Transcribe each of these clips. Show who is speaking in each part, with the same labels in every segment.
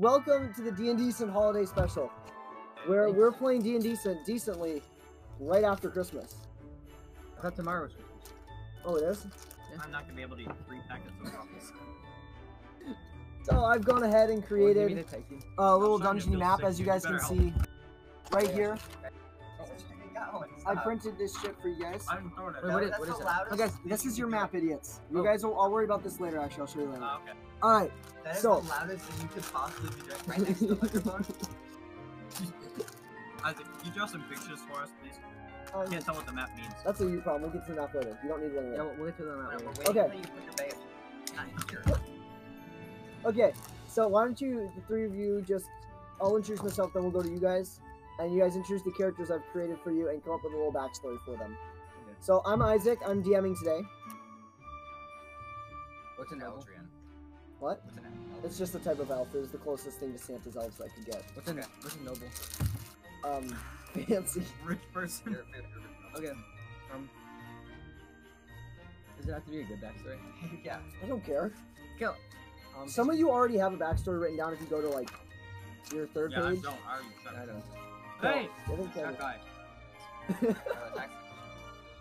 Speaker 1: welcome to the D and Decent Holiday Special, where
Speaker 2: Thanks.
Speaker 1: we're playing D and Decent decently right after Christmas.
Speaker 2: I thought tomorrow was Christmas.
Speaker 1: Oh, it is.
Speaker 3: I'm not gonna be able to eat three packets of waffles.
Speaker 1: So I've gone ahead and
Speaker 2: Or give me
Speaker 1: created
Speaker 2: the Titan.
Speaker 1: a little
Speaker 3: I'm starting to
Speaker 1: dungeon
Speaker 3: feel
Speaker 1: map,
Speaker 3: sick,
Speaker 1: as you
Speaker 3: dude. You
Speaker 1: guys can
Speaker 3: better
Speaker 1: see, right here. I
Speaker 4: I
Speaker 1: printed this shit for you guys.
Speaker 3: I'm throwing it.
Speaker 2: Wait, what is,
Speaker 4: That's
Speaker 2: what
Speaker 4: the
Speaker 2: is that?
Speaker 4: loudest
Speaker 1: Okay, guys,
Speaker 4: thing
Speaker 1: this
Speaker 4: you
Speaker 1: is your
Speaker 4: can
Speaker 1: map,
Speaker 4: do.
Speaker 1: idiots. You
Speaker 2: Oh.
Speaker 1: guys will. I'll worry about this later. Actually, I'll show you later.
Speaker 3: Oh, okay.
Speaker 1: All right.
Speaker 4: That is
Speaker 1: So-
Speaker 4: the loudest thing you could possibly be doing right next to the microphone.
Speaker 3: Isaac, can you draw some pictures for us, please?
Speaker 1: Um,
Speaker 3: Can't tell what the map means.
Speaker 1: That's a you problem. We'll get to the map later. You don't need it
Speaker 2: Yeah,
Speaker 1: anyway.
Speaker 2: we'll, we'll get to them
Speaker 4: We're
Speaker 2: out later.
Speaker 4: waiting
Speaker 1: Okay.
Speaker 4: till you put your baby. Not here.
Speaker 1: Okay, so why don't you, the three of you, just I'll introduce myself, then we'll go to you guys, and you guys introduce the characters I've created for you and come up with a little backstory for them.
Speaker 2: Okay.
Speaker 1: So I'm Isaac. I'm DMing today.
Speaker 2: What's an elf?
Speaker 1: What?
Speaker 4: What's an elf?
Speaker 1: It's just the type of elf. It was the closest thing to Santa's elves I could get.
Speaker 2: What's an what's a noble?
Speaker 1: Um, fancy.
Speaker 3: Rich person.
Speaker 2: Okay. Um. Does it have to be a good backstory?
Speaker 4: yeah.
Speaker 1: I don't care.
Speaker 2: Go. Um,
Speaker 1: Some of you already have a backstory written down. If you go to like your third
Speaker 3: Yeah, I
Speaker 1: page.
Speaker 3: don't. I already
Speaker 2: I
Speaker 3: said
Speaker 2: don't.
Speaker 3: it.
Speaker 2: know.
Speaker 3: Hey!
Speaker 1: I think
Speaker 3: That
Speaker 1: that-
Speaker 3: guy.
Speaker 4: I was actually-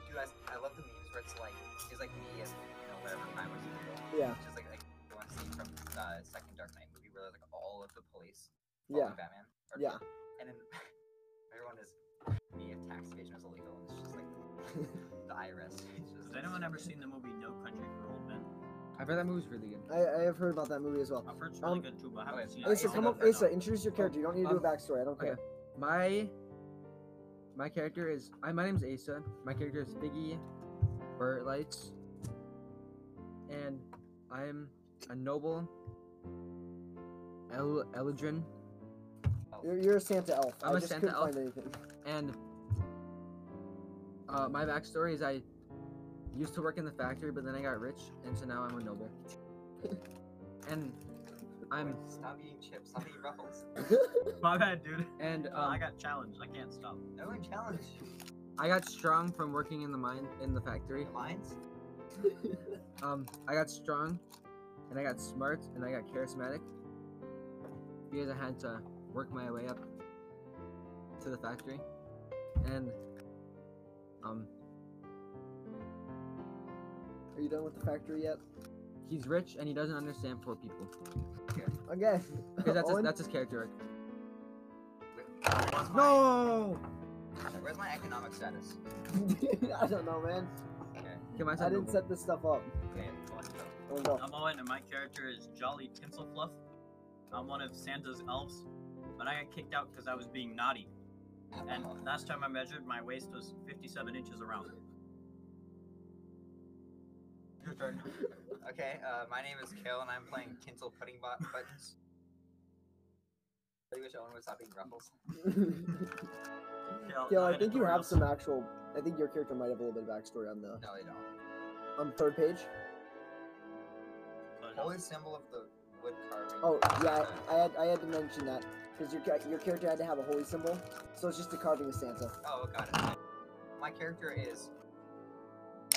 Speaker 4: Dude, I, I love the memes where it's like, it's like me and, you know, whatever crime was in
Speaker 1: Yeah.
Speaker 4: Which is like, like the one scene from the second Dark Knight movie where like all of the police follow
Speaker 1: yeah.
Speaker 4: Batman. Or,
Speaker 1: Yeah.
Speaker 4: And then everyone is, me if tax evasion is illegal, and it's just like, the IRS. It's just,
Speaker 3: Has anyone ever seen the movie No Country for Old Men?
Speaker 2: I've heard that movie's really good.
Speaker 1: I, I have heard about that movie as well.
Speaker 3: I've heard it's really
Speaker 1: Um,
Speaker 3: good too, but I
Speaker 4: okay,
Speaker 3: haven't seen it.
Speaker 4: Yeah,
Speaker 1: Asa,
Speaker 4: Ace,
Speaker 1: come
Speaker 4: no,
Speaker 1: up.
Speaker 4: fair enough.
Speaker 1: Asa, introduce your character. You don't need to do a
Speaker 2: Um,
Speaker 1: backstory. I don't care.
Speaker 2: My my character is I my name's Asa. My character is Biggie Burtlights. And I'm a noble El Eldrin.
Speaker 1: You're, you're a Santa elf.
Speaker 2: I'm
Speaker 1: I
Speaker 2: a
Speaker 1: just
Speaker 2: Santa
Speaker 1: couldn't
Speaker 2: elf.
Speaker 1: find anything.
Speaker 2: and uh, my backstory is I used to work in the factory, but then I got rich, and so now I'm a noble. and I'm
Speaker 4: Stop eating chips. Stop eating ruffles.
Speaker 3: My bad, dude.
Speaker 2: and um,
Speaker 3: Uh, I got challenged. I can't stop.
Speaker 4: No one challenged
Speaker 2: I got strong from working in the mine in the factory.
Speaker 4: the lines.
Speaker 2: Um, I got strong, and I got smart, and I got charismatic because I had to work my way up to the factory, and um,
Speaker 1: Are you done with the factory yet?
Speaker 2: he's rich and he doesn't understand poor people
Speaker 1: Okay.
Speaker 2: because that's his,
Speaker 1: Owen?
Speaker 2: that's his character arc.
Speaker 4: Where's my-
Speaker 2: No.
Speaker 4: Where's my economic status?
Speaker 1: I don't know, man.
Speaker 4: Okay.
Speaker 2: Can I,
Speaker 1: I didn't set this stuff up.
Speaker 4: Okay. well, let's go.
Speaker 1: Let's go.
Speaker 3: I'm Owen, and my character is Jolly Tinselfluff. I'm one of Santa's elves, but I got kicked out because I was being naughty. And
Speaker 4: Uh-huh.
Speaker 3: last time I measured, my waist was 57 inches around.
Speaker 4: Your turn. okay. Uh, my name is Kale, and I'm playing Kintel Pudding Bot Buttons. I wish Owen would stop eating ruffles.
Speaker 3: Yeah,
Speaker 1: Kale, I think you have some actual. I think your character might have a little bit of backstory on the
Speaker 4: No, they don't.
Speaker 1: on the third page.
Speaker 4: Holy symbol of the wood carving.
Speaker 1: Oh yeah, I, I had I had to mention that because your ca- your character had to have a holy symbol, so it's just a carving of Santa.
Speaker 4: Oh, got it. My character is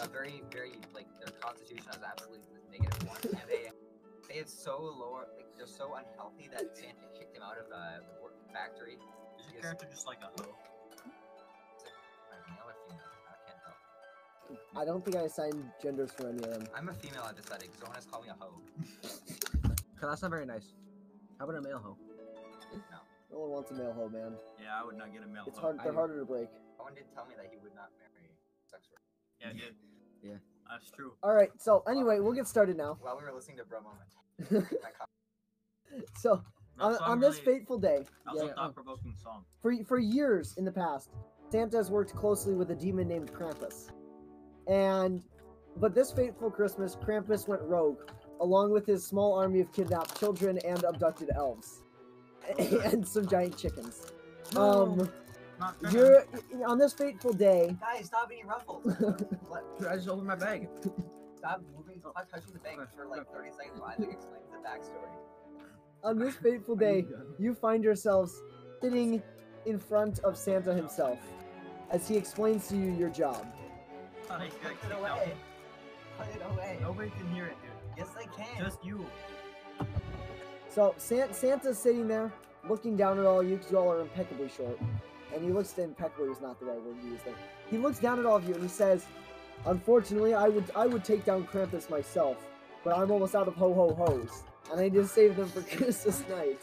Speaker 4: a very, very like their constitution is absolutely negative one, and they they have so lower, like they're so unhealthy that Santa kicked them out of uh, the work factory.
Speaker 3: Is your character just like a hoe?
Speaker 4: I'm a male or female? I can't tell.
Speaker 1: I don't think I assigned genders for any of them.
Speaker 4: I'm a female. I decided because someone has called me a hoe.
Speaker 2: Cause that's not very nice. How about a male hoe?
Speaker 1: No one wants a male hoe, man.
Speaker 3: Yeah, I would not get a male
Speaker 1: It's
Speaker 3: hoe.
Speaker 1: hard. They're
Speaker 2: I-
Speaker 1: harder to break.
Speaker 4: Owen did tell me that he would not marry a sex worker.
Speaker 3: Yeah, dude.
Speaker 2: Yeah.
Speaker 3: That's true.
Speaker 1: All right. So anyway, we'll get started now.
Speaker 4: While we were listening to Bro Moment, my co-
Speaker 1: So on,
Speaker 3: That's
Speaker 1: on
Speaker 3: not
Speaker 1: this oh.
Speaker 3: really-
Speaker 1: fateful day,
Speaker 3: That was
Speaker 2: yeah,
Speaker 3: a thought provoking song.
Speaker 1: For, for years in the past, Santa has worked closely with a demon named Krampus. And but this fateful Christmas, Krampus went rogue, along with his small army of kidnapped children and abducted elves. and some giant chickens. Um
Speaker 3: Not gonna-
Speaker 1: you're on this fateful day,
Speaker 4: guys, stop eating ruffles. What?
Speaker 2: Dude, I just opened my bag.
Speaker 4: Stop moving, stop touching the bank
Speaker 2: okay,
Speaker 4: for like 30 seconds while Isaac explains the backstory.
Speaker 1: on this fateful day, you find yourselves sitting in front of Santa himself as he explains to you your job.
Speaker 3: Thought I got
Speaker 4: Put
Speaker 3: kicked
Speaker 4: it
Speaker 3: out.
Speaker 4: away. Put it away.
Speaker 3: Nobody can hear it, dude.
Speaker 4: Yes, I can.
Speaker 3: Just you.
Speaker 1: So San- Santa's sitting there looking down at all you because you all are impeccably short. And he looks impeccably was not the right word to use there. He looks down at all of you and he says, Unfortunately, I would I would take down Krampus myself, but I'm almost out of ho ho ho's. And I need to save them for Christmas night.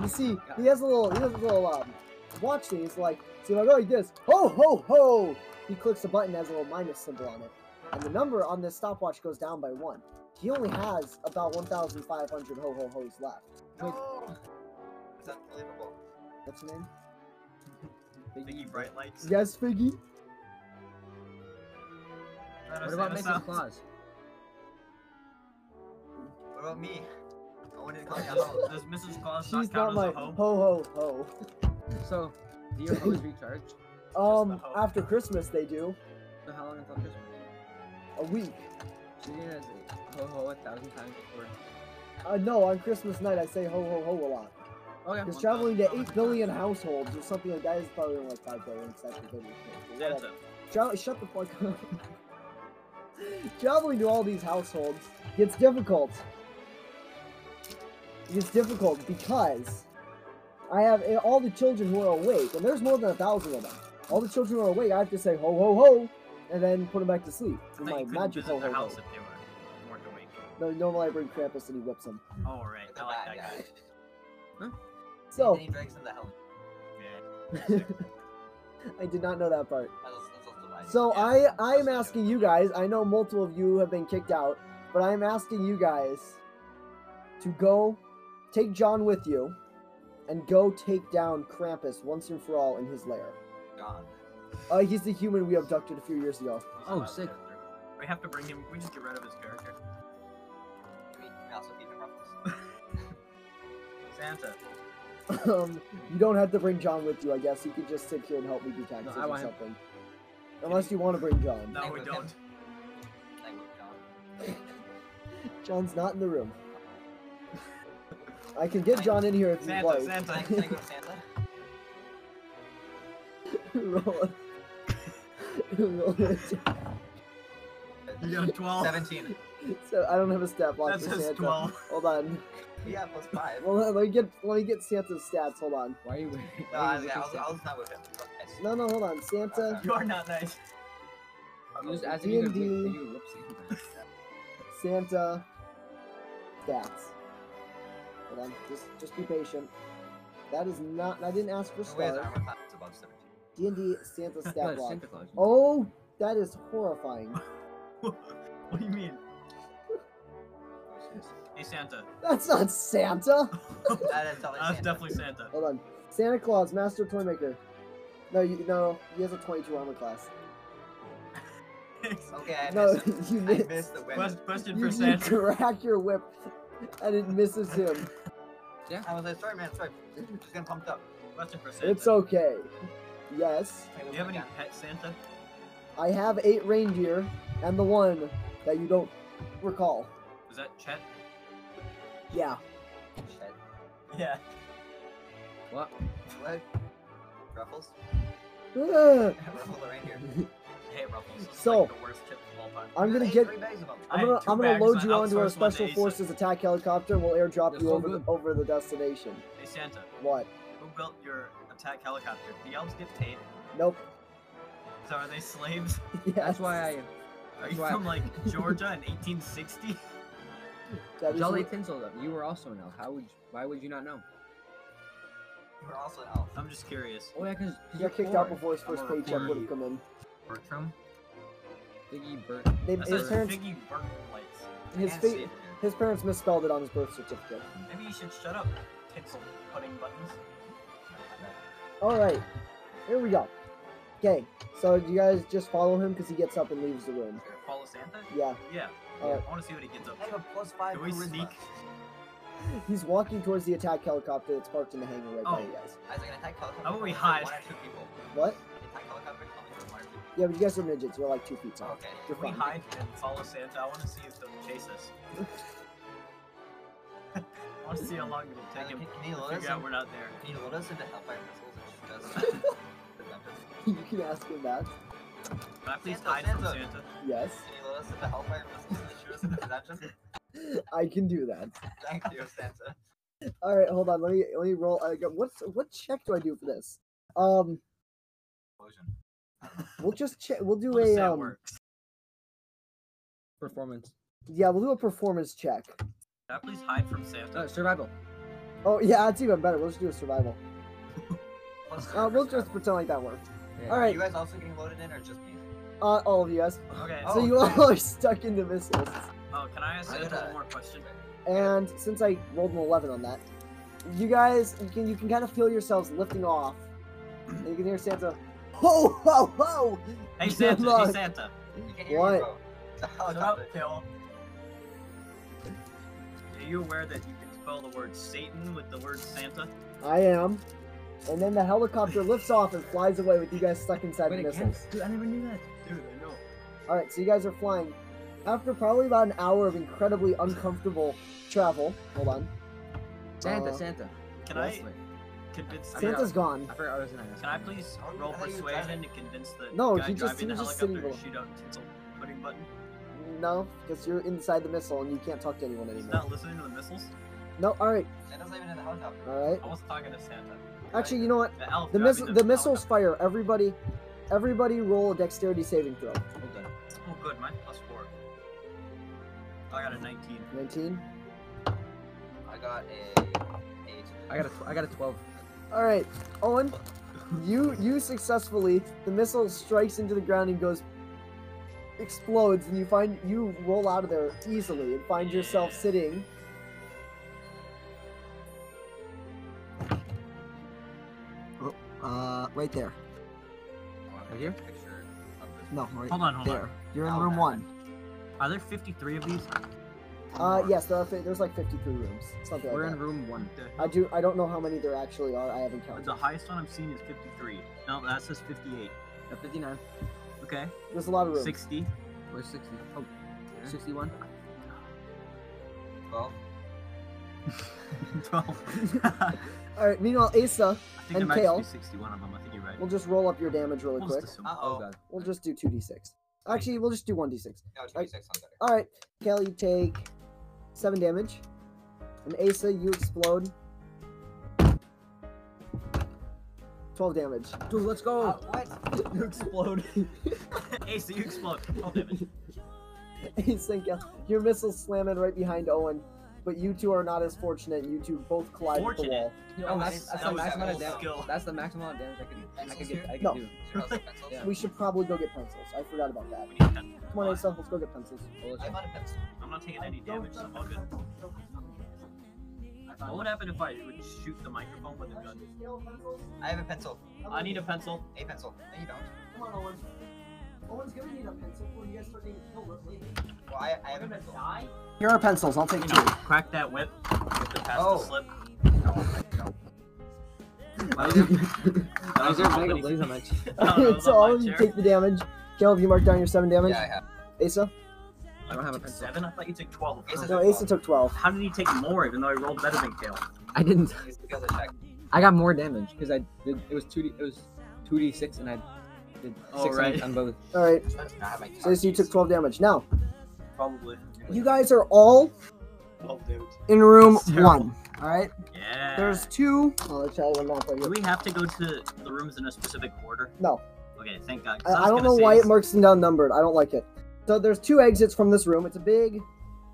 Speaker 1: You see, he has a little he has a little um watch thing, he's like, see if I go like this, ho ho ho! He clicks a button has a little minus symbol on it. And the number on this stopwatch goes down by one. He only has about 1,500 ho ho ho's left.
Speaker 4: No! It's unbelievable.
Speaker 1: What's your name?
Speaker 3: Biggie bright lights.
Speaker 1: Yes, Figgy.
Speaker 3: Trying to
Speaker 2: What
Speaker 3: save
Speaker 2: about
Speaker 3: us
Speaker 2: Mrs.
Speaker 3: out.
Speaker 2: Claus?
Speaker 4: What about me? I wanted to call you out.
Speaker 3: Does Mrs. Claus
Speaker 1: She's
Speaker 3: not
Speaker 1: not
Speaker 3: count
Speaker 1: my
Speaker 3: as a
Speaker 1: ho
Speaker 3: hoe?
Speaker 1: ho ho.
Speaker 2: So, do your hose recharge?
Speaker 3: the
Speaker 1: Um,
Speaker 3: hoe.
Speaker 1: after Christmas they do
Speaker 2: So how long until Christmas?
Speaker 1: a week.
Speaker 2: So you're gonna say ho ho a thousand times before.
Speaker 1: Uh, no, on Christmas night I say ho ho ho a lot.
Speaker 2: Okay.
Speaker 1: Because traveling to eight billion households or something like that is probably only like five billion. It's actually bigger. but whatever.
Speaker 3: Santa.
Speaker 1: Tra- shut the fuck up. Traveling to all these households gets difficult. It gets difficult because I have eh, all the children who are awake, and there's more than a thousand of them. All the children who are awake, I have to say ho ho ho, and then put them back to sleep.
Speaker 3: I
Speaker 1: with
Speaker 3: thought you
Speaker 1: my
Speaker 3: couldn't
Speaker 1: magic ho
Speaker 3: visit
Speaker 1: ho
Speaker 3: their house
Speaker 1: ho.
Speaker 3: if they were weren't awake.
Speaker 1: No, normally I bring Krampus and he whips them.
Speaker 3: Oh right,
Speaker 4: With
Speaker 3: I
Speaker 4: a
Speaker 3: like that
Speaker 4: bad
Speaker 3: guy.
Speaker 4: guy.
Speaker 1: So
Speaker 4: And he drags him to hell.
Speaker 3: Yeah.
Speaker 1: I did not know that part.
Speaker 4: That's, that's also why.
Speaker 1: So
Speaker 3: Yeah,
Speaker 1: I I
Speaker 3: that's
Speaker 1: am
Speaker 3: what I
Speaker 1: asking
Speaker 3: do.
Speaker 1: you guys. I know multiple of you have been kicked out, but I am asking you guys to go take John with you and go take down Krampus once and for all in his lair.
Speaker 4: Gone.
Speaker 1: Uh, he's the human we abducted a few years ago.
Speaker 3: He's a
Speaker 2: Oh,
Speaker 3: loud
Speaker 2: sick.
Speaker 3: character. We have to bring him. We just get rid of his character.
Speaker 4: We, we also keep him ruffles.
Speaker 3: Santa.
Speaker 1: um, you don't have to bring John with you. I guess you could just sit here and help me do taxes
Speaker 2: I
Speaker 1: or
Speaker 2: want him.
Speaker 1: something. Unless you want to bring John.
Speaker 3: No,
Speaker 4: Like
Speaker 3: we
Speaker 4: with him.
Speaker 3: don't.
Speaker 4: Like with John.
Speaker 1: John's not in the room. I can get John in here if you'd
Speaker 3: Santa,
Speaker 1: like.
Speaker 4: Can I,
Speaker 3: Santa.
Speaker 4: can I go to Santa?
Speaker 1: roll a, roll a
Speaker 3: You got a twelve.
Speaker 4: 17.
Speaker 1: So I don't have a stat block
Speaker 3: That's
Speaker 1: for
Speaker 3: his
Speaker 1: Santa.
Speaker 3: twelve.
Speaker 1: Hold on.
Speaker 4: Yeah, plus 5.
Speaker 1: Well, let- let me get let me get Santa's stats. Hold on.
Speaker 2: Why are you wearing? why
Speaker 4: No, I
Speaker 2: are
Speaker 4: was,
Speaker 2: you
Speaker 4: I
Speaker 2: wearing
Speaker 4: was, I
Speaker 2: socks?
Speaker 4: was not with him. Yes.
Speaker 1: No, no, hold on. Santa,
Speaker 3: You are not nice.
Speaker 2: You just asked if you could
Speaker 1: D&D.
Speaker 2: whip- you whip Santa.
Speaker 1: Santa, stats. Hold on. Just just be patient. That is not. I didn't ask for
Speaker 4: No way his
Speaker 1: star.
Speaker 4: armor class is above 17.
Speaker 1: D and D Santa
Speaker 2: No,
Speaker 1: stat
Speaker 2: it's
Speaker 1: block.
Speaker 2: Santa Claus.
Speaker 1: Oh, that is horrifying.
Speaker 3: what do you mean? Hey Santa.
Speaker 1: That's not Santa.
Speaker 4: That is totally
Speaker 3: That's
Speaker 4: Santa.
Speaker 3: definitely Santa.
Speaker 1: Hold on. Santa Claus, Master Toymaker. No, you no. He has a 22 armor class.
Speaker 4: Okay, I
Speaker 1: no,
Speaker 4: missed, him.
Speaker 1: you
Speaker 4: I
Speaker 1: missed.
Speaker 4: missed the women.
Speaker 3: Oh, Quest- Question
Speaker 1: You,
Speaker 3: for
Speaker 1: you
Speaker 3: Santa.
Speaker 1: crack your whip, and it misses him.
Speaker 4: I was like, sorry, man, sorry. Just getting pumped up.
Speaker 3: Question for Santa.
Speaker 1: It's okay. Yes,
Speaker 4: Hey,
Speaker 3: Do
Speaker 4: what's
Speaker 3: you have any
Speaker 4: my guy?
Speaker 3: pet Santa?
Speaker 1: I have eight reindeer and the one that you don't recall.
Speaker 3: Was that Chet?
Speaker 1: Yeah.
Speaker 4: Shit.
Speaker 3: Yeah.
Speaker 2: What?
Speaker 4: What? Ruffles?
Speaker 1: Ugh.
Speaker 4: Ruffle the reindeer.
Speaker 3: Hey Ruffles. This
Speaker 1: So-
Speaker 3: is like the worst tip of all time.
Speaker 1: I'm
Speaker 4: There's
Speaker 1: gonna
Speaker 4: eight-
Speaker 1: get.
Speaker 4: Three bags of them.
Speaker 1: I'm
Speaker 3: I
Speaker 1: gonna.
Speaker 3: had two
Speaker 1: I'm gonna
Speaker 3: bags,
Speaker 1: load
Speaker 3: I
Speaker 1: you onto our
Speaker 3: outsourced one to
Speaker 1: special
Speaker 3: Asa.
Speaker 1: forces attack helicopter. and We'll airdrop
Speaker 2: They're
Speaker 1: you
Speaker 2: so
Speaker 1: over the,
Speaker 2: good.
Speaker 1: over the destination.
Speaker 3: Hey Santa.
Speaker 1: What?
Speaker 3: Who built your attack helicopter? The elves get paid.
Speaker 1: Nope.
Speaker 3: So are they slaves?
Speaker 1: Yes.
Speaker 2: That's why I
Speaker 3: Are
Speaker 2: That's
Speaker 3: you
Speaker 2: why-
Speaker 3: from like Georgia in 1860?
Speaker 1: That is
Speaker 2: Jolly
Speaker 1: wh-
Speaker 2: Tinsel up. You were also an elf. How would? You, why would you not know?
Speaker 4: You were also an elf.
Speaker 3: I'm just curious.
Speaker 2: Oh yeah, because
Speaker 1: he got kicked out before his first
Speaker 3: a
Speaker 1: paycheck
Speaker 3: reporter.
Speaker 1: would have come in.
Speaker 4: Bertram?
Speaker 2: Biggie Bert.
Speaker 1: They,
Speaker 3: That
Speaker 1: his
Speaker 3: says
Speaker 1: parents.
Speaker 3: Figgy burnt lights.
Speaker 1: His
Speaker 4: Can't see
Speaker 1: fa-
Speaker 4: it here.
Speaker 1: his parents misspelled it on his birth certificate.
Speaker 3: Maybe you should shut up, tinsel putting buttons.
Speaker 1: All right, here we go. Okay, so do you guys just follow him because he gets up and leaves the room?
Speaker 3: Follow Santa?
Speaker 1: Yeah,
Speaker 3: Yeah.
Speaker 1: Yeah.
Speaker 3: I want to see what he gets up
Speaker 4: I have a
Speaker 3: to.
Speaker 4: plus five
Speaker 3: Can we
Speaker 4: charisma.
Speaker 3: sneak?
Speaker 1: he's walking towards the attack helicopter that's parked in the hangar right by
Speaker 3: Oh.
Speaker 1: you guys.
Speaker 4: I was like, an attack helicopter.
Speaker 3: How about we
Speaker 4: comes
Speaker 3: hide?
Speaker 4: from One or two people.
Speaker 1: What?
Speaker 4: An attack helicopter comes from one or two people.
Speaker 1: Yeah, but you guys are midgets. You're like two feet
Speaker 4: Oh,
Speaker 1: tall.
Speaker 4: okay.
Speaker 1: You're
Speaker 3: We
Speaker 1: fine.
Speaker 3: hide and follow Santa. I want to see if they'll chase us. I want to see how long it'll
Speaker 4: Can,
Speaker 3: take him
Speaker 4: can you
Speaker 3: to
Speaker 4: load us
Speaker 3: figure out
Speaker 4: in-
Speaker 3: we're not there.
Speaker 4: can you load us into Hellfire missiles and shoot us? The numbers.
Speaker 1: you can ask him that.
Speaker 3: Can I please
Speaker 4: Santa,
Speaker 3: hide from
Speaker 4: Santa.
Speaker 3: Santa?
Speaker 1: Yes.
Speaker 4: Can you load us into Hellfire missiles and shoot us in the dungeon?
Speaker 1: I can do that.
Speaker 4: Thank you, Santa.
Speaker 1: All right, hold on. Let me let me roll. I got, what's what check do I do for this? Um,
Speaker 4: Explosion.
Speaker 1: we'll just check. We'll do
Speaker 3: Let's say
Speaker 1: a
Speaker 3: it
Speaker 1: um.
Speaker 3: works.
Speaker 2: Performance.
Speaker 1: Yeah, we'll do a performance check.
Speaker 3: Can I please hide from Santa?
Speaker 2: Uh, survival.
Speaker 1: Oh yeah, that's even better. We'll just do a survival.
Speaker 4: Plus
Speaker 1: Uh, we'll
Speaker 4: server
Speaker 1: just
Speaker 4: stuff.
Speaker 1: pretend like that worked.
Speaker 2: Yeah.
Speaker 1: All
Speaker 4: Are
Speaker 1: right,
Speaker 4: you guys also getting loaded in, or just me?
Speaker 1: uh, all of you guys.
Speaker 3: Okay.
Speaker 1: So
Speaker 4: Oh,
Speaker 1: you
Speaker 4: okay.
Speaker 1: all are stuck into this list.
Speaker 3: Oh, can I ask
Speaker 4: I
Speaker 3: Santa
Speaker 4: gotta-
Speaker 3: one more question?
Speaker 1: And since I rolled an eleven on that, you guys you can you can kind of feel yourselves lifting off. And you can hear Santa, ho ho ho!
Speaker 3: Hey
Speaker 1: Good
Speaker 3: Santa, hey
Speaker 1: luck.
Speaker 3: Santa.
Speaker 4: You can hear
Speaker 1: What?
Speaker 4: me, bro. It's a
Speaker 3: Shut up,
Speaker 4: helicopter.
Speaker 3: Phil. Are you aware that you can spell the word Satan with the word Santa?
Speaker 1: I am. And then the helicopter lifts off and flies away with you guys stuck inside
Speaker 2: Wait,
Speaker 1: the
Speaker 2: it can?
Speaker 1: missiles.
Speaker 2: Dude, I never knew that.
Speaker 3: Dude, I know.
Speaker 1: All right, so you guys are flying. After probably about an hour of incredibly uncomfortable travel, hold on.
Speaker 2: Santa,
Speaker 1: Uh,
Speaker 2: Santa.
Speaker 3: Can
Speaker 2: Roll
Speaker 3: I
Speaker 2: persuade.
Speaker 3: convince
Speaker 2: I mean,
Speaker 1: Santa's gone.
Speaker 2: I forgot what I was gonna ask.
Speaker 3: Can I please
Speaker 4: Oh,
Speaker 3: roll
Speaker 4: I thought you were
Speaker 3: persuasion
Speaker 4: driving.
Speaker 3: to convince the
Speaker 1: No,
Speaker 3: guy
Speaker 1: he just-
Speaker 3: driving
Speaker 1: he
Speaker 3: the
Speaker 1: was just sitting
Speaker 3: helicopter to
Speaker 1: below.
Speaker 3: shoot out cancel pudding button?
Speaker 1: No, because you're inside the missile and you can't talk to anyone
Speaker 3: He's
Speaker 1: anymore.
Speaker 3: not listening to the missiles?
Speaker 1: No, all right,
Speaker 4: Santa's not even in the helicopter.
Speaker 1: all right.
Speaker 3: I was talking to Santa.
Speaker 1: Actually, you know what?
Speaker 3: The elf
Speaker 1: The
Speaker 3: driving
Speaker 1: miss the missiles fire. Everybody, everybody, roll a dexterity saving throw.
Speaker 2: Hold on.
Speaker 3: helicopter. Oh, good. Mine's plus four. I got a 19.
Speaker 1: Nineteen.
Speaker 4: I got a eight.
Speaker 2: I got a, tw- I got a 12.
Speaker 1: All right, Owen, you you successfully the missile strikes into the ground and goes explodes, and you find you roll out of there easily and find yourself
Speaker 3: Yeah.
Speaker 1: sitting. Oh,
Speaker 5: Uh, right there.
Speaker 4: Right
Speaker 2: here?
Speaker 4: Picture of this.
Speaker 5: No, right
Speaker 3: Hold on, hold
Speaker 5: there.
Speaker 3: on.
Speaker 5: You're in
Speaker 4: Oh,
Speaker 5: room
Speaker 4: man.
Speaker 5: one.
Speaker 3: Are there 53 of these?
Speaker 1: Uh, yes, there are fi- there's like 53 rooms, something
Speaker 2: We're
Speaker 1: like
Speaker 2: in
Speaker 1: that.
Speaker 2: room one.
Speaker 1: I do I don't know how many there actually are. I haven't counted.
Speaker 3: The highest one I've seen is 53. No, that says 58.
Speaker 2: Uh, 59.
Speaker 3: Okay.
Speaker 1: There's a lot of rooms.
Speaker 3: 60.
Speaker 2: We're 60. Oh, 61.
Speaker 4: 12.
Speaker 3: 12. I
Speaker 1: All right. Meanwhile, Asa,
Speaker 3: think there
Speaker 1: And
Speaker 3: might
Speaker 1: Kale.
Speaker 3: just be 61 of them. I think you're right.
Speaker 1: we'll just roll up your damage really
Speaker 3: Almost
Speaker 1: quick.
Speaker 3: the same.
Speaker 4: Uh
Speaker 2: Oh,
Speaker 4: oh.
Speaker 2: god.
Speaker 1: We'll just do 2d6. Actually, we'll just do 1d6.
Speaker 4: No, 26 on better.
Speaker 1: All right, Kale, you take seven damage, and Asa, you explode. Twelve damage.
Speaker 2: Dude, let's go.
Speaker 4: Uh, what?
Speaker 2: you explode.
Speaker 3: Ace, you explode. Oh, damn it.
Speaker 1: Asa, and Kale, your missiles slam in right behind Owen, but you two are not as fortunate. You two both collide with the
Speaker 3: Fortunate?
Speaker 1: wall.
Speaker 4: Oh,
Speaker 2: that's,
Speaker 4: that
Speaker 2: that's the
Speaker 4: was
Speaker 2: maximum amount of
Speaker 4: that
Speaker 2: damage.
Speaker 3: skill.
Speaker 2: That's the maximum amount of damage I can, I can get. I can
Speaker 1: No.
Speaker 2: do.
Speaker 4: Zero pencils?
Speaker 2: Yeah.
Speaker 1: We should probably go get pencils. I forgot about that.
Speaker 3: We need ten.
Speaker 1: Come on, Asa, let's go get pencils.
Speaker 2: Hold
Speaker 4: I
Speaker 2: on.
Speaker 4: found a pencil.
Speaker 3: I'm not taking any damage, so I'm all good. Uh, What would happen if I would shoot the microphone with a gun?
Speaker 4: I have a pencil.
Speaker 3: I need a pencil.
Speaker 4: A pencil. No, you don't.
Speaker 1: Come on, Owen. Owen's gonna need a pencil before you guys start getting killed.
Speaker 4: Well, I, I have a pencil.
Speaker 3: die?
Speaker 1: Here are pencils. I'll take
Speaker 3: You
Speaker 1: two.
Speaker 3: know, crack that whip. Get the past
Speaker 4: Oh.
Speaker 3: the slip.
Speaker 2: Why is there,
Speaker 3: I
Speaker 2: why Oh, is
Speaker 3: was
Speaker 2: there
Speaker 3: on
Speaker 2: mega
Speaker 3: my-
Speaker 2: blaze on my ch-
Speaker 3: I don't know, it was
Speaker 1: so
Speaker 3: on
Speaker 1: all
Speaker 3: my
Speaker 1: of you
Speaker 3: chair.
Speaker 1: take the damage. Caleb, you marked down your seven damage.
Speaker 4: Yeah, I have.
Speaker 1: Asa?
Speaker 3: I
Speaker 2: don't have a
Speaker 3: took
Speaker 2: pencil.
Speaker 3: Seven? I thought you took twelve.
Speaker 4: Ace is-
Speaker 1: No, Asa took 12.
Speaker 3: How did he take more, even though he rolled better than Kale?
Speaker 2: I didn't.
Speaker 4: Use the other check.
Speaker 2: I got more damage because I did. It was two. D, it was two d six, and I did
Speaker 3: Oh,
Speaker 2: six
Speaker 3: right.
Speaker 2: on, on both.
Speaker 1: All right,
Speaker 4: I do not have my
Speaker 1: so Asa, you took 12 damage. Now,
Speaker 3: Probably.
Speaker 1: you guys are all
Speaker 3: Twelve damage.
Speaker 1: in room
Speaker 3: It's terrible.
Speaker 1: one. All right,
Speaker 3: Yeah.
Speaker 1: there's two. Oh, let's try one map right
Speaker 3: Do
Speaker 1: here.
Speaker 3: we have to go to the rooms in a specific order?
Speaker 1: No,
Speaker 3: Okay, thank God. 'cause
Speaker 1: I, I
Speaker 3: was
Speaker 1: don't
Speaker 3: gonna
Speaker 1: know
Speaker 3: say
Speaker 1: why
Speaker 3: it's-
Speaker 1: it marks them down numbered. I don't like it. So there's two exits from this room. It's a big.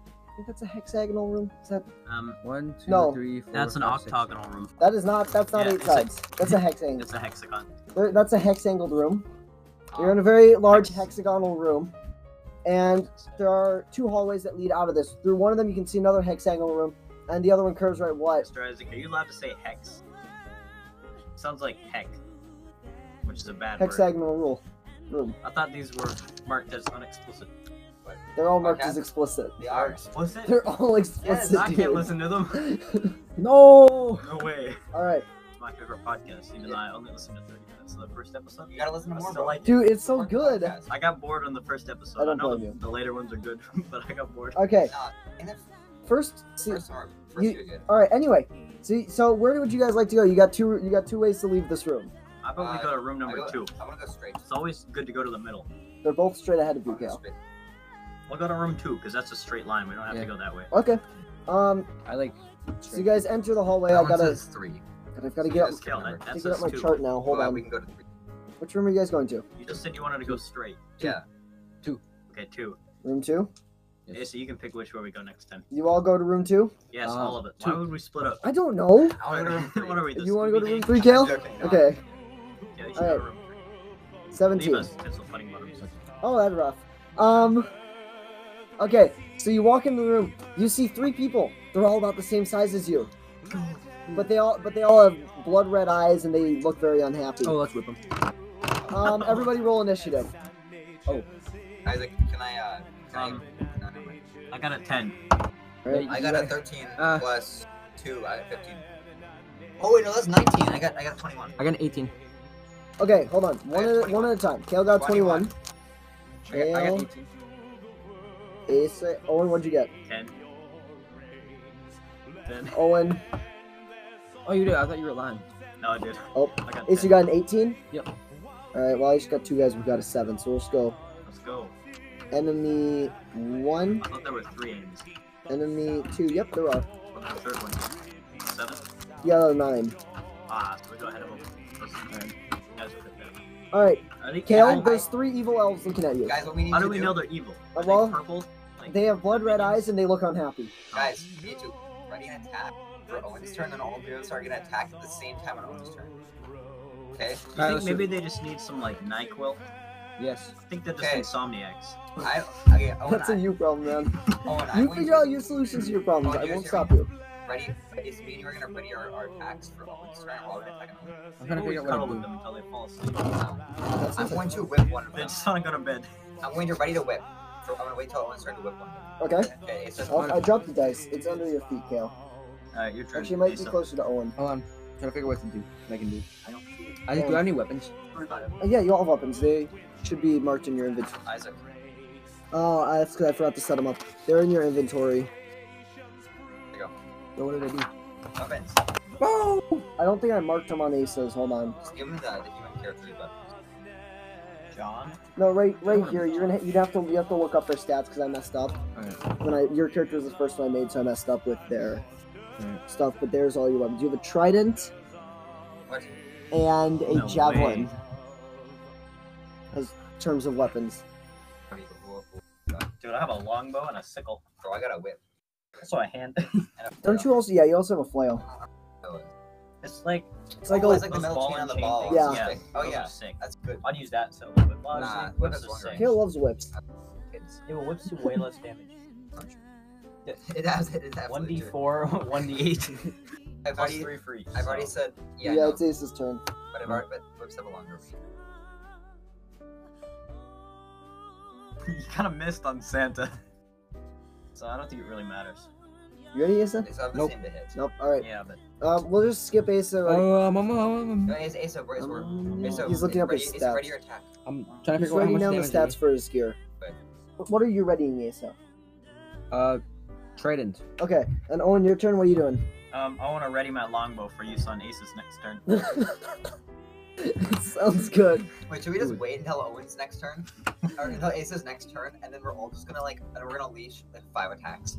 Speaker 1: I think that's a hexagonal room. Is that
Speaker 3: Um,
Speaker 2: One, two,
Speaker 1: No.
Speaker 2: three, four,
Speaker 3: that's an
Speaker 2: five, six.
Speaker 3: octagonal room.
Speaker 1: that is not that's not
Speaker 3: Yeah,
Speaker 1: eight
Speaker 3: it's like-
Speaker 1: sides. That's a hexangle.
Speaker 3: It's a hexagon.
Speaker 1: There- That's a hexangled room. You're in a very large
Speaker 3: Hex.
Speaker 1: hexagonal room, and there are two hallways that lead out of this. Through one of them, you can see another hexagonal room, and the other one curves right what?
Speaker 3: Mr. Isaac, are you allowed to say hex? Sounds like heck, which is a bad word.
Speaker 1: Hexagonal rule room.
Speaker 3: I thought these were marked as unexplicit.
Speaker 1: They're all marked
Speaker 4: Okay.
Speaker 1: as explicit.
Speaker 4: Um, They are.
Speaker 3: Explicit?
Speaker 1: They're all
Speaker 3: Yes,
Speaker 1: explicit.
Speaker 3: I can't listen to them.
Speaker 1: listen.
Speaker 2: No.
Speaker 3: No way.
Speaker 1: all right,
Speaker 3: It's my favorite podcast, even though I only listened to 30 minutes of the first episode.
Speaker 4: You gotta listen to
Speaker 3: I
Speaker 4: more,
Speaker 3: still
Speaker 4: bro.
Speaker 3: like it.
Speaker 1: dude, it's so
Speaker 4: More
Speaker 1: good.
Speaker 4: podcasts.
Speaker 3: I got bored on the first episode.
Speaker 1: I
Speaker 3: I,
Speaker 1: don't
Speaker 3: know
Speaker 1: blame
Speaker 3: the,
Speaker 1: you.
Speaker 3: the later ones are good, but I got bored.
Speaker 1: Okay,
Speaker 4: And if
Speaker 1: first, see,
Speaker 4: first one,
Speaker 1: you-
Speaker 4: first you're good.
Speaker 1: all right. Anyway, see, so where would you guys like to go? You got two. You got two ways to leave this room.
Speaker 3: I probably
Speaker 4: Uh,
Speaker 3: go to room
Speaker 4: I
Speaker 3: number
Speaker 4: go-
Speaker 3: two.
Speaker 4: I wanna go straight.
Speaker 3: It's always good to go to the middle.
Speaker 1: They're both straight ahead of
Speaker 4: I
Speaker 1: you,
Speaker 4: wanna go
Speaker 1: Gail.
Speaker 4: straight.
Speaker 3: We'll go to room two because that's a straight line. We don't have
Speaker 2: Yeah.
Speaker 3: to go that way.
Speaker 1: Okay. Um,
Speaker 2: I like.
Speaker 1: so you guys enter the hallway.
Speaker 4: That
Speaker 1: I
Speaker 4: one
Speaker 1: gotta,
Speaker 4: says three.
Speaker 1: I've gotta get up,
Speaker 4: Just
Speaker 3: Scale
Speaker 4: remember.
Speaker 3: that. That
Speaker 1: get
Speaker 3: says
Speaker 1: up my
Speaker 3: two.
Speaker 1: chart now. Hold
Speaker 4: Well,
Speaker 1: on.
Speaker 4: We can go to three.
Speaker 1: Which room are you guys going to?
Speaker 3: You just said you wanted to go straight.
Speaker 4: Yeah.
Speaker 3: Okay, two.
Speaker 1: Room two.
Speaker 2: Yes.
Speaker 3: Yeah, so you can pick which way we go next time.
Speaker 1: You all go to room two.
Speaker 3: Yes,
Speaker 2: Ah,
Speaker 3: all of it. Why
Speaker 2: two.
Speaker 3: would we split up?
Speaker 1: I don't know.
Speaker 4: I want to go to room three.
Speaker 3: what are we? This
Speaker 1: You want to go to room
Speaker 3: meeting?
Speaker 1: three, Kale?
Speaker 4: Joking, no.
Speaker 1: Okay,
Speaker 3: Yeah, you should
Speaker 1: Alright.
Speaker 3: go to room three. Leave
Speaker 1: seventeen.
Speaker 3: us. Pencil fighting bottoms.
Speaker 1: Oh, that's rough. Um. Okay, so you walk into the room. You see three people. They're all about the same size as you, but they all but they all have blood red eyes and they look very unhappy.
Speaker 2: Oh, let's whip him.
Speaker 1: Um, everybody roll initiative.
Speaker 2: Oh,
Speaker 4: Isaac, can I? Uh, can
Speaker 3: Um,
Speaker 4: I, no, never mind.
Speaker 3: I got a ten.
Speaker 1: All right.
Speaker 4: I got a thirteen
Speaker 2: Uh,
Speaker 4: plus two. I got fifteen. Oh wait, no, that's nineteen. I got I got twenty-one.
Speaker 2: I got an 18.
Speaker 1: Okay, hold on. One
Speaker 4: I
Speaker 1: at
Speaker 4: got
Speaker 1: a, one at a time. Kale got twenty-one.
Speaker 4: I got, I got
Speaker 1: Kale,
Speaker 4: eighteen.
Speaker 1: Ace, Owen, what'd you get?
Speaker 3: Ten. Ten.
Speaker 1: Owen,
Speaker 2: Oh, you did. I thought you were lying.
Speaker 3: No, I did.
Speaker 1: Oh,
Speaker 3: I got
Speaker 1: Ace, you
Speaker 3: 10.
Speaker 1: got an eighteen.
Speaker 2: Yep.
Speaker 1: All right. Well, I just got two guys. We got a seven, so we'll just go
Speaker 3: Let's go.
Speaker 1: enemy one,
Speaker 3: I thought there were three enemies.
Speaker 1: enemy two. Yep, there are.
Speaker 3: What the third one? Seven.
Speaker 1: You got a nine.
Speaker 3: Ah, so we go ahead of them. Let's- Guys, we're good now.
Speaker 1: All right,
Speaker 3: Are they
Speaker 1: Kale.
Speaker 3: evil?
Speaker 1: There's three evil elves looking at you.
Speaker 4: Guys, what we need
Speaker 3: How
Speaker 4: to
Speaker 3: do we
Speaker 4: do?
Speaker 3: know they're evil? Are they
Speaker 1: Well,
Speaker 3: purple? Like,
Speaker 1: They have blood red eyes and they look unhappy.
Speaker 4: Guys, we need to ready an attack for Owen's turn, and all the others are gonna attack at the same time on Owen's turn. Okay.
Speaker 3: Do you
Speaker 2: Alright,
Speaker 3: think
Speaker 2: let's do
Speaker 3: maybe they just need some like Nyquil?
Speaker 2: Yes.
Speaker 3: I think they're just
Speaker 4: Okay.
Speaker 3: insomniacs.
Speaker 4: Oh, I okay. Owen,
Speaker 1: That's a you problem, man.
Speaker 4: I, Oh, Owen, I'm
Speaker 1: You
Speaker 4: going
Speaker 1: figure
Speaker 4: to
Speaker 1: out your solutions to your problems. I won't stop you.
Speaker 4: ready. It's me and you are gonna ready our, our attacks for Owen's turn while we attack. Um, Owen.
Speaker 2: I'm trying to
Speaker 3: Always
Speaker 2: figure out
Speaker 3: cuddle
Speaker 2: what to
Speaker 3: with
Speaker 2: do.
Speaker 3: them until they fall asleep.
Speaker 1: That
Speaker 4: I'm
Speaker 1: sounds like-
Speaker 4: going to whip one of
Speaker 3: They
Speaker 4: them.
Speaker 3: just want to go to bed.
Speaker 4: I'm going to ready to whip. So I'm gonna wait till Owen's turn to whip one.
Speaker 1: Okay.
Speaker 4: Okay. It's just
Speaker 1: Oh,
Speaker 4: one.
Speaker 1: I dropped the dice. It's under your feet, Kale.
Speaker 3: Alright, your turn.
Speaker 1: Actually, it might be
Speaker 3: Asa.
Speaker 1: closer to Owen.
Speaker 2: Hold on. trying to figure out what to do. What I can do.
Speaker 4: I don't see it.
Speaker 2: I think, do I have any weapons?
Speaker 1: Uh, yeah, you all have weapons. They should be marked in your inventory.
Speaker 4: Isaac.
Speaker 1: Oh, I- that's because I forgot to set them up. They're in your inventory.
Speaker 2: Yo, what did I do?
Speaker 4: Offense.
Speaker 2: Whoa!
Speaker 1: I don't think I marked them on Asa's. Hold on.
Speaker 4: Just give him the, the human character but
Speaker 3: John?
Speaker 1: No, right, right here. You're gonna, you'd have to, you have to look up their stats because I messed up.
Speaker 2: Alright.
Speaker 1: When I, your character was the first one I made, so I messed up with their
Speaker 3: Hmm.
Speaker 2: Alright.
Speaker 1: stuff. But there's all your weapons. You have a trident
Speaker 4: What?
Speaker 1: and a
Speaker 3: No
Speaker 1: javelin
Speaker 3: way.
Speaker 1: as terms of weapons.
Speaker 3: Dude, I have a longbow and a sickle.
Speaker 4: Bro, I got a whip.
Speaker 3: Also a hand.
Speaker 4: And a
Speaker 1: Don't you also? Yeah, you also have a flail.
Speaker 3: it's like
Speaker 1: It's like
Speaker 4: Oh,
Speaker 1: a
Speaker 4: it's like the
Speaker 3: those
Speaker 4: metal
Speaker 3: ball
Speaker 4: chain on
Speaker 3: and
Speaker 4: the
Speaker 3: chain
Speaker 4: ball.
Speaker 3: things.
Speaker 1: Yeah.
Speaker 4: Oh,
Speaker 3: those
Speaker 4: yeah.
Speaker 3: are sick.
Speaker 4: That's good.
Speaker 3: I'd use that so well, but honestly,
Speaker 4: Nah,
Speaker 3: whips
Speaker 4: that's
Speaker 3: are
Speaker 4: wondering.
Speaker 3: sick.
Speaker 1: Kale loves whips.
Speaker 4: It's,
Speaker 3: It whips do way less damage.
Speaker 4: it has it is
Speaker 3: One
Speaker 4: absolutely
Speaker 3: D
Speaker 4: true.
Speaker 3: four, one D eight.
Speaker 4: I've
Speaker 3: Plus
Speaker 4: already,
Speaker 3: three for each.
Speaker 4: I've already
Speaker 3: so-
Speaker 4: said yeah,
Speaker 1: Yeah,
Speaker 4: no,
Speaker 1: it's Ace's turn.
Speaker 4: but I've already but whips have a longer reach.
Speaker 3: you kind of missed on Santa. So I don't think it really matters.
Speaker 1: You ready, Asa?
Speaker 4: It's of the
Speaker 1: Nope.
Speaker 4: same to hit.
Speaker 1: Nope. All right.
Speaker 3: Yeah, but
Speaker 1: Um, we'll just skip Asa. Right?
Speaker 2: Oh, um, um, um, um,
Speaker 4: No, it's Asa, where's where?
Speaker 3: Um,
Speaker 4: Asa,
Speaker 1: He's looking
Speaker 4: it's
Speaker 1: up
Speaker 4: ready,
Speaker 1: his
Speaker 4: It's ready
Speaker 1: stats.
Speaker 4: or attack.
Speaker 2: I'm trying
Speaker 1: He's
Speaker 2: to figure out how
Speaker 1: writing
Speaker 2: much
Speaker 1: down the
Speaker 2: damage.
Speaker 1: stats
Speaker 2: Stats.
Speaker 1: for his gear.
Speaker 4: Okay.
Speaker 1: Wh- What are you readying, Asa?
Speaker 2: Uh, trident.
Speaker 1: Okay, and Owen, your turn. What are you doing?
Speaker 3: um, I want to ready my longbow for use on Ace's next turn.
Speaker 1: Sounds good.
Speaker 4: Wait, should we just
Speaker 2: Ooh.
Speaker 4: wait until Owen's next turn? or until Asa's next turn, and then we're all just gonna like and we're gonna leash like five attacks.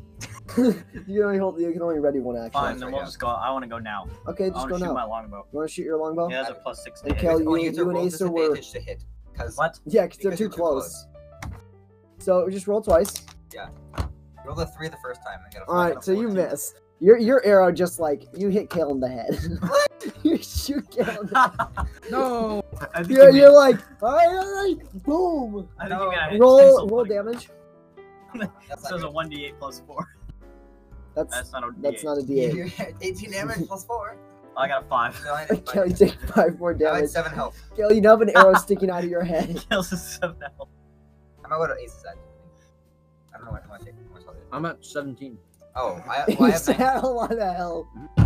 Speaker 1: you can only hold. You can only ready one action.
Speaker 3: Fine,
Speaker 4: right
Speaker 3: then we'll
Speaker 4: now.
Speaker 3: just go. I want to go now.
Speaker 1: Okay,
Speaker 3: I
Speaker 1: just
Speaker 3: want
Speaker 1: go
Speaker 3: to shoot
Speaker 1: now.
Speaker 3: my longbow.
Speaker 1: You want to shoot your longbow?
Speaker 3: Yeah, that's a plus six.
Speaker 1: And
Speaker 3: to hit.
Speaker 1: Kel, Oh. you,
Speaker 4: Owen, gets a
Speaker 1: you and
Speaker 4: roll
Speaker 1: Asa were.
Speaker 4: disadvantage to hit, because
Speaker 3: What?
Speaker 1: Yeah, because they're
Speaker 4: because
Speaker 1: too
Speaker 4: you're too
Speaker 1: close. So just roll twice.
Speaker 4: you rolled a three the first time and got a five.
Speaker 1: All right, so you miss. Your your arrow just like you hit Kale in the head. you shoot Kale. In the head.
Speaker 2: No!
Speaker 3: I think
Speaker 1: You're,
Speaker 3: you
Speaker 1: you're
Speaker 3: mean-
Speaker 1: like, all right, all right, boom.
Speaker 3: I think you mean I hit
Speaker 1: Roll
Speaker 3: pencil
Speaker 1: roll
Speaker 3: pudding.
Speaker 1: damage.
Speaker 4: That's
Speaker 3: It
Speaker 4: not
Speaker 3: says a
Speaker 4: good.
Speaker 3: one D eight plus four.
Speaker 1: That's
Speaker 3: That's not a D8.
Speaker 1: that's not a d8.
Speaker 4: You- 18 damage plus four.
Speaker 3: I got a five.
Speaker 4: No, I
Speaker 1: Kale, you take five more
Speaker 4: I had
Speaker 1: damage.
Speaker 4: seven health.
Speaker 1: Kale, you now have an arrow sticking out of your head.
Speaker 3: Kills is seven health.
Speaker 4: I'm about at Ace's side. I don't know what how much I- how much health it is.
Speaker 2: I'm at 17.
Speaker 4: Oh, I, well, I
Speaker 1: You
Speaker 4: have nine.
Speaker 1: said a lot of hell.
Speaker 4: Oh,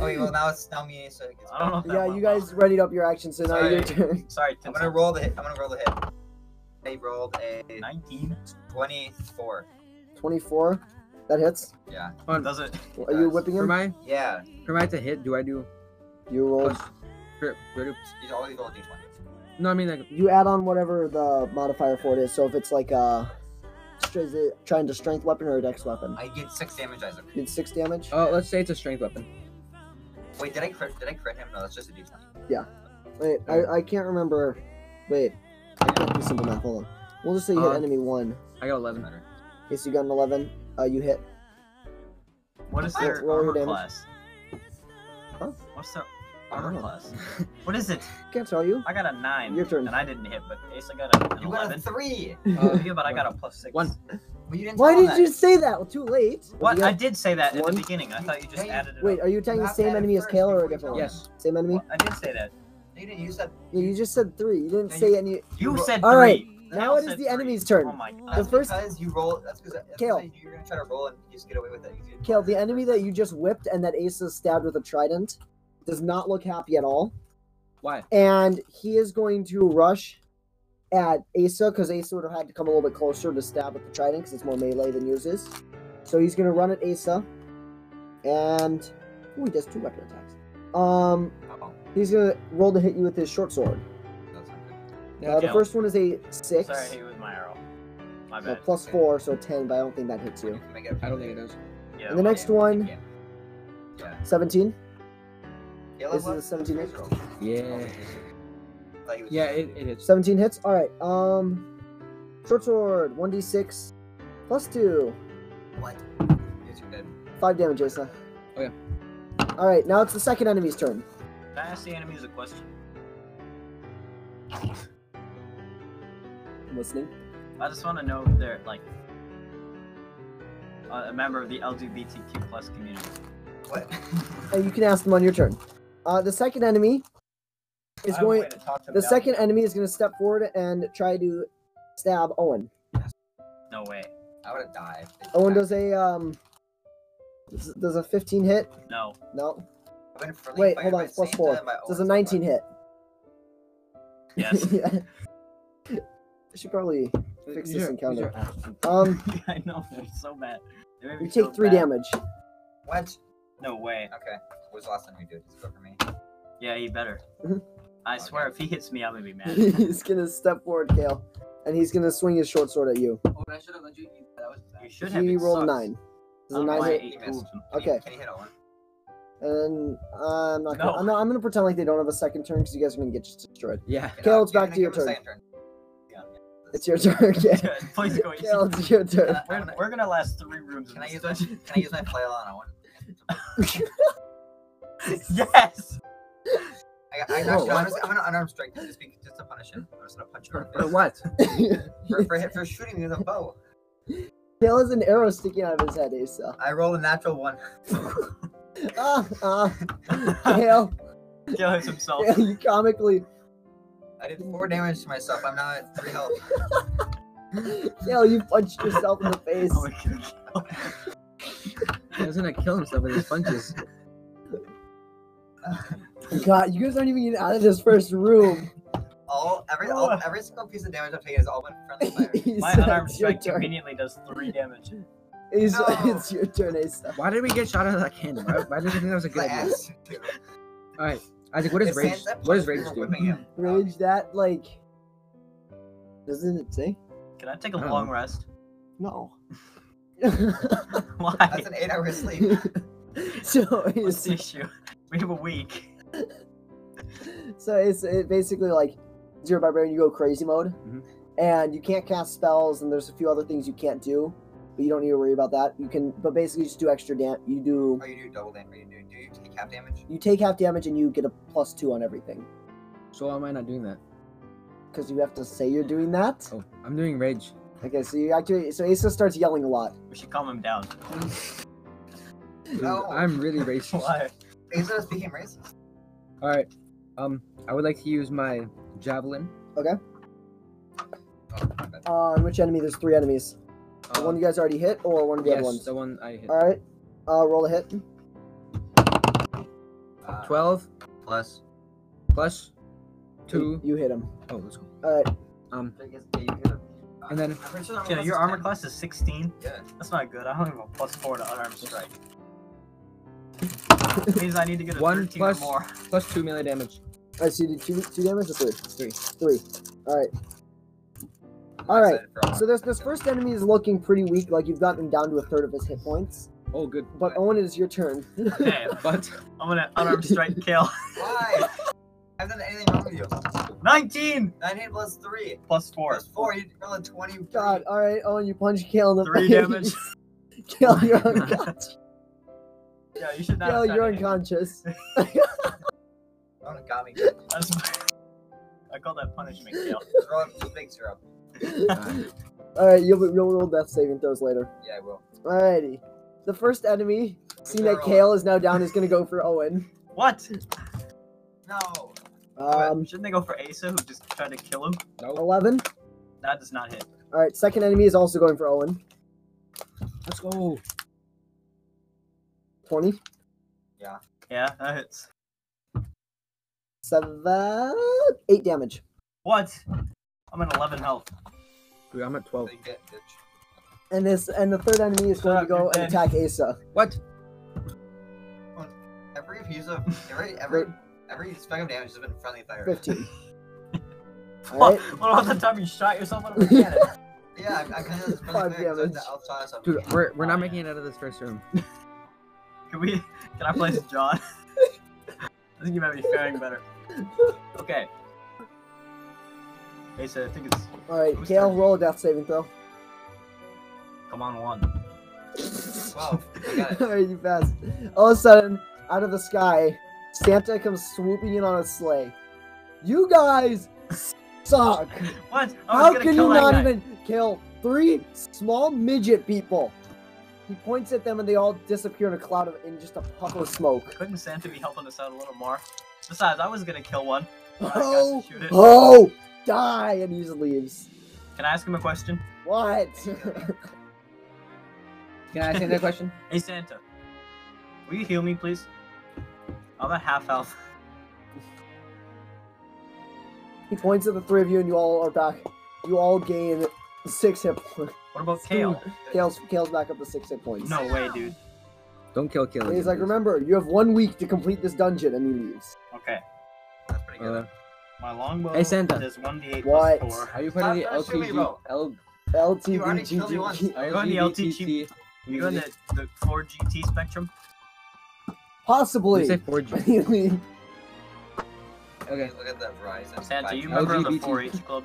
Speaker 4: wait, well now it's now me and Ace. so it gets
Speaker 3: I don't know. If that
Speaker 1: Yeah,
Speaker 3: went
Speaker 1: you
Speaker 3: well.
Speaker 1: guys readied up your action, so now
Speaker 3: Sorry.
Speaker 1: your turn.
Speaker 3: Sorry,
Speaker 4: I'm gonna roll the hit. I'm gonna roll the hit. They rolled a
Speaker 3: nineteen.
Speaker 4: 24.
Speaker 1: 24. That hits.
Speaker 4: Yeah.
Speaker 2: Hold on.
Speaker 3: Does it?
Speaker 1: Are you
Speaker 4: does.
Speaker 1: whipping
Speaker 2: For
Speaker 1: him?
Speaker 2: my,
Speaker 4: Yeah.
Speaker 2: for my to hit, do I do
Speaker 1: You roll.
Speaker 2: plus? Do I do,
Speaker 4: He's always rolled a d20.
Speaker 2: no, I mean like
Speaker 1: You add on whatever the modifier for it is. So if it's like uh, Str- Is it trying to strength weapon or a dex weapon?
Speaker 4: I did six damage, Isaac.
Speaker 1: Did six damage.
Speaker 2: Oh, let's say it's a strength weapon.
Speaker 4: Wait, did I crit? Did I crit him? No, that's just a d20.
Speaker 1: Wait, I, I can't remember. Wait, I can't do simple math. Hold on. We'll just say you
Speaker 2: Uh,
Speaker 4: Uh-huh.
Speaker 1: hit enemy one.
Speaker 2: I got 11.
Speaker 1: Okay, so you got an eleven. Uh, you hit.
Speaker 3: What is
Speaker 1: Yeah,
Speaker 3: their
Speaker 1: roll your
Speaker 3: armor
Speaker 1: damage.
Speaker 3: class?
Speaker 1: Huh?
Speaker 3: What's their
Speaker 1: I don't
Speaker 3: armor
Speaker 1: know.
Speaker 3: class? What is it?
Speaker 1: Can't tell you.
Speaker 3: I got a nine.
Speaker 1: Your turn.
Speaker 3: And I didn't hit, but Asa got a, an
Speaker 4: You got a
Speaker 3: eleven.
Speaker 4: three.
Speaker 2: Uh,
Speaker 3: yeah, but I got a plus six.
Speaker 2: One.
Speaker 4: But you didn't.
Speaker 1: Why
Speaker 4: tell him
Speaker 1: did
Speaker 4: that.
Speaker 1: you say that? Well, too late.
Speaker 3: What?
Speaker 1: You
Speaker 3: I
Speaker 1: got-
Speaker 3: did say that at
Speaker 1: One.
Speaker 3: the beginning. I thought you just
Speaker 4: Yeah, you-
Speaker 3: added it.
Speaker 1: Wait,
Speaker 3: up.
Speaker 1: are you attacking
Speaker 4: You
Speaker 1: the
Speaker 4: have to
Speaker 1: same
Speaker 4: add it
Speaker 1: enemy as
Speaker 4: first
Speaker 1: Kale or
Speaker 4: before
Speaker 1: a
Speaker 4: you
Speaker 1: different
Speaker 4: tell
Speaker 1: one?
Speaker 4: him.
Speaker 2: yes.
Speaker 1: Same enemy.
Speaker 3: I did say that.
Speaker 4: You didn't use that.
Speaker 1: Yeah, you just said three. You didn't
Speaker 4: Yeah,
Speaker 1: say any.
Speaker 3: You
Speaker 4: You-
Speaker 3: said
Speaker 1: All right,
Speaker 3: three.
Speaker 1: now
Speaker 3: Kale
Speaker 1: it is
Speaker 3: said
Speaker 1: the
Speaker 3: three.
Speaker 1: enemy's turn.
Speaker 3: Oh my god.
Speaker 4: That's
Speaker 1: The first-
Speaker 4: because you roll. That's because that's
Speaker 1: Kale.
Speaker 4: because you're gonna try to roll and just get away with it. You-
Speaker 1: Kale, the enemy that you just whipped and that Asa stabbed with a trident does not look happy at all.
Speaker 2: Why?
Speaker 1: and he is going to rush at Asa because Asa would have had to come a little bit closer to stab with the trident because it's more melee than yours is. So he's going to run at Asa, and ooh, he does two weapon attacks. Um,
Speaker 4: Oh,
Speaker 1: he's going to roll to hit you with his short sword.
Speaker 4: that's not good.
Speaker 1: Uh, the
Speaker 3: Yeah.
Speaker 1: first one is a six,
Speaker 3: Sorry, I hit you with my arrow. My
Speaker 1: uh,
Speaker 3: bad.
Speaker 1: plus four, so ten, but I don't think that hits you.
Speaker 4: Can I get a-
Speaker 2: I don't think it does.
Speaker 3: Yeah.
Speaker 1: And the next
Speaker 4: Yeah,
Speaker 1: one,
Speaker 4: yeah.
Speaker 1: seventeen.
Speaker 4: Kale,
Speaker 1: This is
Speaker 4: what?
Speaker 1: a 17
Speaker 4: Crit
Speaker 1: hit.
Speaker 4: roll.
Speaker 2: Yeah.
Speaker 4: Thought he was-
Speaker 2: Yeah, it, it is.
Speaker 1: Seventeen hits. All right. Um, short sword, one d six, plus two,
Speaker 4: What? Yes, you're good.
Speaker 1: five damage, Asa.
Speaker 2: Oh, yeah.
Speaker 1: All right. Now it's the second enemy's turn.
Speaker 3: Can I ask the enemies a question?
Speaker 1: I'm listening.
Speaker 3: I just want to know if they're like a, a member of the LGBTQ plus community.
Speaker 4: What?
Speaker 1: Uh, you can ask them on your turn. Uh, the second enemy is
Speaker 3: I have a
Speaker 1: going.
Speaker 3: way to talk them
Speaker 1: The
Speaker 3: down.
Speaker 1: second enemy is going to step forward and try to stab Owen.
Speaker 3: No way.
Speaker 4: I would have died.
Speaker 1: Owen does a um. does- Does a 15 hit?
Speaker 3: No.
Speaker 1: No.
Speaker 4: I've been friendly
Speaker 1: Wait,
Speaker 4: fired
Speaker 1: hold on.
Speaker 4: by
Speaker 1: It's plus
Speaker 4: Santa
Speaker 1: four.
Speaker 4: and by
Speaker 1: Does a
Speaker 4: Owen
Speaker 1: 19
Speaker 4: Safran.
Speaker 1: hit?
Speaker 3: Yes.
Speaker 1: yeah. I should probably fix this
Speaker 2: Sure,
Speaker 1: encounter.
Speaker 2: sure.
Speaker 1: Um,
Speaker 3: I know. They're so bad. They made
Speaker 1: you
Speaker 3: me so
Speaker 1: take three
Speaker 3: bad.
Speaker 1: damage.
Speaker 4: What?
Speaker 3: No way.
Speaker 4: Okay. What was the last time you did? Just go for me.
Speaker 3: Yeah, he better.
Speaker 1: Mhm.
Speaker 3: I
Speaker 4: Okay.
Speaker 3: swear, if he hits me, I'm gonna be mad.
Speaker 1: he's gonna step forward, Kale, and he's gonna swing his short sword at you.
Speaker 4: Oh, I should have let you eat that. was
Speaker 3: You should have.
Speaker 1: He
Speaker 3: it
Speaker 1: rolled
Speaker 3: sucks.
Speaker 1: nine.
Speaker 3: I
Speaker 1: Does a
Speaker 3: don't know
Speaker 1: nine
Speaker 3: why
Speaker 1: hit?
Speaker 3: I ate
Speaker 4: hit?
Speaker 3: two of them.
Speaker 1: Okay.
Speaker 4: Can you hit Owen?
Speaker 1: And uh, I'm not.
Speaker 3: No.
Speaker 1: Gonna, I'm not. I'm gonna pretend like they don't have a second turn because you guys are gonna get just destroyed.
Speaker 2: Yeah.
Speaker 4: Get
Speaker 1: Kale,
Speaker 4: out.
Speaker 1: it's
Speaker 4: You're
Speaker 1: back
Speaker 4: gonna
Speaker 1: to your
Speaker 4: give him a
Speaker 1: turn.
Speaker 4: second turn.
Speaker 3: Yeah.
Speaker 1: It's your turn, Kale.
Speaker 3: Yeah, Please go easy.
Speaker 1: Kale, it's your turn.
Speaker 4: Uh,
Speaker 3: We're, we're gonna last three rooms.
Speaker 4: Can I
Speaker 3: in
Speaker 4: use
Speaker 3: this
Speaker 4: my
Speaker 3: dungeon.
Speaker 4: Can I use my flail on Owen?
Speaker 3: yes.
Speaker 4: I, I,
Speaker 2: Whoa,
Speaker 4: actually,
Speaker 2: what?
Speaker 4: I'm, gonna, I'm gonna unarmed strike you just, be, just to punish him. I'm just gonna punch him in the
Speaker 2: For
Speaker 4: face.
Speaker 2: what?
Speaker 4: For, for, hit- for shooting me with a bow.
Speaker 1: Kale has an arrow sticking out of his head, Asa.
Speaker 4: I rolled a natural one.
Speaker 1: Ah, ah, Kale,
Speaker 3: Kill hits himself.
Speaker 1: Kale, you comically,
Speaker 4: I did four damage to myself. I'm now at three health.
Speaker 1: Kale, you punched yourself in the face.
Speaker 3: Oh my god.
Speaker 2: He was gonna kill himself with his punches.
Speaker 1: God, you guys aren't even getting out of this first room.
Speaker 4: All every all, every single piece of damage I've taken is all been friendly
Speaker 3: My
Speaker 4: fire.
Speaker 1: Asa,
Speaker 3: unarmed
Speaker 1: it's your
Speaker 3: strike
Speaker 1: turn.
Speaker 3: conveniently does three damage.
Speaker 1: Asa,
Speaker 4: No.
Speaker 1: it's your turn, Asa.
Speaker 2: Why did we get shot out of that cannon? Why, why did we think that was a
Speaker 4: Because I
Speaker 2: good idea?
Speaker 4: asked you to.
Speaker 2: Alright. Isaac, what does
Speaker 4: If
Speaker 2: rage
Speaker 4: Santa
Speaker 2: what does
Speaker 4: punished
Speaker 2: rage
Speaker 4: you for
Speaker 2: do?
Speaker 4: whipping him,
Speaker 1: Rage that, like, doesn't it say?
Speaker 3: Can I take a
Speaker 2: I don't
Speaker 3: long
Speaker 2: know.
Speaker 3: rest?
Speaker 1: No.
Speaker 3: Why?
Speaker 4: That's an eight hour sleep.
Speaker 1: so
Speaker 3: What's
Speaker 1: Asa,
Speaker 3: the issue? We have a week.
Speaker 1: So it's it basically like zero barbarian, you go crazy mode,
Speaker 2: Mhm.
Speaker 1: and you can't cast spells, and there's a few other things you can't do, but you don't need to worry about that. You can, but basically you just do extra damage. You do
Speaker 4: Or Oh, you do double damage. Or you do, do you take half damage?
Speaker 1: you take half damage and you get a plus two on everything
Speaker 2: So why am I not doing that?
Speaker 1: because you have to say you're doing that.
Speaker 2: Oh, I'm doing rage.
Speaker 1: Okay, so you actually so Asa starts yelling a lot.
Speaker 3: We should calm him down.
Speaker 2: Dude,
Speaker 4: No.
Speaker 2: I'm really racist.
Speaker 3: Why?
Speaker 4: Aza just became racist.
Speaker 2: Alright. Um I would like to use my javelin.
Speaker 4: Oh, my bad.
Speaker 1: Uh, on which enemy? There's three enemies.
Speaker 2: Uh,
Speaker 1: the one you guys already hit, or one of the
Speaker 2: yes,
Speaker 1: other ones.
Speaker 2: the one I hit.
Speaker 1: All right, uh, roll a hit.
Speaker 4: Uh,
Speaker 2: Twelve
Speaker 4: plus.
Speaker 2: plus two.
Speaker 1: You hit him.
Speaker 2: Oh, let's go.
Speaker 1: All right,
Speaker 2: Um
Speaker 4: I guess- yeah, you hit him. Uh,
Speaker 2: And then-
Speaker 4: I'm pretty sure
Speaker 3: Yeah, your armor class is 16.
Speaker 4: Yeah.
Speaker 3: That's not good. I don't have a plus four to unarmed strike. Means I need to get a
Speaker 2: One
Speaker 3: 13
Speaker 2: plus-
Speaker 3: or more.
Speaker 2: plus two melee damage.
Speaker 1: I see. you did two two damage or three?
Speaker 2: Three.
Speaker 1: Three. All right. All right,
Speaker 4: excited for
Speaker 1: So this this first enemy is looking pretty weak. Like you've gotten him down to a third of his hit points.
Speaker 2: Oh, good.
Speaker 1: But Owen, it is your turn.
Speaker 3: Okay,
Speaker 2: But
Speaker 3: I'm gonna unarmed strike Kale.
Speaker 4: Why? I've done anything wrong with you.
Speaker 3: 19
Speaker 4: Nine hit plus three.
Speaker 3: plus 4.
Speaker 4: Plus four. You roll a twenty.
Speaker 1: God, all right, Owen, you punch Kale in the
Speaker 3: Three
Speaker 1: face.
Speaker 3: damage.
Speaker 1: Kale, you're unconscious.
Speaker 4: Yeah, you should not.
Speaker 1: Kale,
Speaker 4: have
Speaker 1: you're
Speaker 4: done anything.
Speaker 1: unconscious.
Speaker 4: Oh, it got me.
Speaker 3: That's, I call that punishment, Kale.
Speaker 4: Throw up two things are up.
Speaker 2: uh,
Speaker 1: All right, you'll you'll roll death saving throws later.
Speaker 4: Yeah, I will.
Speaker 1: Alrighty, the first enemy, seeing that
Speaker 4: Girl.
Speaker 1: Kale is now down, is gonna go for Owen.
Speaker 3: What?
Speaker 4: No.
Speaker 1: Um,
Speaker 3: Shouldn't they go for Asa, who just tried to kill him?
Speaker 2: no.
Speaker 1: eleven.
Speaker 3: That does not hit.
Speaker 1: All right, second enemy is also going for Owen.
Speaker 2: Let's go.
Speaker 1: Twenty.
Speaker 3: Yeah, that hits.
Speaker 1: Seven, eight damage.
Speaker 3: What? I'm at 11 health.
Speaker 2: Dude, I'm at
Speaker 1: Oh.
Speaker 2: twelve.
Speaker 4: But you get ditch.
Speaker 1: And this, and the third enemy is going to
Speaker 3: Stop, you're
Speaker 1: go and
Speaker 3: dead.
Speaker 1: attack Asa.
Speaker 2: What?
Speaker 4: Every piece of every every every speck of damage has been friendly fire.
Speaker 1: Fifteen. All right.
Speaker 3: What about the time you shot yourself out of a cannon?
Speaker 4: Yeah, I, I kind of
Speaker 1: Five
Speaker 4: friendly fire. 'cause
Speaker 1: damage.
Speaker 4: The elf taught us something.
Speaker 2: Dude, we're we're not making it out of this first room.
Speaker 3: Can we? Can I play as John? I think you might be faring better. Okay. Asa, I think it's
Speaker 1: All right,
Speaker 3: Who's
Speaker 1: Kale,
Speaker 3: turn?
Speaker 1: roll a death saving throw.
Speaker 3: come on one.
Speaker 4: Wow, I got it.
Speaker 1: All right, you pass. All of a sudden, out of the sky, Santa comes swooping in on a sleigh. You guys suck.
Speaker 3: What? I was
Speaker 1: How
Speaker 3: gonna
Speaker 1: can
Speaker 3: kill
Speaker 1: you
Speaker 3: that
Speaker 1: not
Speaker 3: guy.
Speaker 1: even kill three small midget people? He points at them and they all disappear in a cloud of in just a puff of smoke.
Speaker 3: Couldn't Santa be helping us out a little more? Besides, I was gonna kill one. but I got to
Speaker 1: Oh,
Speaker 3: shoot it.
Speaker 1: oh, die! And he just leaves.
Speaker 3: Can I ask him a question?
Speaker 1: What?
Speaker 2: Can I ask you that question?
Speaker 3: Hey Santa, will you heal me, please? I'm at half health.
Speaker 1: he points at the three of you, and you all are back. You all gain six hit points.
Speaker 3: What about Kale?
Speaker 1: Kale's, Kale's back up to six hit points.
Speaker 3: No way, dude.
Speaker 2: Don't kill Kale.
Speaker 1: And he's
Speaker 2: again,
Speaker 1: like,
Speaker 2: please.
Speaker 1: remember, you have one week to complete this dungeon, and he leaves.
Speaker 3: Okay,
Speaker 4: That's pretty good.
Speaker 2: Uh,
Speaker 3: my longbow
Speaker 2: Hey, Santa.
Speaker 3: is 1d8
Speaker 1: What?
Speaker 3: plus 4.
Speaker 2: are you putting the
Speaker 4: Stop shooting me,
Speaker 2: LTG?
Speaker 4: bro.
Speaker 2: L-
Speaker 4: You already killed me
Speaker 1: LTBGG.
Speaker 4: once.
Speaker 3: Are you going to the
Speaker 2: LGBT?
Speaker 3: You go in the, the 4GT spectrum?
Speaker 2: You say
Speaker 1: Possibly.
Speaker 2: 4G.
Speaker 1: Uh,
Speaker 2: Okay,
Speaker 4: Look at that rise. I'm
Speaker 3: Santa,
Speaker 4: five
Speaker 3: you
Speaker 4: times.
Speaker 3: member of the
Speaker 2: LGBT.
Speaker 3: 4-H club?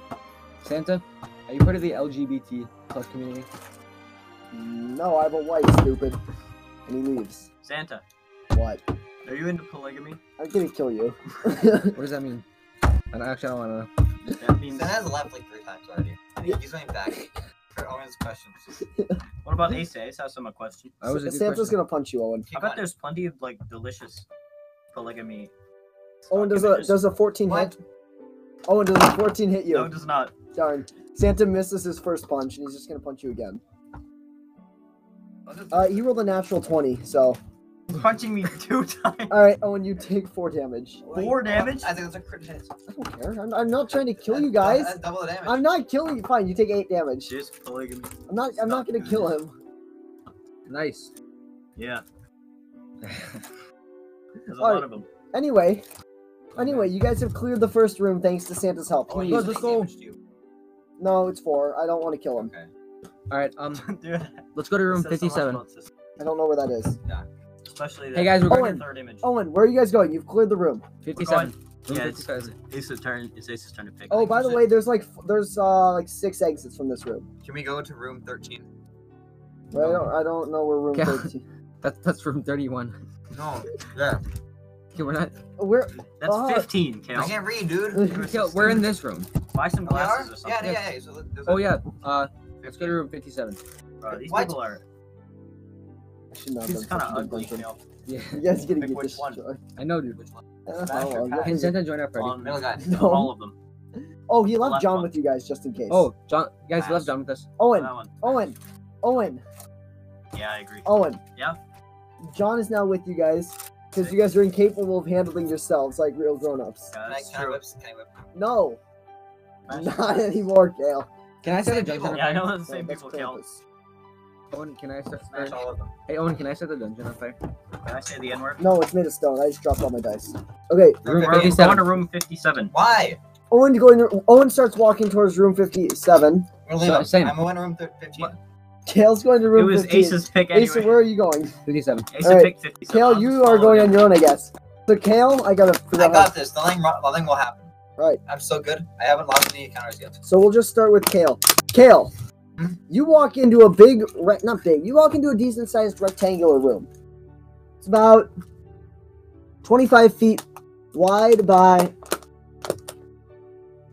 Speaker 2: Santa, are you part of the LGBT plus community?
Speaker 1: no, I have a wife, stupid. And he leaves.
Speaker 3: Santa,
Speaker 1: What?
Speaker 3: are you into polygamy?
Speaker 1: I'm gonna kill you.
Speaker 2: What does that mean? I don't, actually, I don't want
Speaker 3: That means.
Speaker 4: Santa has left like three times already. He's going back for Owen's questions.
Speaker 3: What about Ace? Ace has some a question.
Speaker 2: to. That was a good
Speaker 1: Santa's
Speaker 2: question.
Speaker 1: gonna punch you, Owen.
Speaker 3: I bet there's plenty of like delicious polygamy.
Speaker 1: Owen does Oh, a
Speaker 3: documentaries.
Speaker 1: does a 14
Speaker 4: What?
Speaker 1: hit. Owen does a 14 hit you.
Speaker 3: No, it does not.
Speaker 1: Darn. Santa misses his first punch, and he's just gonna punch you again. Uh, he rolled a natural 20, so
Speaker 3: He's punching me two times.
Speaker 1: all right, Owen, you take four damage.
Speaker 3: Four damage?
Speaker 4: I think that's a crit hit.
Speaker 1: I don't care. I'm, I'm not trying to kill you
Speaker 4: That's-
Speaker 1: guys.
Speaker 4: That's double the damage.
Speaker 1: I'm not killing you. Fine, you take eight damage.
Speaker 3: Just polygamy.
Speaker 1: I'm not. I'm not gonna kill him.
Speaker 2: Nice.
Speaker 3: Yeah. There's a
Speaker 1: Alright.
Speaker 3: lot of them.
Speaker 1: Anyway, anyway, you guys have cleared the first room thanks to Santa's help.
Speaker 4: Oh, he
Speaker 1: Please.
Speaker 2: Let's
Speaker 4: just
Speaker 2: go.
Speaker 4: damaged you.
Speaker 1: No, it's four. I don't want to kill him.
Speaker 4: Okay.
Speaker 2: Alright, um,
Speaker 3: Dude, it
Speaker 2: let's go to room
Speaker 3: says so much
Speaker 2: 57.
Speaker 3: about this,
Speaker 1: I don't know where that is.
Speaker 3: Especially that
Speaker 2: Hey guys, we're
Speaker 1: Oh,
Speaker 2: going
Speaker 1: and-
Speaker 2: to
Speaker 3: third image.
Speaker 1: Owen, where are you guys going? You've cleared the room.
Speaker 2: 57. Room
Speaker 3: Yeah, it's,
Speaker 2: 57.
Speaker 3: Ace's turn. It's Ace's turn to pick.
Speaker 1: Oh,
Speaker 3: Like,
Speaker 1: by
Speaker 3: is
Speaker 1: the
Speaker 3: it-
Speaker 1: way, there's like f- there's uh like six exits from this room.
Speaker 4: Can we go to room 13?
Speaker 1: But I don't I don't know where room
Speaker 2: Yeah.
Speaker 1: thirteen.
Speaker 2: That's, that's room 31.
Speaker 4: No. Yeah.
Speaker 2: Okay, we're not.
Speaker 1: Where
Speaker 3: that's
Speaker 1: Oh.
Speaker 3: 15,
Speaker 4: I
Speaker 3: Kale.
Speaker 4: can't read, dude.
Speaker 1: It
Speaker 4: was
Speaker 2: Kale, we're in this room.
Speaker 3: Buy some
Speaker 4: Oh, we are?
Speaker 3: glasses or
Speaker 4: Yeah,
Speaker 3: something.
Speaker 4: yeah, yeah. yeah. So th- there's
Speaker 2: Oh,
Speaker 4: a-
Speaker 2: yeah. Uh, let's go to room 57.
Speaker 3: Bro, these
Speaker 4: What?
Speaker 3: people are.
Speaker 1: I should not have
Speaker 3: It's
Speaker 1: done
Speaker 3: kind
Speaker 1: such a
Speaker 3: of
Speaker 1: big
Speaker 3: ugly,
Speaker 1: dungeon.
Speaker 3: Kale.
Speaker 2: Yeah,
Speaker 1: You guys are gonna
Speaker 3: Pick
Speaker 1: get
Speaker 3: which one.
Speaker 1: destroyed. Oh,
Speaker 2: I know, dude.
Speaker 4: Which one?
Speaker 1: I don't know,
Speaker 3: Smash or pass?
Speaker 1: you're
Speaker 2: Can
Speaker 1: gonna-
Speaker 2: Santa join our party?
Speaker 3: On
Speaker 4: Middle guy.
Speaker 1: No.
Speaker 3: all of them.
Speaker 1: Oh, he left
Speaker 3: left
Speaker 1: John
Speaker 3: one.
Speaker 1: with you guys just in case.
Speaker 2: Oh, John, you guys,
Speaker 4: Pass.
Speaker 2: left John with us.
Speaker 1: Owen,
Speaker 3: That one.
Speaker 1: Owen, Owen,
Speaker 3: Yeah, I agree.
Speaker 1: Owen.
Speaker 3: Yeah?
Speaker 1: John is now with you guys because you guys are incapable of handling yourselves like real grown-ups.
Speaker 3: Yeah,
Speaker 4: Can I,
Speaker 3: that's
Speaker 4: can I
Speaker 3: true.
Speaker 4: whip? Can I whip?
Speaker 1: No,
Speaker 3: Smash.
Speaker 1: not anymore, Kale.
Speaker 2: Can I set the
Speaker 4: Same
Speaker 2: dungeon
Speaker 4: people.
Speaker 2: on
Speaker 3: Yeah, I
Speaker 2: fire?
Speaker 3: know the same
Speaker 1: That's
Speaker 3: people, Kale.
Speaker 1: Krampus.
Speaker 2: Owen, can I set
Speaker 4: Smash all of them.
Speaker 2: Hey, Owen, can I set the dungeon on fire?
Speaker 3: Can I say the N word?
Speaker 1: No, it's made of stone. I just dropped all my dice. Okay,
Speaker 2: Room
Speaker 3: We're
Speaker 4: Okay.
Speaker 3: going
Speaker 2: 57.
Speaker 3: to room 57.
Speaker 4: Why?
Speaker 1: Owen's going. Owen starts walking towards room fifty-seven.
Speaker 4: We're
Speaker 2: So-
Speaker 4: leaving.
Speaker 2: same.
Speaker 4: I'm going to room thir- 15.
Speaker 3: What?
Speaker 1: Tail's going to
Speaker 3: It
Speaker 1: room.
Speaker 3: was
Speaker 1: 15.
Speaker 3: Ace's pick anyway.
Speaker 1: Ace, where are you going?
Speaker 2: 57.
Speaker 3: Ace
Speaker 1: Alright.
Speaker 3: picked 50. so
Speaker 1: Kale,
Speaker 3: I'll
Speaker 1: you
Speaker 3: just
Speaker 1: are
Speaker 3: follow
Speaker 1: going
Speaker 3: him.
Speaker 1: on your own, I guess. So Kale, I gotta figure
Speaker 4: I
Speaker 1: out. how-
Speaker 4: got this. Nothing, wrong- nothing will happen.
Speaker 1: Right.
Speaker 4: I'm so good. I haven't lost any encounters yet.
Speaker 1: So we'll just start with Kale. Kale,
Speaker 4: Hmm?
Speaker 1: you walk into a big, re- not big. You walk into a decent-sized rectangular room. It's about twenty-five feet wide by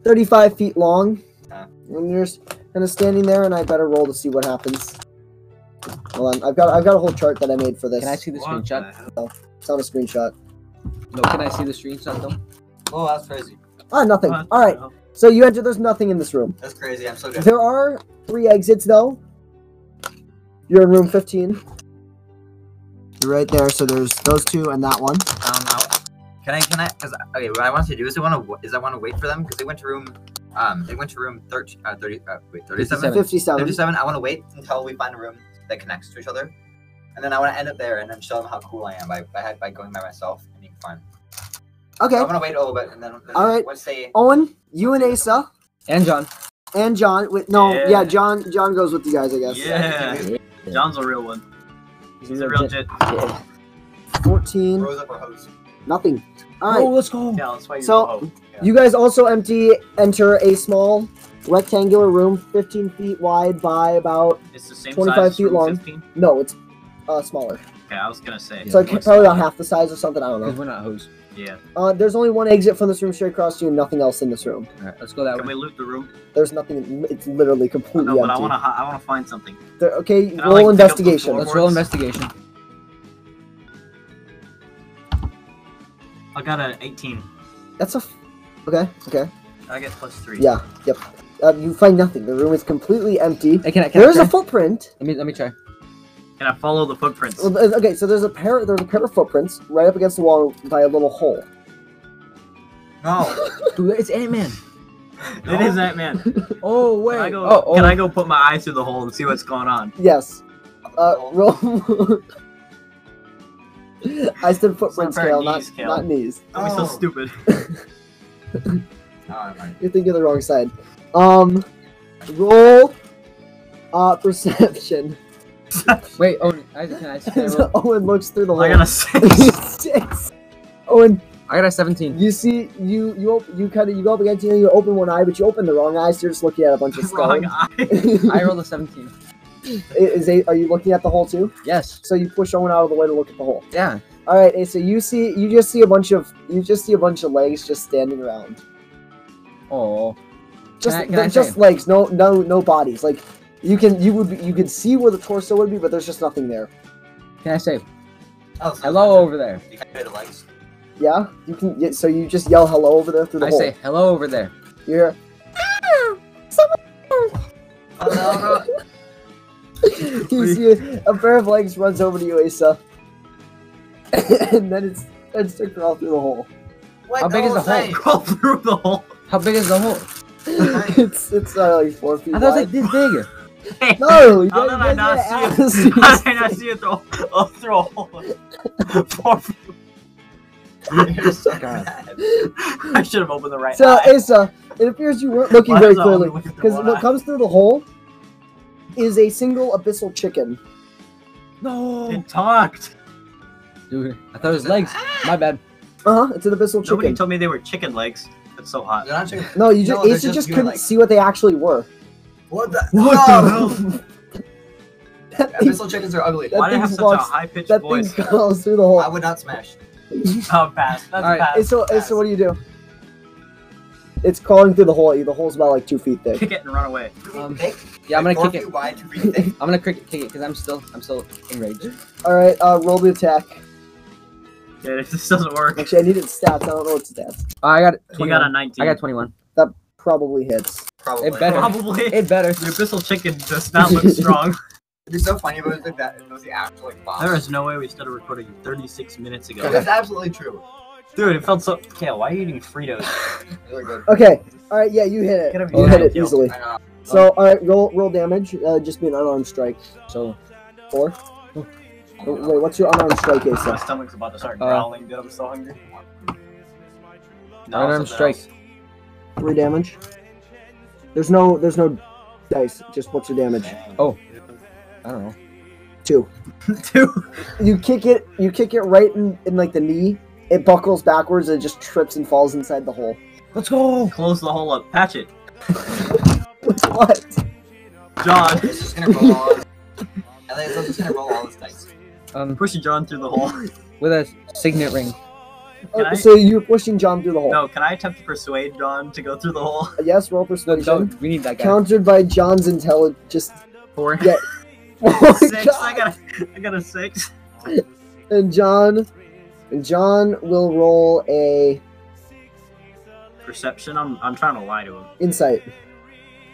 Speaker 1: thirty-five feet long.
Speaker 4: Yeah.
Speaker 1: And you're kind of standing there, and I better roll to see what happens. Hold on, I've got I've got a whole chart that I made for this.
Speaker 2: Can I see the
Speaker 3: What
Speaker 2: screenshot?
Speaker 3: the hell?
Speaker 1: It's on a screenshot.
Speaker 2: No, can I see the screenshot though?
Speaker 4: Oh, that's crazy.
Speaker 1: Ah, nothing.
Speaker 3: What
Speaker 1: All
Speaker 3: the
Speaker 1: right.
Speaker 3: hell?
Speaker 1: So you enter. There's nothing in this room.
Speaker 4: That's crazy. I'm so good.
Speaker 1: There are three exits though. You're in room 15. You're right there. So there's those two and that one.
Speaker 4: Um, I, can I? Can I? Because okay, what I want to do is I want to is I want to wait for them because they went to room, um, they went to room 13, uh, thirty, uh, wait, thirty-seven.
Speaker 2: 57.
Speaker 1: 57.
Speaker 4: Thirty-seven. I want to wait until we find a room that connects to each other, and then I want to end up there and then show them how cool I am by by, by going by myself and being fun. I
Speaker 1: Okay.
Speaker 4: want to wait a little bit and then, then
Speaker 1: All right.
Speaker 4: once they
Speaker 1: Owen, you and Asa
Speaker 2: And John.
Speaker 1: and John. Wait, no, yeah.
Speaker 3: Yeah.
Speaker 1: John. John goes with you guys, I guess.
Speaker 3: Yeah. John's a real one. He's a real jit.
Speaker 1: 14.
Speaker 4: rose up our hose.
Speaker 1: Nothing. All
Speaker 2: Oh,
Speaker 1: right.
Speaker 2: let's go.
Speaker 3: Yeah, that's why you
Speaker 1: So-
Speaker 3: oh,
Speaker 1: You guys also empty enter a small rectangular room, 15 feet wide by about
Speaker 3: It's the same
Speaker 1: 25
Speaker 3: size. as
Speaker 1: feet
Speaker 3: room
Speaker 1: long.
Speaker 3: 15?
Speaker 1: no, it's uh, smaller.
Speaker 3: Okay, I was gonna say.
Speaker 1: It's like probably about half the size or something. I don't know.
Speaker 2: Because we're not hoes.
Speaker 3: Yeah.
Speaker 1: Uh, there's only one exit from this room straight across to you, nothing else in this room.
Speaker 2: Alright, let's go that
Speaker 3: Can
Speaker 2: way.
Speaker 3: we loot the room?
Speaker 1: There's nothing. It's literally
Speaker 3: No,
Speaker 1: completely
Speaker 3: but I
Speaker 1: empty.
Speaker 3: wanna. hi- I wanna find something.
Speaker 1: There- okay,
Speaker 3: Can I,
Speaker 1: roll
Speaker 3: like, pick up the
Speaker 1: investigation.
Speaker 3: floor?
Speaker 2: Let's roll
Speaker 3: Reports.
Speaker 2: investigation.
Speaker 3: I got an 18.
Speaker 1: That's a. F- okay. Okay.
Speaker 3: I get plus three.
Speaker 1: Yeah. Yep. Uh, you find nothing. The room is completely empty.
Speaker 2: Hey, can I? Can
Speaker 1: There is
Speaker 2: I
Speaker 1: a
Speaker 2: try?
Speaker 1: footprint.
Speaker 2: let me let me try.
Speaker 3: Can I follow the footprints?
Speaker 1: Well, th- Okay, so there's a pair. There's a pair of footprints right up against the wall by a little hole.
Speaker 4: No,
Speaker 2: Dude, it's Ant Man.
Speaker 3: It is that man.
Speaker 2: Oh wait.
Speaker 3: Can I go?
Speaker 2: oh, oh.
Speaker 3: Can I go put my eye through the hole and see what's going on?
Speaker 1: Yes. Uh, roll. I said footprints,
Speaker 3: Separate
Speaker 1: Kale, not
Speaker 3: knees, Kale.
Speaker 1: not knees.
Speaker 3: Don't be so
Speaker 4: Oh.
Speaker 3: stupid.
Speaker 4: no, I'm right.
Speaker 1: You're thinking of the wrong side. Um, roll. Uh, perception.
Speaker 2: Wait. Oh, I, can I, can I,
Speaker 1: So
Speaker 2: roll?
Speaker 1: Owen looks through the hole.
Speaker 3: I got a six.
Speaker 1: six. Owen,
Speaker 2: I got a 17.
Speaker 1: Oh, you see, you you op- you kind of you go up against it, and you open one eye, but you open the wrong eye, so you're just looking at a bunch of
Speaker 3: Wrong
Speaker 1: stone.
Speaker 3: eye.
Speaker 2: I rolled a 17.
Speaker 1: Is a, are you looking at the hole too?
Speaker 2: Yes.
Speaker 1: So you push Owen out of the way to look at the hole.
Speaker 2: Yeah.
Speaker 1: All right, Asa, you see, you just see a bunch of you just see a bunch of legs just standing around,
Speaker 2: Oh.
Speaker 1: just
Speaker 2: I- can
Speaker 1: they're
Speaker 2: I
Speaker 1: just
Speaker 2: say-
Speaker 1: legs, no no no bodies. Like you can you would be, you could see where the torso would be, but there's just nothing there.
Speaker 2: Can I save?
Speaker 4: Oh, so-
Speaker 2: Hello over there.
Speaker 4: You can do the legs.
Speaker 1: Yeah, you can. yeah, So you just yell hello over there through the
Speaker 2: I
Speaker 1: hole.
Speaker 2: say hello over there.
Speaker 1: You hear,
Speaker 4: Oh, Hello.
Speaker 1: you see a pair of legs runs over to you, Asa, and then it's starts to crawl through the hole.
Speaker 4: What
Speaker 2: How big is the hole?
Speaker 4: hole?
Speaker 3: Crawl through the hole.
Speaker 2: How big is the hole?
Speaker 1: it's it's uh, like four feet
Speaker 2: I
Speaker 1: wide.
Speaker 2: thought it was like this big.
Speaker 1: no, you
Speaker 3: How did I not
Speaker 1: guys-
Speaker 3: see
Speaker 1: you guys gotta
Speaker 3: How
Speaker 1: ask
Speaker 3: did I not see it through, oh, through a hole? Poor f-
Speaker 4: You're so
Speaker 2: God.
Speaker 4: bad.
Speaker 3: I should have opened the right
Speaker 1: So
Speaker 3: eye.
Speaker 1: Asa, it appears you weren't looking
Speaker 3: Why
Speaker 1: very
Speaker 3: does I only
Speaker 1: clearly
Speaker 3: look at the
Speaker 1: because
Speaker 3: one
Speaker 1: what
Speaker 3: eye?
Speaker 1: comes through the hole is a single abyssal chicken.
Speaker 2: No.
Speaker 3: It talked.
Speaker 2: Dude, I thought it was legs. My bad.
Speaker 1: Uh huh. It's an abyssal
Speaker 3: Nobody
Speaker 1: chicken.
Speaker 3: told me they were chicken legs. That's so hot.
Speaker 4: They're not chicken.
Speaker 1: no, you just
Speaker 4: No, they're
Speaker 1: Asa
Speaker 4: just
Speaker 1: just
Speaker 4: human
Speaker 1: couldn't
Speaker 4: legs.
Speaker 1: see what they actually were.
Speaker 4: What the?
Speaker 1: What
Speaker 4: no!
Speaker 1: the
Speaker 4: Abyssal chickens are ugly.
Speaker 1: That
Speaker 3: Why do they have
Speaker 1: thing's
Speaker 3: such
Speaker 1: lost-
Speaker 3: a high pitched
Speaker 1: That thing
Speaker 3: voice?
Speaker 1: crawls through the hole.
Speaker 4: I would not smash.
Speaker 3: Oh, pass. That's
Speaker 2: Alright,
Speaker 3: pass.
Speaker 1: Asa, Asa, what do you do? It's crawling through the hole at you. The hole's about like two feet thick.
Speaker 3: Kick it and run away.
Speaker 2: Um,
Speaker 4: Thick,
Speaker 2: Yeah, I'm
Speaker 4: like,
Speaker 2: gonna
Speaker 4: four
Speaker 2: kick it.
Speaker 4: feet Wide, two feet thick.
Speaker 2: I'm gonna cricket kick it because I'm still I'm still enraged.
Speaker 1: All right, uh, roll the attack.
Speaker 3: Dude, if this doesn't work,
Speaker 1: Actually, I needed stats. I don't know what stats.
Speaker 2: Uh, I got
Speaker 3: you got
Speaker 2: 21. I
Speaker 3: a 19.
Speaker 2: got 21.
Speaker 1: Probably hits.
Speaker 4: Probably.
Speaker 2: It better.
Speaker 3: Probably.
Speaker 2: It better.
Speaker 3: the abyssal chicken does not look strong.
Speaker 4: It'd be so funny if it was like that. If it was the actual like boss.
Speaker 3: there is no way we started recording 36 minutes ago.
Speaker 4: That's absolutely true.
Speaker 3: Dude, it felt so. Kale, why are you eating Fritos?
Speaker 4: These are good.
Speaker 1: Okay. All right. Yeah, you hit
Speaker 3: Get
Speaker 1: it.
Speaker 3: over
Speaker 1: You
Speaker 3: here,
Speaker 1: hit it
Speaker 3: Kale.
Speaker 1: easily.
Speaker 4: I know.
Speaker 1: So, all right, roll roll damage. Uh, just be an unarmed strike.
Speaker 2: So
Speaker 1: Four.
Speaker 4: Oh,
Speaker 1: Wait, wait, what's your unarmed strike,
Speaker 3: My
Speaker 1: Asa?
Speaker 3: stomach's about to start
Speaker 2: Uh,
Speaker 3: growling, dude. I'm so hungry.
Speaker 2: Unarmed
Speaker 3: something else.
Speaker 1: three damage. There's no there's no dice. Just what's your damage?
Speaker 4: Oh,
Speaker 2: I don't know.
Speaker 1: Two.
Speaker 2: Two.
Speaker 1: You kick it. You kick it right in, in like the knee. It buckles backwards and it just trips and falls inside the hole.
Speaker 2: Let's go.
Speaker 3: Close the hole up. Patch it.
Speaker 1: What's what?
Speaker 3: John.
Speaker 4: It's just gonna roll all. And then it's just gonna roll all his dice.
Speaker 2: Um,
Speaker 3: Push John through the hole.
Speaker 2: with a signet ring.
Speaker 1: Oh,
Speaker 3: I-
Speaker 1: So you're pushing John through the hole.
Speaker 3: No, can I attempt to persuade John to go through the hole?
Speaker 1: Yes, roll
Speaker 2: No,
Speaker 1: persuasion.
Speaker 2: don't. We need that guy.
Speaker 1: Countered by John's intelligence. Just
Speaker 2: Four.
Speaker 1: Yeah. Oh my
Speaker 3: six.
Speaker 1: God.
Speaker 3: I got a, I got a six.
Speaker 1: And John, and John will roll a
Speaker 3: Perception. I'm I'm trying to lie to him.
Speaker 1: insight.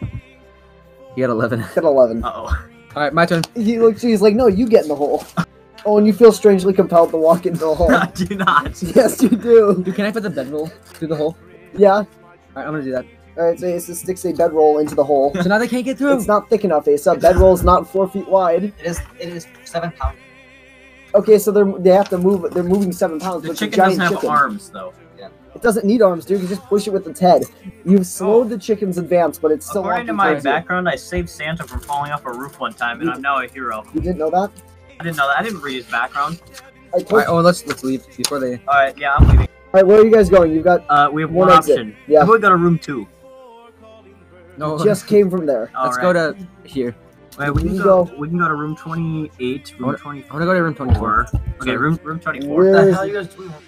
Speaker 2: You got eleven.
Speaker 1: Got eleven.
Speaker 3: Uh oh.
Speaker 2: All right, my turn.
Speaker 1: He looks. He's like, no, you get in the hole. Oh, and you feel strangely compelled to walk into the hole.
Speaker 3: I do not.
Speaker 1: yes, you do.
Speaker 2: Dude, can I put the bedroll through the hole?
Speaker 1: Yeah.
Speaker 2: All right, I'm gonna do that.
Speaker 1: All right. So Asa sticks a bedroll into the hole.
Speaker 2: So now they can't get through.
Speaker 1: It's not thick enough, Asa. Bedroll is not four feet wide.
Speaker 4: It is it is seven pound.
Speaker 1: Okay, so they're they have to move. They're moving seven pounds.
Speaker 3: The
Speaker 1: but
Speaker 3: chicken
Speaker 1: it's a giant
Speaker 3: doesn't have
Speaker 1: chicken.
Speaker 3: arms though.
Speaker 1: It doesn't need arms, dude. You just push it with its head. You've slowed the chicken's advance, but it's still
Speaker 3: According to
Speaker 1: walking
Speaker 3: my
Speaker 1: towards you.
Speaker 3: background, I saved Santa from falling off a roof one time, and I'm now a hero.
Speaker 1: You didn't know that?
Speaker 3: I didn't know that. I didn't read his
Speaker 1: I
Speaker 3: background.
Speaker 2: All
Speaker 1: told
Speaker 2: right, oh, let's let's leave before they.
Speaker 3: All right, yeah, I'm leaving.
Speaker 1: All right, where are you guys going? You've got
Speaker 3: Uh, we have
Speaker 1: One
Speaker 3: one,
Speaker 1: exit.
Speaker 3: option.
Speaker 1: Yeah.
Speaker 3: We go to room two.
Speaker 2: No,
Speaker 1: just came from there.
Speaker 3: All
Speaker 2: let's
Speaker 3: right.
Speaker 2: go to here.
Speaker 3: Wait, we
Speaker 1: you
Speaker 3: can
Speaker 1: can
Speaker 3: go,
Speaker 1: go.
Speaker 3: We can go to room twenty-eight.
Speaker 2: I
Speaker 3: Room
Speaker 2: wanna-
Speaker 3: twenty-four.
Speaker 2: I want to go to room 24.
Speaker 3: Okay, room room twenty-four.
Speaker 1: Where
Speaker 2: What the
Speaker 1: is-
Speaker 2: hell
Speaker 4: you guys doing?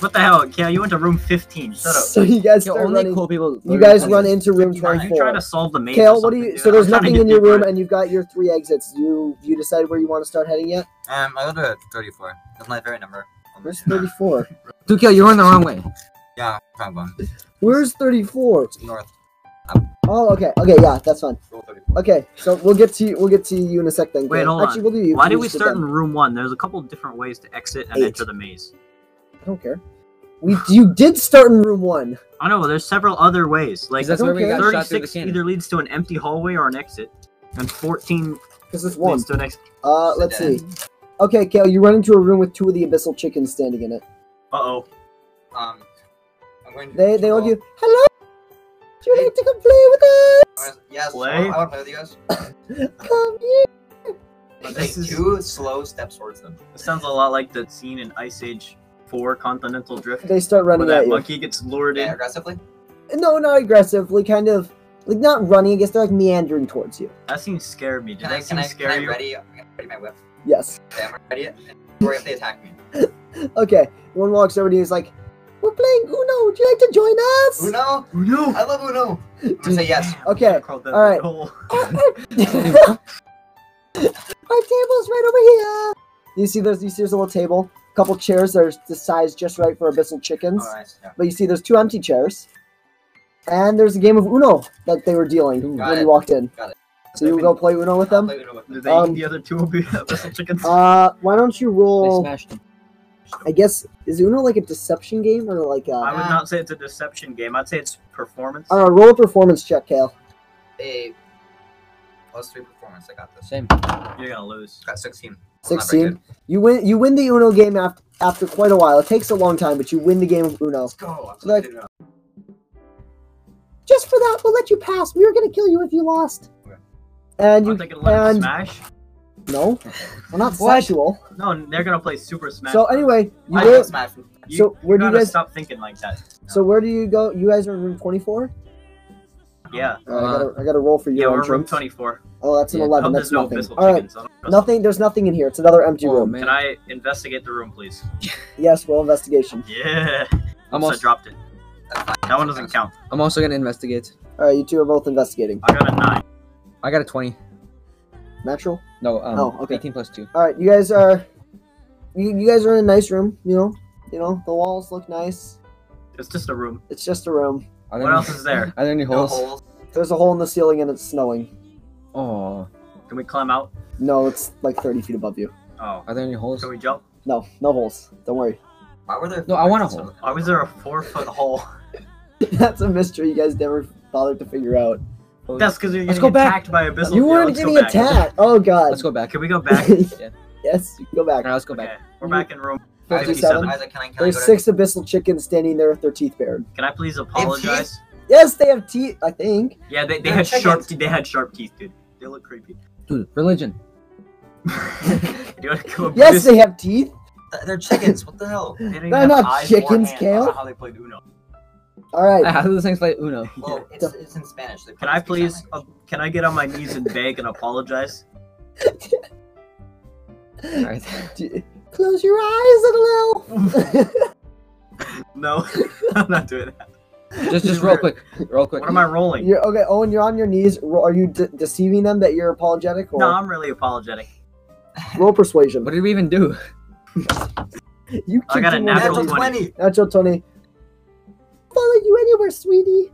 Speaker 3: What the hell, Kale? You went to room fifteen. Shut up.
Speaker 1: So you guys
Speaker 2: Yo,
Speaker 1: start
Speaker 2: only
Speaker 1: running.
Speaker 2: cool people.
Speaker 1: You guys
Speaker 2: Only-
Speaker 1: run into room
Speaker 3: Are you trying
Speaker 1: 24.
Speaker 3: to solve the maze? or
Speaker 1: Kale, what do
Speaker 3: something,
Speaker 1: you?
Speaker 3: dude?
Speaker 1: So there's
Speaker 3: I'm trying to
Speaker 1: nothing
Speaker 3: get
Speaker 1: in your
Speaker 3: deeper
Speaker 1: room, and you've got your three exits. You you decide where you want to start heading yet?
Speaker 4: Um, I go to thirty-four. That's my favorite number.
Speaker 1: Where's 34?
Speaker 2: Duke, yo, you're on the wrong way.
Speaker 4: Yeah, wrong one.
Speaker 1: Where's 34?
Speaker 4: It's north.
Speaker 1: Oh, okay, okay, yeah, that's fine.
Speaker 4: Roll thirty-four.
Speaker 1: Okay, so we'll get to you, we'll get to you in a sec then.
Speaker 3: Wait,
Speaker 1: Kale.
Speaker 3: hold on.
Speaker 1: Actually, we'll do you.
Speaker 3: Why did
Speaker 1: You
Speaker 3: we
Speaker 1: sit
Speaker 3: start in
Speaker 1: down.
Speaker 3: room one? There's a couple different ways to exit and
Speaker 1: Eight.
Speaker 3: enter the maze.
Speaker 1: I don't care. We you did start in room one.
Speaker 3: I know, there's several other ways. Like
Speaker 2: that's
Speaker 1: I
Speaker 2: where
Speaker 1: don't
Speaker 2: we got shot through the
Speaker 3: 36
Speaker 2: cannon.
Speaker 3: either leads to an empty hallway or an exit, and 14
Speaker 1: This is one.
Speaker 3: leads to an exit.
Speaker 1: Uh, let's see. Okay, Kale, you run into a room with two of the abyssal chickens standing in it.
Speaker 3: Uh oh.
Speaker 4: Um, I'm going to.
Speaker 1: They they all
Speaker 4: roll-
Speaker 1: do. Hello. Would you like to come play with
Speaker 4: I'm
Speaker 1: us?
Speaker 4: gonna- Yes.
Speaker 3: Play?
Speaker 4: I want to play with you guys.
Speaker 1: Come here.
Speaker 4: I
Speaker 3: This
Speaker 4: take
Speaker 3: is-
Speaker 4: two slow steps towards them.
Speaker 3: This sounds a lot like the scene in Ice Age 4 Continental Drift
Speaker 1: They start
Speaker 3: where
Speaker 1: running
Speaker 3: that
Speaker 1: at you.
Speaker 3: monkey gets lured
Speaker 4: Yeah,
Speaker 3: in.
Speaker 4: aggressively.
Speaker 1: No, not aggressively. Kind of like not running. I guess they're like meandering towards you.
Speaker 3: That scene scared me. Did
Speaker 4: Can I?
Speaker 3: that
Speaker 4: Can
Speaker 3: scene
Speaker 4: I? Can
Speaker 3: scare
Speaker 4: I
Speaker 3: you?
Speaker 4: ready? I'm gonna ready my whip.
Speaker 1: Yes.
Speaker 4: Okay, I'm gonna ready it. Or if they attack me.
Speaker 1: Okay. One walks over to you. He's like, "We're playing Uno. Would you like to join us?"
Speaker 4: Uno.
Speaker 3: No!
Speaker 4: I love Uno. I'm gonna say Oh, yes.
Speaker 1: Okay, all right. Our table's right over here. You see, there's you see, there's a little table, a couple chairs. There's the size just right for abyssal chickens.
Speaker 4: All right. Yeah.
Speaker 1: But you see, there's two empty chairs, and there's a game of Uno that they were dealing
Speaker 4: Got
Speaker 1: when
Speaker 4: it.
Speaker 1: you walked in.
Speaker 4: Got it.
Speaker 1: So you go play Uno with them.
Speaker 4: I'll play Uno with
Speaker 3: Did
Speaker 4: them.
Speaker 3: they
Speaker 1: Um,
Speaker 3: eat the other two of you? Abyssal chickens?
Speaker 1: Uh, why don't you
Speaker 2: They
Speaker 1: roll?
Speaker 2: smashed him.
Speaker 1: I guess is Uno like a deception game or like
Speaker 4: Uh,
Speaker 3: I
Speaker 1: a?
Speaker 3: would not say it's a deception game. I'd say it's performance.
Speaker 1: Uh, roll a performance check, Kale.
Speaker 4: A plus three performance. I got this.
Speaker 2: Same.
Speaker 3: You're gonna lose.
Speaker 4: Got sixteen. I'm not very
Speaker 1: Sixteen.
Speaker 4: good.
Speaker 1: You win. You win the Uno game after after quite a while. It takes a long time, but you win the game of Uno.
Speaker 4: Let's go. I'm
Speaker 1: Like-
Speaker 4: playing Uno.
Speaker 1: Just for that, we'll let you pass. We were gonna kill you if you lost.
Speaker 4: Okay.
Speaker 1: And
Speaker 3: Aren't
Speaker 1: you
Speaker 3: they gonna let him
Speaker 1: and
Speaker 3: smash?
Speaker 1: no, we're not
Speaker 2: What?
Speaker 1: sexual.
Speaker 3: No, they're gonna play Super Smash.
Speaker 1: So
Speaker 3: Bros.
Speaker 1: anyway, you
Speaker 4: I
Speaker 1: roll,
Speaker 4: can smash them.
Speaker 3: You,
Speaker 1: so where
Speaker 3: you
Speaker 1: do you
Speaker 3: gotta
Speaker 1: guys?
Speaker 3: stop thinking like that.
Speaker 1: So where do you go? You guys are in room twenty-four.
Speaker 3: Yeah.
Speaker 1: Uh, I gotta, I gotta roll for
Speaker 3: Yeah,
Speaker 1: your
Speaker 3: we're room
Speaker 1: entrance.
Speaker 3: 24.
Speaker 1: Oh, that's an
Speaker 2: Yeah.
Speaker 1: eleven.
Speaker 3: Hope
Speaker 1: That's
Speaker 3: there's no
Speaker 1: nothing.
Speaker 3: abyssal
Speaker 1: All right,
Speaker 3: chickens. I don't trust
Speaker 1: nothing. There's nothing in here. It's another empty
Speaker 2: Oh
Speaker 1: room.
Speaker 3: them.
Speaker 2: man.
Speaker 3: Can I investigate the room, please?
Speaker 1: Yes, roll investigation.
Speaker 3: Yeah.
Speaker 2: I'm
Speaker 3: Almost I
Speaker 2: also,
Speaker 3: dropped it.
Speaker 4: That's fine.
Speaker 3: That one doesn't count.
Speaker 2: I'm also gonna investigate.
Speaker 1: All right, you two are both investigating.
Speaker 3: I got a nine.
Speaker 2: I got a 20.
Speaker 1: Natural.
Speaker 2: No. Um,
Speaker 1: Oh, okay.
Speaker 2: 18 plus two.
Speaker 1: All right, you guys are, you, you guys are in a nice room. You know, you know the walls look nice.
Speaker 3: It's just a room.
Speaker 1: It's just a room.
Speaker 2: Are
Speaker 3: What
Speaker 2: any-
Speaker 3: else is there?
Speaker 2: Are there any
Speaker 4: No
Speaker 2: holes?
Speaker 4: holes.
Speaker 1: There's a hole in the ceiling and it's snowing.
Speaker 2: Oh.
Speaker 3: Can we climb out?
Speaker 1: No, it's like 30 feet above you.
Speaker 3: Oh.
Speaker 2: Are there any holes?
Speaker 3: Can we jump?
Speaker 1: No, no holes. Don't worry.
Speaker 4: Why were there?
Speaker 2: No, I want a hole.
Speaker 3: Why was there a four foot hole?
Speaker 1: That's a mystery you guys never bothered to figure out.
Speaker 3: That's because you're
Speaker 2: Let's go
Speaker 3: getting
Speaker 2: back.
Speaker 3: attacked by abyssal.
Speaker 1: You
Speaker 3: Yeah,
Speaker 1: weren't
Speaker 3: let's go
Speaker 1: getting
Speaker 3: back.
Speaker 1: attacked. Oh god.
Speaker 2: Let's go back.
Speaker 3: Can we go back?
Speaker 1: All
Speaker 2: Yeah.
Speaker 1: yes, you can go
Speaker 2: All
Speaker 1: back.
Speaker 2: right, let's go
Speaker 3: Okay.
Speaker 2: back.
Speaker 3: We're back in room.
Speaker 4: Isaac,
Speaker 1: 57.
Speaker 4: Isaac, can I? Can I go
Speaker 1: There's
Speaker 4: to?
Speaker 1: six abyssal chickens standing there with their teeth bared.
Speaker 3: Can I please apologize?
Speaker 1: Yes, they have teeth. I think.
Speaker 3: Yeah, they, they
Speaker 4: Yeah,
Speaker 3: had
Speaker 4: chickens.
Speaker 3: sharp te- they had sharp teeth, dude. They look creepy.
Speaker 2: Dude, religion.
Speaker 3: Do you want to go up
Speaker 1: Yes,
Speaker 3: this-
Speaker 1: they have teeth.
Speaker 4: Th- They're chickens. What the hell?
Speaker 3: They didn't
Speaker 1: They're
Speaker 3: have
Speaker 1: not
Speaker 3: eyes or
Speaker 1: chickens,
Speaker 3: hands. I don't know
Speaker 1: Kale.
Speaker 3: how they played Uno.
Speaker 1: All right.
Speaker 2: How do those things play Uno?
Speaker 4: Well, it's, it's in Spanish. They
Speaker 3: Can I
Speaker 4: probably
Speaker 3: please?
Speaker 4: speak
Speaker 3: Uh, can I get on my knees and beg and apologize?
Speaker 2: Alright.
Speaker 1: D- Close your eyes, little elf.
Speaker 3: No, I'm not doing that.
Speaker 2: Just just real quick. Real quick.
Speaker 3: What am I rolling?
Speaker 1: you're okay, Owen. You're on your knees. Ro- Are you de- deceiving them that you're apologetic or
Speaker 3: No, I'm really apologetic.
Speaker 1: roll persuasion?
Speaker 2: What did we even do?
Speaker 1: You
Speaker 3: I got a
Speaker 1: kicked him in the
Speaker 3: natural
Speaker 4: Spanish.
Speaker 1: face.
Speaker 4: Natural
Speaker 3: 20.
Speaker 4: 20!
Speaker 1: Natural Tony. Follow you anywhere, sweetie.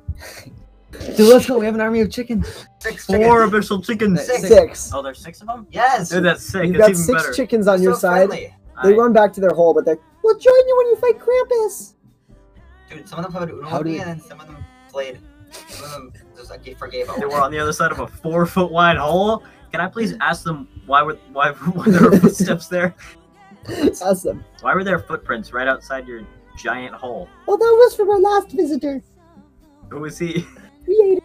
Speaker 2: Dude, let's go. We have an army of chickens.
Speaker 4: Six chickens.
Speaker 3: Four official chickens.
Speaker 2: Six.
Speaker 1: Six.
Speaker 3: Oh, there's six of them.
Speaker 4: Yes!
Speaker 3: Dude, that's sick.
Speaker 1: You've
Speaker 3: it's
Speaker 1: got
Speaker 3: even
Speaker 1: six
Speaker 3: better.
Speaker 1: chickens on
Speaker 4: So
Speaker 1: your side.
Speaker 4: friendly.
Speaker 1: They
Speaker 3: Alright.
Speaker 1: run back to their hole, but they're we'll join you when you fight Krampus.
Speaker 4: Dude, some of them played Uno
Speaker 2: How
Speaker 4: with
Speaker 2: do
Speaker 4: me,
Speaker 2: you-
Speaker 4: and then some of them played. Some of them just like, forgave
Speaker 3: They
Speaker 4: all.
Speaker 3: were on the other side of a four foot wide hole. Can I please ask them why were why were there were footsteps there?
Speaker 1: Ask them.
Speaker 3: Why were there footprints right outside your giant hole?
Speaker 1: Well, that was from our last visitor.
Speaker 3: Who is he?
Speaker 1: We ate it.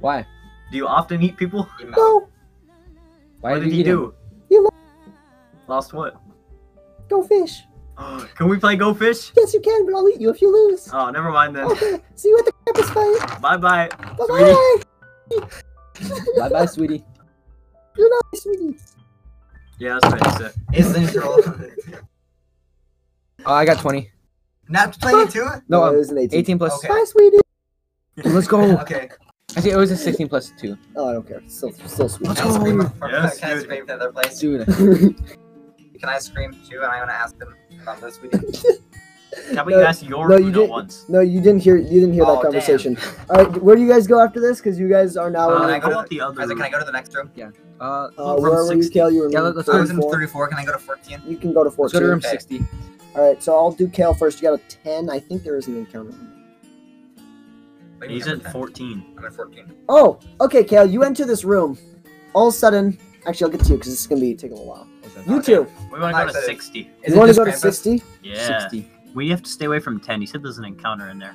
Speaker 2: Why?
Speaker 3: Do you often eat people?
Speaker 4: Your mouth.
Speaker 1: Go,
Speaker 2: Why
Speaker 3: what did he
Speaker 2: you eat him?
Speaker 3: do?
Speaker 1: He lo-
Speaker 3: lost what?
Speaker 1: go fish.
Speaker 3: Can we play Go Fish?
Speaker 1: Yes, you can, but I'll eat you if you lose.
Speaker 3: Oh, never mind then.
Speaker 1: Okay, see you at the Krampus fight.
Speaker 3: Bye bye.
Speaker 1: Bye bye.
Speaker 2: Bye bye, sweetie.
Speaker 1: You're not my sweetie.
Speaker 3: Yeah, that's right. That's it.
Speaker 4: It's neutral.
Speaker 2: Oh, I got 20.
Speaker 4: Not 22?
Speaker 2: No,
Speaker 1: it
Speaker 2: um,
Speaker 1: was an 18.
Speaker 2: 18 plus.
Speaker 4: Okay.
Speaker 1: Bye, sweetie.
Speaker 2: Dude, let's go.
Speaker 4: Okay.
Speaker 2: Actually, it was a 16 plus 2.
Speaker 1: Oh, I don't care. Still, still sweet.
Speaker 4: Can I scream, from-
Speaker 3: Yes,
Speaker 4: can I
Speaker 3: dude.
Speaker 4: scream to their place?
Speaker 2: Dude.
Speaker 4: Can I scream too? And I'm gonna ask them about this. We did.
Speaker 3: Can we
Speaker 1: No,
Speaker 3: ask your
Speaker 1: no, you
Speaker 3: Uno
Speaker 1: didn't.
Speaker 3: once?
Speaker 1: No, you didn't hear. You didn't hear that
Speaker 4: Oh, damn.
Speaker 1: conversation. All right, where do you guys go after this? Because you guys are now.
Speaker 3: Uh,
Speaker 4: I
Speaker 1: in
Speaker 3: I
Speaker 1: the-
Speaker 4: go
Speaker 3: go
Speaker 4: to-
Speaker 3: out the other
Speaker 4: Guys,
Speaker 3: room.
Speaker 4: can I go to the next room?
Speaker 2: Yeah. Uh,
Speaker 1: uh,
Speaker 3: room
Speaker 1: where were you,
Speaker 3: 60?
Speaker 1: Kale? You were in
Speaker 2: Yeah,
Speaker 1: room
Speaker 2: let's-
Speaker 4: I was in
Speaker 1: 34.
Speaker 4: 34. Can I go to 14?
Speaker 1: You can go to
Speaker 2: let's go to
Speaker 1: 14.
Speaker 2: room
Speaker 4: okay.
Speaker 2: 60.
Speaker 1: All right, so I'll do Kale first. You got a 10. I think there is an encounter.
Speaker 4: What do you
Speaker 3: He's
Speaker 4: mean,
Speaker 3: at
Speaker 4: I'm
Speaker 3: 14.
Speaker 4: I'm at 14.
Speaker 1: Oh, okay, Kale. You enter this room. All of a sudden, actually, I'll get to you because this is gonna be taking a while. You
Speaker 4: Okay.
Speaker 1: two.
Speaker 3: We want to go to
Speaker 4: Nice.
Speaker 3: 60.
Speaker 4: Is
Speaker 1: You
Speaker 4: it
Speaker 1: want to
Speaker 4: just
Speaker 1: go to
Speaker 4: Krampus?
Speaker 1: 60?
Speaker 3: Yeah.
Speaker 2: 60.
Speaker 3: We have to stay away from 10. He said there's an encounter in there.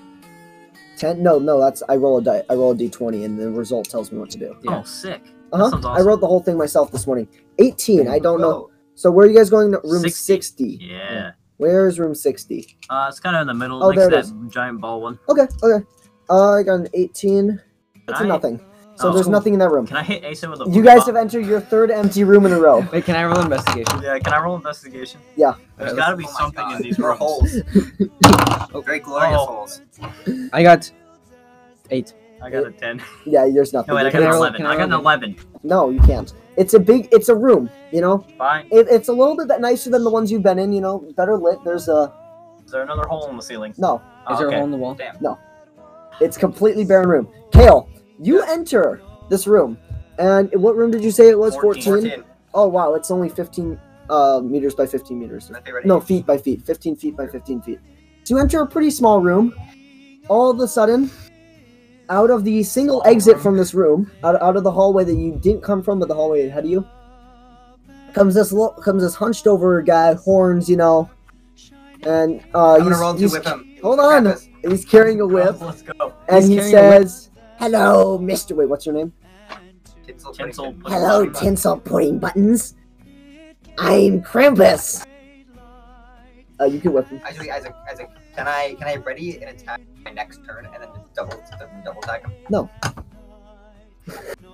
Speaker 1: 10? No, no. That's I roll a die. I roll a d20, and the result tells me what to do.
Speaker 2: Yeah.
Speaker 3: Oh, sick.
Speaker 1: Uh huh.
Speaker 3: sounds
Speaker 1: I
Speaker 3: awesome.
Speaker 1: wrote the whole thing myself this morning. 18. I don't know.
Speaker 4: Whoa.
Speaker 1: So where are you guys going? to Room
Speaker 3: 60.
Speaker 1: 60.
Speaker 3: Yeah.
Speaker 1: Where is room 60?
Speaker 3: Uh, it's kind of in the middle
Speaker 1: Oh,
Speaker 3: next to
Speaker 1: there it
Speaker 3: that giant ball one.
Speaker 1: Okay, okay. Uh, I got an 18. That's a
Speaker 3: I-
Speaker 1: nothing. So
Speaker 3: Oh,
Speaker 1: there's
Speaker 3: cool.
Speaker 1: nothing in that room.
Speaker 3: Can I hit Asa with a
Speaker 1: You guys have entered your third empty room in a row.
Speaker 2: Wait, can I roll investigation?
Speaker 3: Yeah, can I roll investigation?
Speaker 1: Yeah.
Speaker 3: There's
Speaker 2: Alright,
Speaker 3: gotta be
Speaker 4: Oh my
Speaker 3: something
Speaker 4: God.
Speaker 3: in these
Speaker 4: They're
Speaker 3: rooms.
Speaker 4: holes. Very glorious
Speaker 3: Oh.
Speaker 4: holes.
Speaker 2: I got eight.
Speaker 3: I got a 10.
Speaker 1: Yeah, there's nothing.
Speaker 3: No, wait, I
Speaker 1: You
Speaker 3: got
Speaker 2: Can I
Speaker 3: an
Speaker 1: can't-
Speaker 2: roll-
Speaker 3: 11.
Speaker 2: can I
Speaker 3: I got an
Speaker 2: roll
Speaker 3: 11.
Speaker 1: no, you can't. It's a big, it's a room, you know?
Speaker 3: Fine.
Speaker 1: It, it's a little bit nicer than the ones you've been in, you know? Better lit. There's a,
Speaker 3: Is there another hole in the ceiling?
Speaker 1: no,
Speaker 3: Oh,
Speaker 2: Is there
Speaker 3: okay.
Speaker 2: a hole in the wall?
Speaker 1: it's completely barren room. Kale, you enter this room. And what room did you say it was?
Speaker 3: 14.
Speaker 1: 14?
Speaker 4: 14.
Speaker 1: Oh, wow, it's only 15 uh, meters by 15 meters.
Speaker 4: My favorite.
Speaker 1: No,
Speaker 4: age.
Speaker 1: feet by feet. 15 feet by 15 feet. So you enter a pretty small room. All of a sudden, out of the single exit from this room, out, out of the hallway that you didn't come from, but the hallway ahead of you, comes this lo- comes this hunched over guy, horns, you know, and uh,
Speaker 4: I'm gonna
Speaker 1: he's,
Speaker 4: roll to
Speaker 1: he's-
Speaker 4: whip him.
Speaker 1: hold on.
Speaker 4: Krampus.
Speaker 1: he's carrying a whip,
Speaker 3: Let's go.
Speaker 1: and
Speaker 2: He's
Speaker 1: he
Speaker 2: carrying a whip?
Speaker 1: says, "Hello, Mister. Wait, what's your name?
Speaker 4: Tinsel. pudding.
Speaker 3: Tinsel. pudding.
Speaker 1: Hello, tinsel pudding buttons. I'm Krampus." Uh, you can whip him.
Speaker 4: Actually, Isaac, Isaac, can I can I ready an attack my next turn and then just double double attack him?
Speaker 1: No.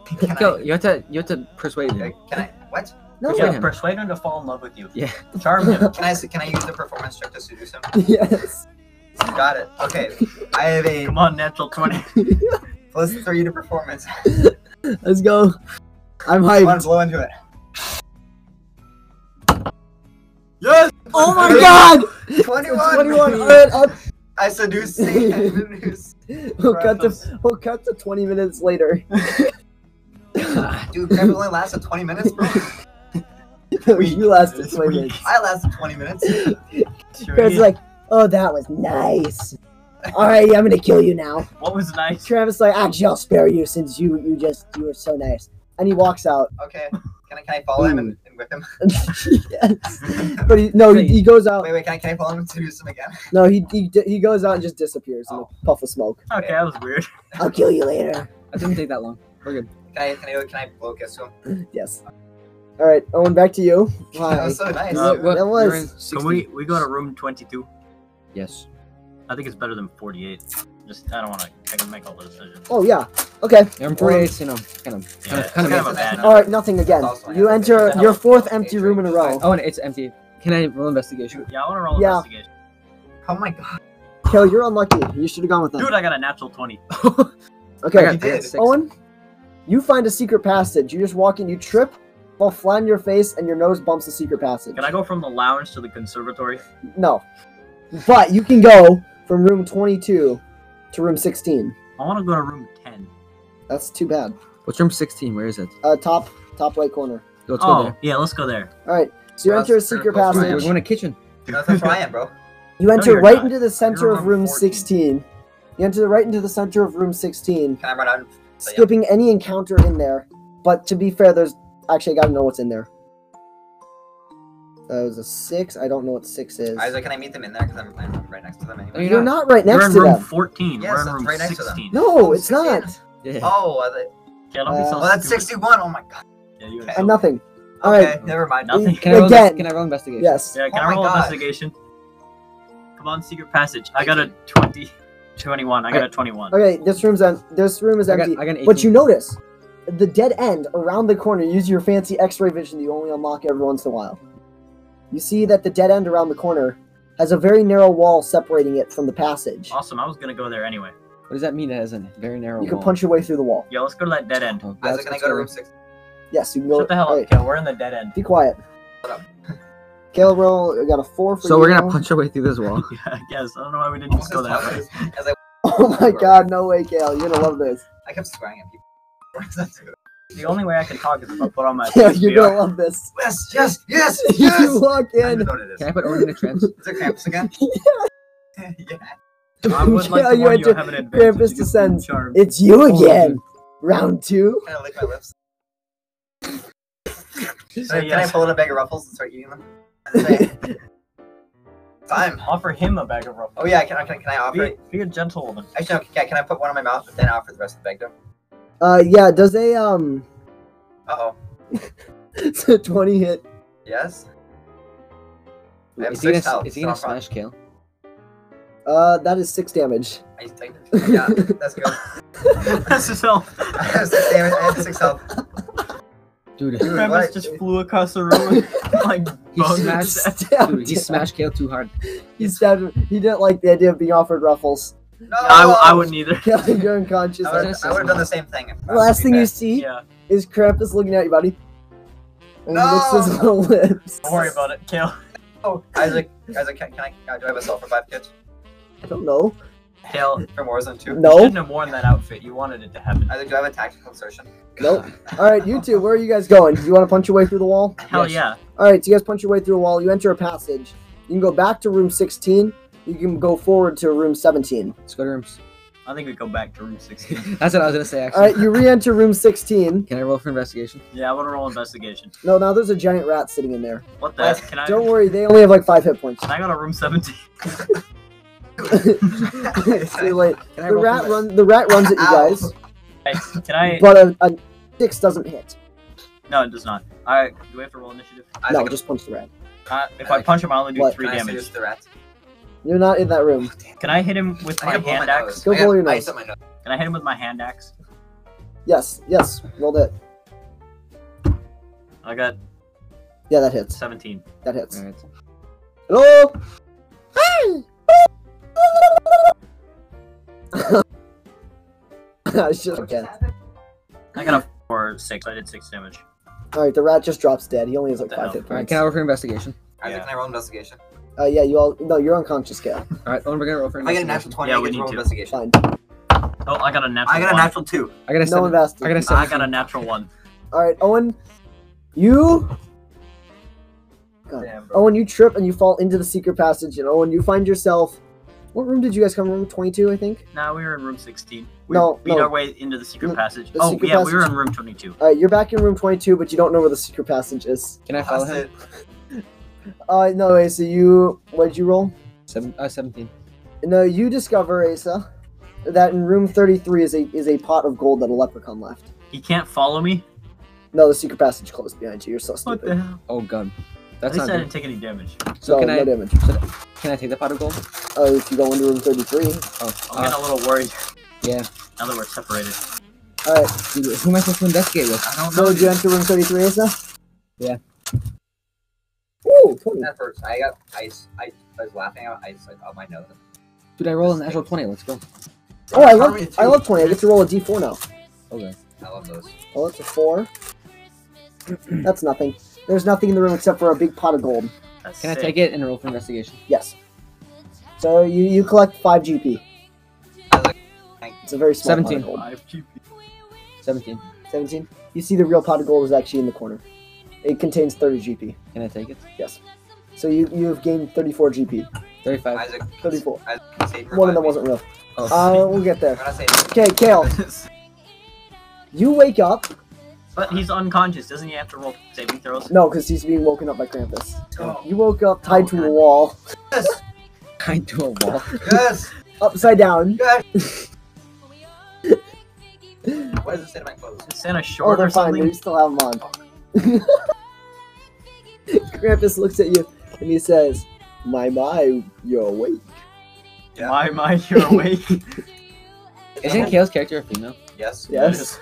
Speaker 4: can,
Speaker 2: Go.
Speaker 4: I,
Speaker 2: You have to. You have to persuade him.
Speaker 4: can I what?
Speaker 1: No,
Speaker 2: Yeah.
Speaker 3: Yeah, persuade him to fall in love with you.
Speaker 2: Yeah.
Speaker 3: Charm him.
Speaker 4: Can I can I use the performance check to seduce him?
Speaker 1: yes.
Speaker 4: Got it. Okay. I have a
Speaker 3: Come on, natural 20.
Speaker 4: plus three to performance.
Speaker 1: Let's go. I'm hyped.
Speaker 4: Come on, blow into it.
Speaker 3: yes!
Speaker 1: Oh my
Speaker 4: Really?
Speaker 1: god!
Speaker 4: Twenty-one.
Speaker 1: 21! Alright, up.
Speaker 4: I seduce. Satan.
Speaker 1: We'll cut, to, we'll cut to 20 minutes later.
Speaker 4: Dude, Krampus only lasted twenty minutes, bro.
Speaker 3: Weak.
Speaker 1: you lasted
Speaker 3: It's
Speaker 1: 20
Speaker 3: weak.
Speaker 1: minutes.
Speaker 4: I lasted twenty minutes.
Speaker 1: Krampus is like, oh, that was nice. Alright, I'm gonna kill you now.
Speaker 3: what was nice?
Speaker 1: Travis is like, actually, I'll spare you since you you just you were so nice. And he walks out.
Speaker 4: Okay. Can I, can I follow him
Speaker 1: Ooh.
Speaker 4: and, and whip him?
Speaker 1: yes. But he, no, he, he goes out.
Speaker 4: Wait, wait, can I, can I follow him to do some again?
Speaker 1: No, he, he he goes out and just disappears in a puff of smoke.
Speaker 3: Okay, that was weird.
Speaker 1: I'll kill you later.
Speaker 2: It didn't take that long. We're good.
Speaker 4: Can I, can I, can I blow kiss to him?
Speaker 1: Yes. All right, Owen, back to you.
Speaker 4: That
Speaker 1: Hi.
Speaker 4: was so nice.
Speaker 3: Uh,
Speaker 1: what- that was-
Speaker 2: You're in 60.
Speaker 3: Can we we go to room twenty two?
Speaker 2: Yes.
Speaker 3: I think it's better than forty eight. Just I don't want to. I can make all the decisions.
Speaker 1: Oh yeah. Okay.
Speaker 2: I'm 48, you know, kind of.
Speaker 3: Yeah,
Speaker 2: Kind of,
Speaker 3: it's
Speaker 2: kind
Speaker 3: kind
Speaker 2: of
Speaker 3: of a bad.
Speaker 1: All right. Nothing again. You enter your fourth empty room in a row.
Speaker 2: Oh, and it's empty. Can I roll investigation?
Speaker 3: Yeah, I want to roll
Speaker 1: Yeah.
Speaker 3: investigation.
Speaker 4: Oh my god.
Speaker 1: Kill, you're unlucky. You should have gone with them.
Speaker 3: Dude, I got a natural twenty.
Speaker 1: Okay. Oh,
Speaker 4: You did.
Speaker 2: six.
Speaker 1: Owen, you find a secret passage. You just walk in, you trip, fall flat on your face, and your nose bumps the secret passage.
Speaker 3: Can I go from the lounge to the conservatory?
Speaker 1: No. But you can go from room 22 to room 16.
Speaker 3: I want to go to room ten.
Speaker 1: That's too bad.
Speaker 2: What's room 16? Where is it?
Speaker 1: Uh, top top right corner.
Speaker 2: Let's
Speaker 3: oh
Speaker 2: go there.
Speaker 3: yeah, let's go there.
Speaker 1: All right. So you
Speaker 4: Well,
Speaker 1: enter a
Speaker 4: that's
Speaker 1: secret
Speaker 4: pretty close,
Speaker 2: We're
Speaker 1: passage.
Speaker 2: going to kitchen.
Speaker 4: No, that's where I am, bro.
Speaker 1: You enter
Speaker 3: you're
Speaker 1: right
Speaker 3: not.
Speaker 1: into the center
Speaker 3: You're
Speaker 1: of
Speaker 3: room
Speaker 1: room
Speaker 3: 14.
Speaker 1: 16. You enter right into the center of room 16,
Speaker 4: Can I run out? and- So, yeah.
Speaker 1: skipping any encounter in there. But to be fair, there's actually I gotta know what's in there. That was a six. I don't know what six is.
Speaker 4: I was like, can I meet them in there? Because I'm, I'm right next to them anyway.
Speaker 2: Are you
Speaker 1: You're not right
Speaker 3: We're
Speaker 1: next
Speaker 3: in
Speaker 1: to
Speaker 3: room
Speaker 1: them.
Speaker 3: fourteen.
Speaker 4: Yes,
Speaker 3: We're in
Speaker 4: that's
Speaker 3: room
Speaker 4: right next to them.
Speaker 3: sixteen.
Speaker 1: No, it's not.
Speaker 2: Yeah.
Speaker 4: Oh, I thought-
Speaker 3: Yeah, don't be so
Speaker 1: Uh,
Speaker 4: well, that's
Speaker 3: stupid.
Speaker 4: 61. Oh my god.
Speaker 3: Yeah, you
Speaker 4: Okay.
Speaker 1: And nothing. All right.
Speaker 4: Okay, never mind.
Speaker 3: Nothing.
Speaker 2: Can I roll,
Speaker 1: Again.
Speaker 2: can I roll investigation?
Speaker 1: Yes.
Speaker 3: Yeah, can
Speaker 4: Oh
Speaker 3: I
Speaker 4: my
Speaker 3: roll
Speaker 4: gosh.
Speaker 3: investigation? Come on, secret passage. I got a 20, 21. I got a 21.
Speaker 1: Okay. This room's en- this room is
Speaker 2: I
Speaker 1: empty.
Speaker 2: got, I got an 18.
Speaker 1: But you notice the dead end around the corner. Use your fancy X-ray vision you only unlock every once in a while. You see that the dead end around the corner has a very narrow wall separating it from the passage.
Speaker 3: Awesome. I was gonna go there anyway.
Speaker 2: What does that mean? That is a very narrow
Speaker 1: You can
Speaker 2: wall.
Speaker 1: punch your way through the wall.
Speaker 3: Yeah, let's go to that dead end.
Speaker 2: Oh,
Speaker 4: I was
Speaker 2: that's-
Speaker 4: like, can I
Speaker 2: that's
Speaker 4: go to
Speaker 2: good.
Speaker 4: room 6?
Speaker 1: Yes, you can go.
Speaker 3: Shut the hell
Speaker 1: Alright,
Speaker 3: up, Kale. We're in the dead end.
Speaker 1: Be quiet.
Speaker 4: Shut up.
Speaker 1: Caleb, roll. I got a four for
Speaker 2: So
Speaker 1: you.
Speaker 2: we're going to punch our way through this wall.
Speaker 3: Yeah, I guess. I don't know why we didn't just go that way.
Speaker 4: As I,
Speaker 1: Oh my god, no way, Kale. You're gonna love this.
Speaker 4: I kept swearing at people.
Speaker 3: The only way I can talk is if I put on my
Speaker 1: Kale, you're
Speaker 3: PSVR.
Speaker 1: gonna love this.
Speaker 4: yes, yes, yes,
Speaker 1: you
Speaker 4: yes!
Speaker 1: walk
Speaker 4: I
Speaker 1: in.
Speaker 4: know what it is.
Speaker 2: Can I put Owen in a trance?
Speaker 4: Is it Krampus again? yeah.
Speaker 3: I would like
Speaker 1: Kale,
Speaker 3: to
Speaker 1: you
Speaker 3: warn you, I
Speaker 1: enter.
Speaker 3: have an advantage.
Speaker 1: Krampus
Speaker 3: against
Speaker 1: descends.
Speaker 3: charm.
Speaker 1: It's you
Speaker 2: Oh,
Speaker 1: again. Round two.
Speaker 4: Can I lick my lips? Can I,
Speaker 3: Say
Speaker 4: can I
Speaker 3: yes.
Speaker 4: pull out a bag of ruffles and start eating them? Say, Time.
Speaker 3: Offer him a bag of rope.
Speaker 4: Oh yeah, can I, can I, can I offer
Speaker 3: Be,
Speaker 4: it?
Speaker 3: be a gentlewoman.
Speaker 4: Actually, no, can, I- can I put one in my mouth and then offer the rest of the bag to him?
Speaker 1: Uh, yeah. Does a um
Speaker 4: Uh-oh.
Speaker 1: twenty hit?
Speaker 4: Yes? I have
Speaker 2: Is he gonna,
Speaker 4: six health,
Speaker 2: is he gonna
Speaker 4: so I'm fine.
Speaker 2: smash Kale?
Speaker 1: Uh, that is six damage.
Speaker 4: I, I, yeah, that's good.
Speaker 3: That's his health.
Speaker 4: I have six damage, I have six health.
Speaker 2: Dude,
Speaker 4: Dude,
Speaker 3: Krampus
Speaker 4: what?
Speaker 3: just flew across the room like
Speaker 2: he
Speaker 3: bones.
Speaker 2: smashed.
Speaker 1: Stabbed
Speaker 2: Dude, he
Speaker 1: him.
Speaker 2: smashed Kale too hard.
Speaker 1: He stabbed him. He didn't like the idea of being offered ruffles.
Speaker 4: No!
Speaker 3: I,
Speaker 4: Oh.
Speaker 3: I wouldn't either.
Speaker 1: Kale, you're unconscious.
Speaker 4: I would
Speaker 2: gonna
Speaker 4: have
Speaker 2: say
Speaker 4: done the same thing.
Speaker 1: The last thing you see
Speaker 3: Yeah,
Speaker 1: is Krampus looking at you, buddy. And he licks his
Speaker 4: No!
Speaker 1: little lips.
Speaker 3: don't worry about it, Kale.
Speaker 4: Oh, Isaac, Isaac, can, can I uh, do I have a self revive kit
Speaker 1: I don't know.
Speaker 3: Kale,
Speaker 4: from Warzone 2?
Speaker 3: You
Speaker 1: No.
Speaker 3: shouldn't have worn that outfit. You wanted it to happen.
Speaker 4: Isaac, do I have a tactical insertion?
Speaker 1: Nope. All right, you two, where are you guys going? Do you want to punch your way through the wall?
Speaker 3: Hell
Speaker 2: Yes.
Speaker 3: yeah.
Speaker 1: All right, so you guys punch your way through a wall. You enter a passage. You can go back to room 16. You can go forward to room 17.
Speaker 2: Let's go to rooms.
Speaker 3: I think we go back to room 16.
Speaker 2: That's what I was gonna say.
Speaker 1: All
Speaker 2: Actually,
Speaker 1: right, you re-enter room 16.
Speaker 2: can I roll for investigation?
Speaker 3: Yeah, I want to roll investigation.
Speaker 1: No, now there's a giant rat sitting in there.
Speaker 3: What the
Speaker 4: What?
Speaker 3: heck? Can I?
Speaker 1: Don't worry, they only have like five hit points.
Speaker 3: Can I go to room 17?
Speaker 1: it's too late.
Speaker 2: Can I
Speaker 1: The
Speaker 2: roll for
Speaker 1: rat
Speaker 2: inves-
Speaker 1: run. The rat runs at you
Speaker 4: Ow.
Speaker 1: guys,
Speaker 3: Hey, Can I?
Speaker 1: but a, a six doesn't hit.
Speaker 3: No, it does not. All right. Do we have to roll initiative?
Speaker 1: No,
Speaker 4: Isaac,
Speaker 1: just punch the rat.
Speaker 3: Uh, if I punch him, I only do
Speaker 1: What?
Speaker 3: three
Speaker 4: can I
Speaker 3: damage.
Speaker 4: seduce the rat?
Speaker 1: You're not in that room.
Speaker 3: Can I hit him with
Speaker 4: I
Speaker 3: my
Speaker 4: can blow my
Speaker 3: hand
Speaker 4: nose.
Speaker 3: axe?
Speaker 1: Go
Speaker 4: I got
Speaker 1: blow your
Speaker 4: ice
Speaker 1: nose.
Speaker 4: on my nose.
Speaker 3: Can I hit him with my hand axe?
Speaker 1: Yes, yes, rolled it.
Speaker 3: I got
Speaker 1: Yeah, that hits.
Speaker 3: 17.
Speaker 1: That hits.
Speaker 2: All right.
Speaker 1: Hello. it's just okay.
Speaker 3: I got a four, six. I did six damage.
Speaker 1: All right, the rat just drops dead. He only has like
Speaker 3: What the
Speaker 1: five
Speaker 3: hell?
Speaker 1: hit
Speaker 2: All right.
Speaker 1: points.
Speaker 2: Can Oh, I roll for investigation?
Speaker 4: Isaac,
Speaker 3: Yeah.
Speaker 4: can I roll investigation?
Speaker 1: Uh, yeah, you all. No, you're unconscious, Cal.
Speaker 2: All right. Owen, we're gonna roll for
Speaker 4: If I get a
Speaker 2: investigation.
Speaker 4: natural 20,
Speaker 3: Yeah,
Speaker 4: I
Speaker 3: we
Speaker 4: get to
Speaker 3: need
Speaker 4: roll
Speaker 3: to.
Speaker 4: investigation.
Speaker 1: Fine.
Speaker 3: Oh, I got a natural
Speaker 4: I got a
Speaker 3: one.
Speaker 4: natural 2.
Speaker 2: I got
Speaker 1: No
Speaker 2: a seven.
Speaker 1: investing.
Speaker 2: I got a seven.
Speaker 3: I got a natural one.
Speaker 1: All right, Owen. You. God.
Speaker 3: Damn, bro.
Speaker 1: Owen, you trip and you fall into the secret passage, and Owen, you find yourself What room did you guys come from? 22, I think.
Speaker 3: Nah, we were in room 16. We
Speaker 1: No,
Speaker 3: beat
Speaker 1: no.
Speaker 3: our way into the secret
Speaker 1: The-
Speaker 3: passage.
Speaker 1: the
Speaker 3: oh,
Speaker 1: secret
Speaker 3: yeah, we were
Speaker 1: passage.
Speaker 3: in room 22.
Speaker 1: All right, you're back in room 22, but you don't know where the secret passage is.
Speaker 2: Can I follow him?
Speaker 1: Uh, no, Asa, you what did you roll?
Speaker 2: Seven, uh, 17.
Speaker 1: No, you discover Asa that in room 33 is a is a pot of gold that a leprechaun left.
Speaker 3: He can't follow me?
Speaker 1: No, the secret passage closed behind you. You're so
Speaker 3: What
Speaker 1: stupid.
Speaker 3: the hell?
Speaker 2: Oh, gun. That's
Speaker 3: At least
Speaker 2: not
Speaker 3: I
Speaker 2: good.
Speaker 3: didn't take any damage.
Speaker 2: So
Speaker 1: no,
Speaker 2: can
Speaker 1: no
Speaker 2: I
Speaker 1: damage.
Speaker 2: can I take the pot of gold?
Speaker 1: Uh, if you go into room 33.
Speaker 2: Oh,
Speaker 3: I'm
Speaker 2: uh,
Speaker 3: getting a little worried
Speaker 2: yeah.
Speaker 3: now that we're separated.
Speaker 1: All right.
Speaker 2: Dude, who am I supposed to investigate with?
Speaker 4: I don't
Speaker 1: So
Speaker 4: know.
Speaker 1: did you enter room 33, Asa?
Speaker 2: Yeah.
Speaker 1: Ooh, 20.
Speaker 4: That first, I got ice. I, I was laughing out ice like on my nose.
Speaker 2: Dude, I roll an actual twenty. Let's go.
Speaker 1: Oh, I
Speaker 5: How
Speaker 1: love
Speaker 5: are you
Speaker 1: I
Speaker 5: two?
Speaker 1: love 20. I get to roll a d4 now.
Speaker 2: Okay.
Speaker 4: I love those.
Speaker 1: Oh, that's a four. That's nothing. There's nothing in the room except for a big pot of gold.
Speaker 3: That's
Speaker 2: Can I
Speaker 3: sick.
Speaker 2: take it and roll for investigation?
Speaker 1: Yes. So you, you collect five GP. It's a very small
Speaker 2: Seventeen.
Speaker 1: pot of gold.
Speaker 3: Five GP.
Speaker 2: Seventeen.
Speaker 1: Seventeen. You see, the real pot of gold is actually in the corner. It contains thirty GP.
Speaker 2: Can I take it?
Speaker 1: Yes. So you you have gained thirty-four GP.
Speaker 2: Thirty-five.
Speaker 4: Isaac,
Speaker 1: Thirty-four.
Speaker 4: Isaac, say,
Speaker 1: One of them
Speaker 4: revive
Speaker 1: wasn't
Speaker 4: me.
Speaker 1: real.
Speaker 2: Oh.
Speaker 1: Uh, we'll get
Speaker 4: I'm
Speaker 1: there.
Speaker 4: gonna say,
Speaker 1: Okay, Kale, you wake up.
Speaker 3: But he's unconscious. Doesn't he have to roll saving throws?
Speaker 1: No, because he's being woken up by Krampus.
Speaker 4: Oh,
Speaker 1: You woke up tied
Speaker 3: Oh,
Speaker 1: to a
Speaker 3: God.
Speaker 1: wall,
Speaker 4: yes,
Speaker 2: I do a wall.
Speaker 4: yes,
Speaker 1: upside down.
Speaker 4: yes. what does it say to my clothes?
Speaker 3: Is Santa
Speaker 1: Oh,
Speaker 3: short
Speaker 1: they're
Speaker 3: or
Speaker 1: fine. We
Speaker 3: something?
Speaker 1: still have them on. Krampus looks at you and he says, "My my, you're awake."
Speaker 4: Yeah.
Speaker 3: My, my, you're awake.
Speaker 2: Isn't Kale's character a female?
Speaker 4: Yes.
Speaker 1: Yes.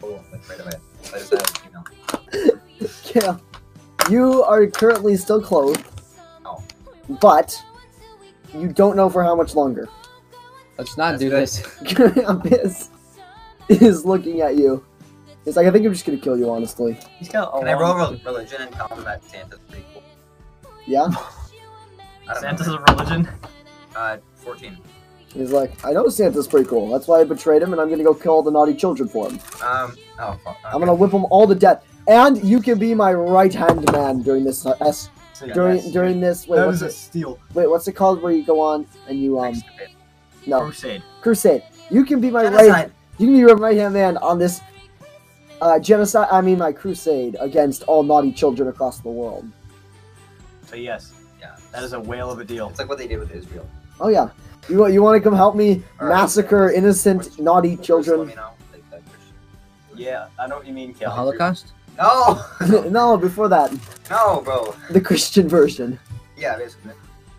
Speaker 4: Cool. Like right away. I just added, you know.
Speaker 1: Yeah. You are currently still clothed,
Speaker 4: Oh.
Speaker 1: but you don't know for how much longer.
Speaker 2: Let's not
Speaker 4: That's
Speaker 2: do
Speaker 4: good.
Speaker 2: this.
Speaker 1: Krampus is looking at you. It's like, I think I'm just gonna kill you, honestly.
Speaker 3: He's got a
Speaker 4: Can I roll
Speaker 3: long...
Speaker 4: rel- religion and tell them that Santa's pretty cool?
Speaker 1: Yeah?
Speaker 4: I don't
Speaker 3: Santa's
Speaker 4: know.
Speaker 3: a religion?
Speaker 4: Uh, 14.
Speaker 1: He's like, I know Santa's pretty cool. That's why I betrayed him, and I'm gonna go kill all the naughty children for him.
Speaker 4: Um, oh, fuck.
Speaker 1: I'm gonna whip them all to death. And you can be my right hand man during this. Uh, S- during during this. Wait,
Speaker 5: That
Speaker 1: what's
Speaker 5: is a
Speaker 1: it,
Speaker 5: steal.
Speaker 1: wait, what's it called where you go on and you um? No,
Speaker 3: Crusade.
Speaker 1: crusade. You can be my right.
Speaker 4: Genocide.
Speaker 1: You can be my right hand man on this uh, genocide. I mean, my crusade against all naughty children across the world.
Speaker 3: So yes,
Speaker 4: Yeah.
Speaker 3: that is a whale of a deal.
Speaker 4: It's like what they did with Israel.
Speaker 1: Oh yeah, you wa- you want to come help me
Speaker 4: Alright.
Speaker 1: massacre innocent
Speaker 4: Which-
Speaker 1: naughty
Speaker 4: Which
Speaker 1: children?
Speaker 4: Jerusalem, You know, like that Christian.
Speaker 3: Yeah, I know what you mean,
Speaker 2: The
Speaker 3: Cal.
Speaker 2: Holocaust?
Speaker 4: No!
Speaker 1: no, before that,
Speaker 4: no, bro.
Speaker 1: the Christian version
Speaker 4: Yeah, basically.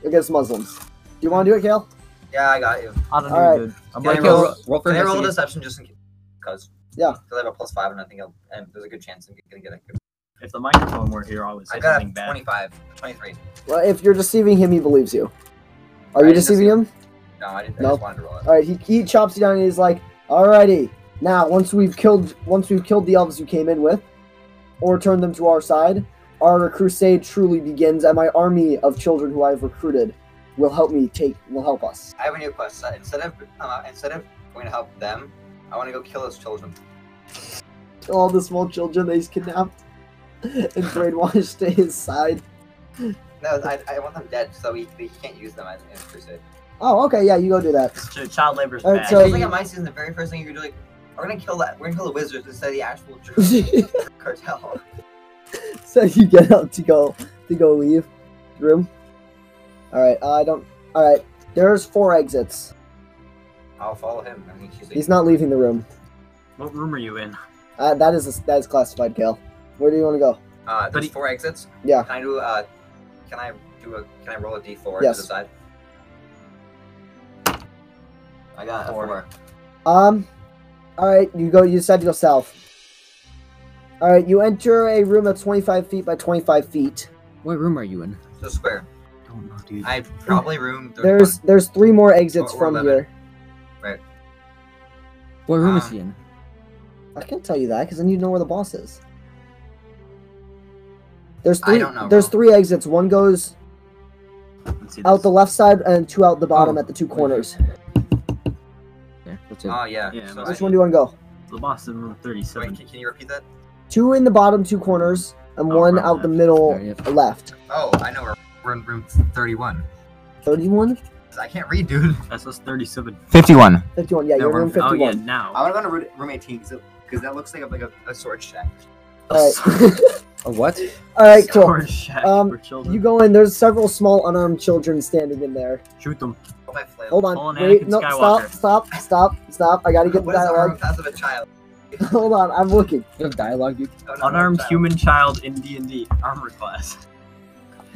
Speaker 1: against Muslims. Do you want to do it, Kale?
Speaker 4: Yeah, I got you.
Speaker 3: I don't
Speaker 1: All right.
Speaker 3: know, dude. I'm
Speaker 4: Can
Speaker 2: Can
Speaker 4: I
Speaker 2: I
Speaker 3: like,
Speaker 4: roll-
Speaker 2: roll, roll for
Speaker 4: Can I roll
Speaker 2: investigation?
Speaker 4: deception just in case? Because.
Speaker 1: Yeah.
Speaker 4: Because I have a plus five and I think I'll, and there's a good chance I'm gonna get it.
Speaker 3: if the microphone were here, I would say
Speaker 4: I got
Speaker 3: something
Speaker 4: a
Speaker 3: bad.
Speaker 4: 25, 23.
Speaker 1: Well, if you're deceiving him, he believes you. Are
Speaker 4: I
Speaker 1: you
Speaker 4: didn't
Speaker 1: deceiving
Speaker 4: deceive
Speaker 1: him?
Speaker 4: No, I didn't. I
Speaker 1: No.
Speaker 4: just wanted to roll it.
Speaker 1: All right, he, he chops you down and he's like, "Alrighty, now once we've killed once we've killed the elves you came in with, or turned them to our side, our crusade truly begins, and my army of children who I've recruited will help me take will help us."
Speaker 4: I have a new quest. Uh, Instead of uh, instead of going to help them, I want to go kill those children.
Speaker 1: Kill All the small children that he's kidnapped and brainwashed to his side.
Speaker 4: No, I, I want them dead, so he, he can't use them as as crusade.
Speaker 1: Oh, okay, yeah, you go do that.
Speaker 3: It's- ch- Child labor's
Speaker 1: All right,
Speaker 3: bad.
Speaker 1: so-
Speaker 4: So
Speaker 1: you-
Speaker 4: like at my season, the very first thing you could do, like, we're gonna kill that. We're gonna kill the wizards instead of the actual true cartel.
Speaker 1: so you get up to go to go leave the room. All right, I don't. All right, there's four exits.
Speaker 4: I'll follow him. I mean, he's, like,
Speaker 1: He's not leaving the room.
Speaker 3: What room are you in?
Speaker 1: Uh, that is that is classified, Kale. Where do you want to go?
Speaker 4: Uh, there's
Speaker 3: But he-
Speaker 4: four exits.
Speaker 1: Yeah.
Speaker 4: Can I do? Uh, can I do a? Can I roll a d4
Speaker 1: Yes.
Speaker 4: to the side? I got a
Speaker 3: Four.
Speaker 4: four.
Speaker 1: Um, all right, you go. You decide to go south. All right, you enter a room that's 25 feet by 25 feet.
Speaker 2: What room are you in?
Speaker 4: So square.
Speaker 3: Don't know, dude.
Speaker 4: I probably room. 31.
Speaker 1: There's there's three more exits
Speaker 4: Or- or
Speaker 1: from
Speaker 4: 11.
Speaker 1: here.
Speaker 2: What room is
Speaker 4: Um,
Speaker 2: he in?
Speaker 1: I can't tell you that because then you know where the boss is. There's three.
Speaker 4: I don't know,
Speaker 1: there's
Speaker 4: bro.
Speaker 1: three exits. One goes
Speaker 3: Let's see
Speaker 1: out
Speaker 3: this.
Speaker 1: the left side and two out the bottom
Speaker 2: Oh,
Speaker 1: at the two
Speaker 2: wait.
Speaker 1: corners.
Speaker 2: Yeah, that's it.
Speaker 4: Oh yeah.
Speaker 3: Yeah,
Speaker 4: so
Speaker 3: but-
Speaker 4: I-
Speaker 1: Which one do you want to go?
Speaker 3: The boss in room
Speaker 4: Wait,
Speaker 3: 37.
Speaker 4: can, can you repeat that?
Speaker 1: Two in the bottom, two corners, and
Speaker 3: Oh,
Speaker 1: one
Speaker 3: right,
Speaker 1: out the
Speaker 3: left.
Speaker 1: middle
Speaker 2: Alright, yeah.
Speaker 1: left.
Speaker 4: Oh, I know. We're, we're in room 31.
Speaker 1: Thirty-one.
Speaker 4: I can't read, dude.
Speaker 3: SS 37.
Speaker 5: 51.
Speaker 1: 51. Yeah,
Speaker 2: No,
Speaker 1: you're in
Speaker 2: we're-
Speaker 3: Oh,
Speaker 1: 51.
Speaker 3: yeah, now.
Speaker 4: I want to go to room- room 18 because that looks like a, like a, a sword shack.
Speaker 1: All right.
Speaker 5: A what?
Speaker 1: All right, cool.
Speaker 3: Storage shack
Speaker 1: Um,
Speaker 3: for children.
Speaker 1: You go in. There's several small unarmed children standing in there.
Speaker 3: Shoot them.
Speaker 4: Oh, my flail.
Speaker 1: Hold on.
Speaker 3: Hold on,
Speaker 1: Wait.
Speaker 3: Anakin
Speaker 1: No.
Speaker 3: Skywalker.
Speaker 1: Stop. Stop. Stop. Stop. I gotta get the
Speaker 4: What is the arm
Speaker 1: dialogue.
Speaker 4: class of a child? Oh,
Speaker 1: Hold on. I'm looking.
Speaker 5: You have dialogue, dude.
Speaker 4: No, no, no,
Speaker 3: Unarmed
Speaker 4: child.
Speaker 3: human child in D&D. Armor class.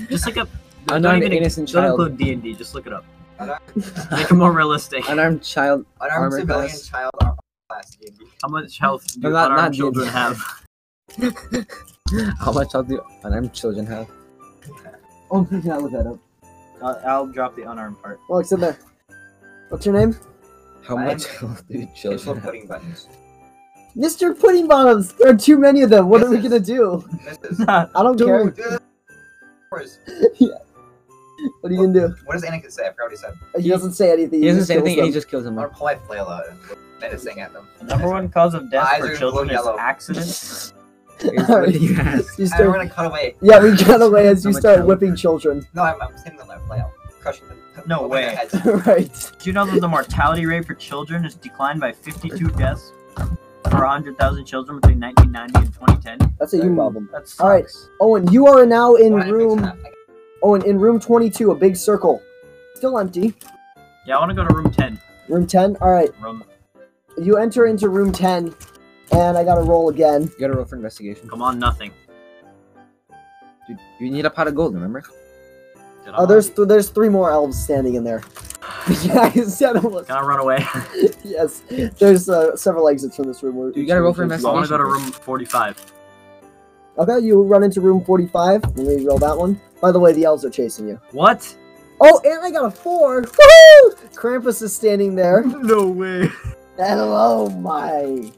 Speaker 3: Just look up. don't
Speaker 5: Unarmed
Speaker 3: even-
Speaker 5: innocent
Speaker 3: Don't
Speaker 5: child.
Speaker 3: include D&D, just look it up.
Speaker 4: Unarmed,
Speaker 3: Make it more realistic.
Speaker 5: Unarmed child.
Speaker 4: unarmed
Speaker 5: Armor
Speaker 4: civilian
Speaker 5: class.
Speaker 4: child armor class. D&D.
Speaker 3: How much health do
Speaker 5: No, not-
Speaker 3: unarmed
Speaker 5: not D&D.
Speaker 3: children have?
Speaker 5: How much health do unarmed children have?
Speaker 1: Oh, I gotta look that up.
Speaker 3: Uh, I'll drop the unarmed part.
Speaker 1: Well, Oh, it's in there. What's your name?
Speaker 5: How
Speaker 4: I
Speaker 5: much
Speaker 4: am-
Speaker 5: health do
Speaker 4: It's
Speaker 5: children
Speaker 4: little
Speaker 5: have?
Speaker 4: pudding buttons.
Speaker 1: Mr. Pudding Bottoms. There are too many of them. What are we gonna do?
Speaker 4: This is.
Speaker 1: I don't care.
Speaker 4: Dude, this is-
Speaker 1: What are you gonna do?
Speaker 4: What does Anakin say? I forgot what he said.
Speaker 1: He doesn't say anything.
Speaker 5: He doesn't say
Speaker 1: kills
Speaker 5: anything and he
Speaker 1: them.
Speaker 5: just kills them.
Speaker 4: I'm gonna pull my flail out and look menacing at them.
Speaker 3: Number one cause of death
Speaker 4: Eyes are
Speaker 3: for
Speaker 4: blue
Speaker 3: children is
Speaker 4: yellow.
Speaker 3: accidents.
Speaker 5: Here's what you ask.
Speaker 1: You
Speaker 4: I'm
Speaker 1: start,
Speaker 4: gonna cut away.
Speaker 1: yeah, we got away as
Speaker 5: So
Speaker 1: you
Speaker 5: much
Speaker 1: start
Speaker 5: help.
Speaker 1: whipping children.
Speaker 4: No, I'm, I'm sitting on my flail. Crushing them.
Speaker 3: No
Speaker 4: opening
Speaker 3: way.
Speaker 4: Their heads.
Speaker 1: right.
Speaker 3: Do you know that the mortality rate for children has declined by 52 deaths per 100,000 children between 1990 and 2010?
Speaker 1: That's a you
Speaker 5: Hmm.
Speaker 1: problem.
Speaker 3: That sucks.
Speaker 1: All right. Owen, you are now in
Speaker 4: Why am I
Speaker 1: room.
Speaker 4: fixing that?
Speaker 1: Owen, in room 22, a big circle. Still empty.
Speaker 3: Yeah, I want to go to room 10.
Speaker 1: Room 10. All right.
Speaker 3: Room.
Speaker 1: You enter into room 10, and I gotta roll again.
Speaker 5: You gotta roll for investigation.
Speaker 3: Come on, nothing.
Speaker 5: Dude, you need a pot of gold, remember?
Speaker 3: Did I
Speaker 1: Oh, there's th- there's three more elves standing in there. yeah, I said almost.
Speaker 3: Can I run away? I
Speaker 1: Yes. There's uh, several exits from this room. Where
Speaker 5: Dude, you gotta roll for
Speaker 3: want to
Speaker 5: investigation.
Speaker 3: go to room 45.
Speaker 1: Okay, you run into room 45. Let me roll that one. By the way, the elves are chasing you.
Speaker 3: What?
Speaker 1: Oh, and I got a four. Woohoo! Krampus is standing there.
Speaker 3: No way.
Speaker 1: Hello, my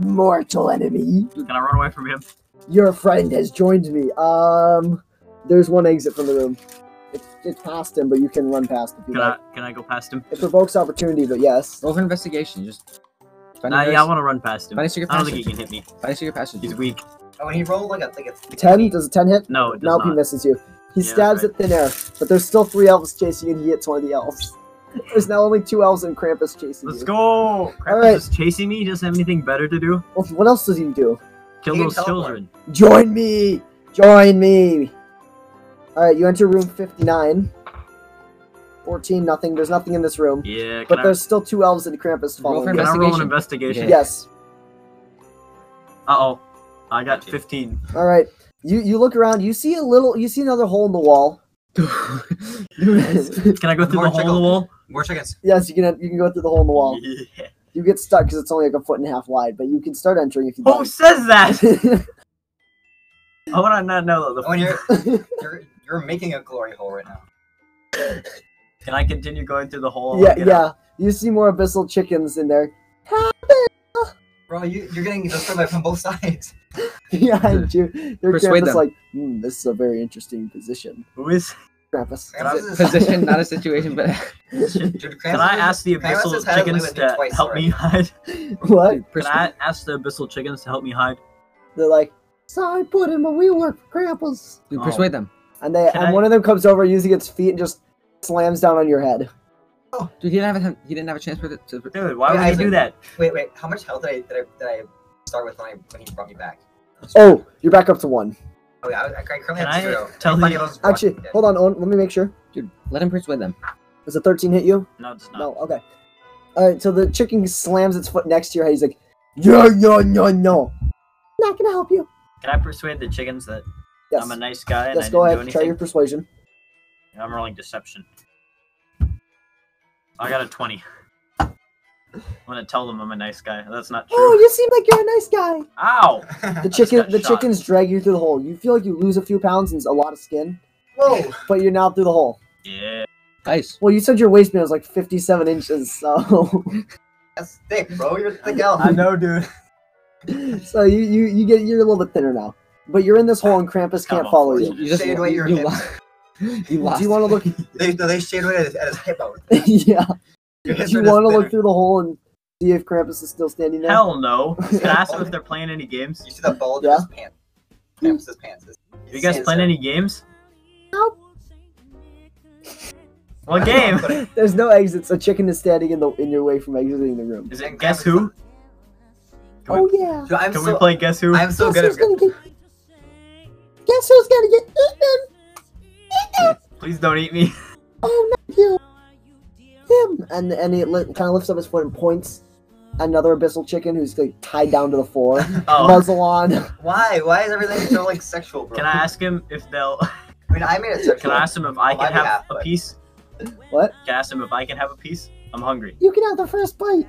Speaker 1: mortal enemy.
Speaker 3: Can I run away from him?
Speaker 1: Your friend has joined me. Um, there's one exit from the room. It's, it's past him, but you can run past if you
Speaker 3: Can
Speaker 1: like.
Speaker 3: I, can I go past him? Uh,
Speaker 1: It provokes opportunity, but yes.
Speaker 5: Roll for investigation. Just find,
Speaker 3: Nah,
Speaker 5: a,
Speaker 3: yeah, I want to run past him.
Speaker 5: find
Speaker 3: I
Speaker 5: a secret
Speaker 3: don't think he
Speaker 5: passage.
Speaker 3: can hit me.
Speaker 5: Find a secret passage.
Speaker 3: He's weak.
Speaker 4: Oh, when he rolled like a like a
Speaker 1: Ten? Does a ten hit?
Speaker 3: No, it does
Speaker 1: Nope, he
Speaker 3: not.
Speaker 1: misses you. He
Speaker 3: Yeah,
Speaker 1: stabs
Speaker 3: right.
Speaker 1: at thin air, but there's still three elves chasing you, and he hits one of the elves. There's now only two elves and Krampus chasing
Speaker 3: Let's
Speaker 1: you.
Speaker 3: go! Krampus
Speaker 1: right.
Speaker 3: is chasing me. He doesn't have anything better to do.
Speaker 1: Well, What else does he do?
Speaker 3: Kill
Speaker 4: He can
Speaker 3: those
Speaker 4: teleport.
Speaker 3: children.
Speaker 1: Join me! Join me! Alright, you enter room 59. 14, nothing. There's nothing in this room.
Speaker 3: Yeah, can
Speaker 1: But
Speaker 3: I,
Speaker 1: there's still two elves and Krampus
Speaker 5: Roll for
Speaker 1: following.
Speaker 3: can
Speaker 1: you.
Speaker 3: I roll an
Speaker 5: investigation.
Speaker 3: investigation?
Speaker 5: Yeah.
Speaker 1: Yes.
Speaker 3: Uh oh. I got
Speaker 4: Gotcha.
Speaker 3: 15.
Speaker 1: Alright. You you look around, you see a little you see another hole in the wall. yes,
Speaker 3: Can I go through
Speaker 4: More
Speaker 3: the hole in the wall?
Speaker 4: more chickens.
Speaker 1: you can you can go through the hole in the wall.
Speaker 3: Yeah.
Speaker 1: You get stuck because it's only like a foot and a half wide, but you can start entering if you
Speaker 3: Who
Speaker 1: want.
Speaker 3: says that? How would I not know that?
Speaker 4: When
Speaker 3: The
Speaker 4: you're you're you're making a glory hole right now.
Speaker 3: Can I continue going through the hole? and
Speaker 1: yeah,
Speaker 3: get out?
Speaker 1: yeah. You see more abyssal chickens in there
Speaker 4: Bro, you you're getting destroyed from both sides.
Speaker 1: behind you. Your
Speaker 5: Persuade
Speaker 1: Krampus
Speaker 5: them.
Speaker 1: like, hmm, this is a very interesting position.
Speaker 3: Who is?
Speaker 1: Krampus.
Speaker 4: Krampus
Speaker 5: It's a position, not a situation, but
Speaker 4: Dude,
Speaker 3: Can
Speaker 4: Krampus
Speaker 3: I
Speaker 4: is-
Speaker 3: ask the
Speaker 4: Krampus
Speaker 3: abyssal
Speaker 4: has had it
Speaker 3: chickens
Speaker 4: limited
Speaker 3: to
Speaker 4: twice
Speaker 3: help me
Speaker 4: already.
Speaker 3: hide?
Speaker 1: What?
Speaker 3: Can I ask the abyssal chickens to help me hide?
Speaker 1: They're like, sorry, put him, but we work for Krampus.
Speaker 5: dude,
Speaker 3: Oh.
Speaker 5: persuade them.
Speaker 1: And they
Speaker 3: Can
Speaker 1: and
Speaker 3: I-
Speaker 1: one of them comes over using its feet and just slams down on your head.
Speaker 5: Dude, he didn't have a, he didn't have a chance for the, to.
Speaker 3: Dude, why
Speaker 4: Yeah,
Speaker 3: would they
Speaker 4: Isaac.
Speaker 3: do that?
Speaker 4: Wait, wait. How much health did I did I, did I start with when, I, when he brought me back?
Speaker 1: Oh, you're back up to one.
Speaker 4: Oh, yeah, I, was- I currently
Speaker 3: Can
Speaker 4: have
Speaker 3: I
Speaker 4: zero.
Speaker 3: tell
Speaker 4: Everybody
Speaker 3: the-
Speaker 4: else is
Speaker 1: Actually,
Speaker 4: one.
Speaker 1: hold on, Owen, let me make sure.
Speaker 5: Dude, let him persuade them.
Speaker 1: Does a 13 hit you?
Speaker 3: No, it's not.
Speaker 1: No, okay. Alright, so the chicken slams its foot next to your head. He's like, no, no, no, no. Not gonna help you.
Speaker 3: Can I persuade the chickens that
Speaker 1: Yes.
Speaker 3: I'm a nice guy and
Speaker 1: yes,
Speaker 3: I
Speaker 1: go
Speaker 3: didn't do
Speaker 1: ahead. Try
Speaker 3: anything?
Speaker 1: your persuasion.
Speaker 3: I'm rolling deception. I got a 20. I'm gonna tell them I'm a nice guy. That's not true.
Speaker 1: Oh, you seem like you're a nice guy.
Speaker 3: Ow!
Speaker 1: The
Speaker 3: just
Speaker 1: chicken,
Speaker 3: got
Speaker 1: the
Speaker 3: shot.
Speaker 1: chickens drag you through the hole. You feel like you lose a few pounds and a lot of skin,
Speaker 4: Whoa!
Speaker 1: but you're now through the hole.
Speaker 3: Yeah.
Speaker 5: Nice.
Speaker 1: Well, you said your waistband was like 57 inches, so
Speaker 4: That's thick, bro. You're thick elf.
Speaker 3: know, dude.
Speaker 1: so you, you you get you're a little bit thinner now. But you're in this hole and Krampus
Speaker 3: Come
Speaker 1: can't
Speaker 3: on,
Speaker 1: follow
Speaker 5: You,
Speaker 1: you.
Speaker 5: you just
Speaker 4: Shade away your
Speaker 5: you,
Speaker 4: hips.
Speaker 5: lost. you lost.
Speaker 1: Do you want to look?
Speaker 4: They they shade away at his, at his hip bone.
Speaker 1: yeah. Do
Speaker 4: Your hips
Speaker 1: you
Speaker 4: are just
Speaker 1: want to look
Speaker 4: thinner.
Speaker 1: through the hole and see if Krampus is still standing there?
Speaker 3: Hell no. Can I ask them if they're playing any games?
Speaker 4: You see the bulge
Speaker 1: Yeah.
Speaker 4: of his pants. Cramps his pants. His-
Speaker 3: You guys
Speaker 4: his
Speaker 3: playing
Speaker 4: hands
Speaker 3: any games? What game?
Speaker 1: There's no exits. A chicken is standing in the in your way from exiting the room.
Speaker 3: Is it Guess Who? Can
Speaker 1: Oh
Speaker 3: we,
Speaker 1: yeah.
Speaker 4: Dude, I'm
Speaker 3: can
Speaker 4: so
Speaker 3: we play Guess Who?
Speaker 4: I'm so
Speaker 1: Guess
Speaker 4: good
Speaker 1: who's gonna
Speaker 4: at
Speaker 1: get? Guess who's gonna get eaten?
Speaker 3: Please don't eat me.
Speaker 1: Oh no, you. Him. And and he li- kind of lifts up his foot and points. at Another abyssal chicken who's like tied down to the floor,
Speaker 3: Oh,
Speaker 1: muzzle on.
Speaker 4: Why? Why is everything so like sexual, bro?
Speaker 3: can I ask him if they'll?
Speaker 4: I mean, I made it sexual.
Speaker 3: Can I ask him if I
Speaker 4: On my
Speaker 3: can have
Speaker 4: behalf,
Speaker 3: a
Speaker 4: but-
Speaker 3: piece?
Speaker 1: What?
Speaker 3: Can I ask him if I can have a piece? I'm hungry.
Speaker 1: You can have the first bite.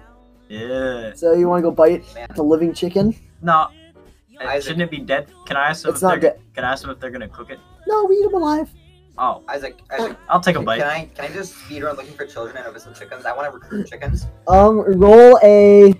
Speaker 3: Yeah.
Speaker 1: So you want to go bite
Speaker 4: Man.
Speaker 1: the living chicken?
Speaker 3: No. uh,
Speaker 4: Isaac.
Speaker 3: Shouldn't it be dead? Can I ask them?
Speaker 1: It's
Speaker 3: if
Speaker 1: not
Speaker 3: they're-
Speaker 1: good.
Speaker 3: Can I ask them if they're gonna cook it?
Speaker 1: No, we eat them alive.
Speaker 3: Oh,
Speaker 4: Isaac, Isaac,
Speaker 3: I'll take a
Speaker 4: can
Speaker 3: bite.
Speaker 4: I can I just speed around looking for children and abyssal chickens? I want to recruit chickens.
Speaker 1: Um, roll a.
Speaker 5: I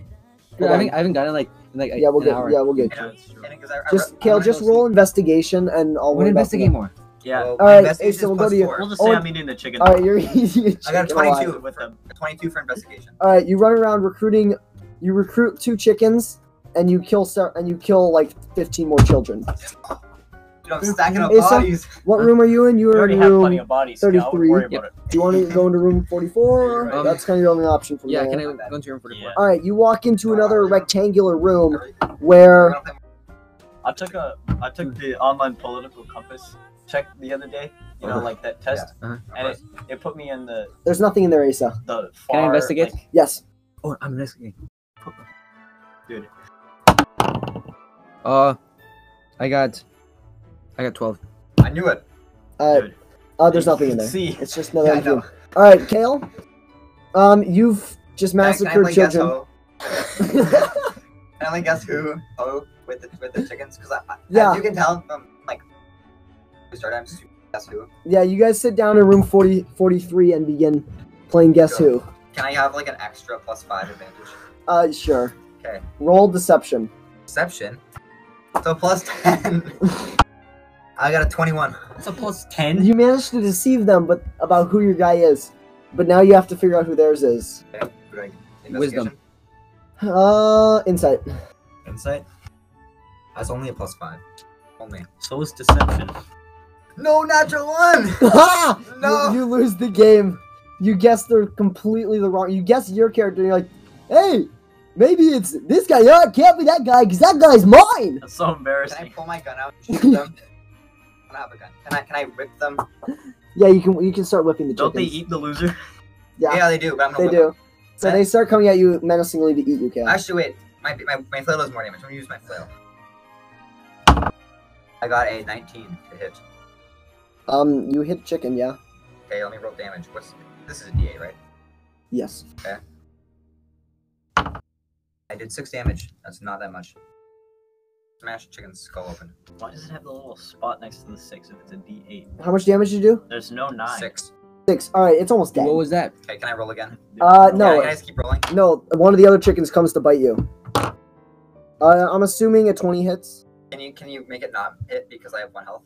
Speaker 5: haven't, I haven't gotten like in, like
Speaker 1: Yeah, we'll
Speaker 5: an
Speaker 1: get.
Speaker 5: hour.
Speaker 1: Yeah, we'll get.
Speaker 3: Yeah, that's true.
Speaker 4: And because I, I
Speaker 1: Just
Speaker 4: re- I
Speaker 1: Kale,
Speaker 4: wanna
Speaker 1: just
Speaker 4: go
Speaker 1: roll
Speaker 4: see-
Speaker 1: investigate investigation, and
Speaker 5: We're gonna
Speaker 1: I'll. worry about the
Speaker 5: investigate
Speaker 1: other.
Speaker 5: more.
Speaker 3: Yeah.
Speaker 4: Well,
Speaker 1: All right,
Speaker 4: investigation's
Speaker 1: Ace, we'll
Speaker 4: plus
Speaker 1: go to you.
Speaker 4: four.
Speaker 3: We'll just
Speaker 1: Oh,
Speaker 3: say
Speaker 1: it-
Speaker 3: I'm eating the chicken.
Speaker 1: All right, you're eating
Speaker 4: I got a
Speaker 1: chicken alive.
Speaker 4: 22
Speaker 3: with them.
Speaker 4: Twenty-two for investigation.
Speaker 1: All right, you run around recruiting. You recruit two chickens, and you kill ser- and you kill like fifteen more children.
Speaker 4: Dude,
Speaker 1: Mm-hmm.
Speaker 4: I'm stacking up
Speaker 1: Asa?
Speaker 4: bodies.
Speaker 1: What room are you in?
Speaker 3: You
Speaker 1: You're
Speaker 3: already
Speaker 1: in
Speaker 3: have plenty
Speaker 1: room.
Speaker 3: of bodies. Yeah, I wouldn't worry
Speaker 1: 33.
Speaker 3: about it.
Speaker 1: Do you want to go into room forty-four?
Speaker 4: Right.
Speaker 1: That's kind of your only option from
Speaker 2: Yeah,
Speaker 1: there.
Speaker 2: can I go into your room for the
Speaker 3: Yeah.
Speaker 1: All right, you walk into
Speaker 4: Uh,
Speaker 1: another
Speaker 4: yeah.
Speaker 1: rectangular room
Speaker 4: Every- we're
Speaker 1: where
Speaker 4: gonna play-
Speaker 3: I took a I took the online political compass check the other day. You know,
Speaker 4: Uh-huh.
Speaker 3: like that test,
Speaker 2: Yeah, uh-huh.
Speaker 3: and it, it put me in the
Speaker 1: there's nothing in there, Asa.
Speaker 3: the far.
Speaker 5: Can I investigate?
Speaker 3: like-
Speaker 1: Yes.
Speaker 2: Oh, I'm investigating.
Speaker 3: dude,
Speaker 5: Uh, I got.
Speaker 2: I got 12.
Speaker 4: I knew it.
Speaker 1: Uh,
Speaker 3: dude.
Speaker 1: uh, there's
Speaker 3: you
Speaker 1: nothing in
Speaker 3: should
Speaker 1: there.
Speaker 3: See,
Speaker 1: It's just
Speaker 4: Yeah,
Speaker 1: another
Speaker 4: I
Speaker 1: empty
Speaker 4: know.
Speaker 1: room. All right, Kale. Um, you've just
Speaker 4: Can I- can I
Speaker 1: massacred
Speaker 4: play Guess
Speaker 1: children.
Speaker 4: Who? And I guess who? Oh, with the with the chickens, because I, I
Speaker 1: Yeah.
Speaker 4: as you can tell from like we started. I'm super guess who.
Speaker 1: yeah, you guys sit down in room 40, 43 and begin playing Guess
Speaker 4: Sure.
Speaker 1: Who.
Speaker 4: Can I have like an extra plus five advantage?
Speaker 1: Uh, sure.
Speaker 4: Okay.
Speaker 1: Roll deception.
Speaker 4: Perception. So plus ten. I got a twenty-one.
Speaker 2: That's a plus 10.
Speaker 1: You managed to deceive them, but about who your guy is. But now you have to figure out who theirs is.
Speaker 4: Great.
Speaker 5: Wisdom.
Speaker 4: Investigation?
Speaker 1: Uh, insight.
Speaker 4: Insight. That's only a plus five. Only.
Speaker 3: so is deception.
Speaker 4: No natural one.
Speaker 1: Ah!
Speaker 4: No.
Speaker 1: You, you lose the game. You guess they're completely the wrong. You guess your character. And you're like, hey, maybe it's this guy. No, it can't be that guy because that guy's mine.
Speaker 3: That's so
Speaker 4: Can I
Speaker 3: embarrassing.
Speaker 4: pull my gun out? and Shoot them. I don't have a gun. Can I can I rip them?
Speaker 1: Yeah, you can you can start whipping the
Speaker 3: Don't they
Speaker 1: chickens.
Speaker 3: eat the loser?
Speaker 1: Yeah.
Speaker 4: Yeah, they do. But I'm
Speaker 1: They
Speaker 4: gonna whip
Speaker 1: do. So
Speaker 4: That-
Speaker 1: they start coming at you menacingly to eat you, Cal.
Speaker 4: Actually, wait. My, my, my flail does more damage. I'm gonna use my flail. I got a 19 to hit.
Speaker 1: Um, you hit chicken, yeah?
Speaker 4: Okay, let me roll damage. What's this is a DA, right?
Speaker 1: Yes.
Speaker 4: I did six damage. That's not that much. Smash chicken's skull open.
Speaker 3: Why does it have the little spot next to the six if it's a D eight?
Speaker 1: How much damage did you do?
Speaker 3: There's no nine.
Speaker 4: Six.
Speaker 1: Six. All right, it's almost dead.
Speaker 5: What was that?
Speaker 4: Okay, can I roll again?
Speaker 1: Uh,
Speaker 4: Yeah,
Speaker 1: no.
Speaker 4: can I just keep rolling?
Speaker 1: No, one of the other chickens comes to bite you. Uh, I'm assuming a 20 hits.
Speaker 4: Can you can you make it not hit because I have one health?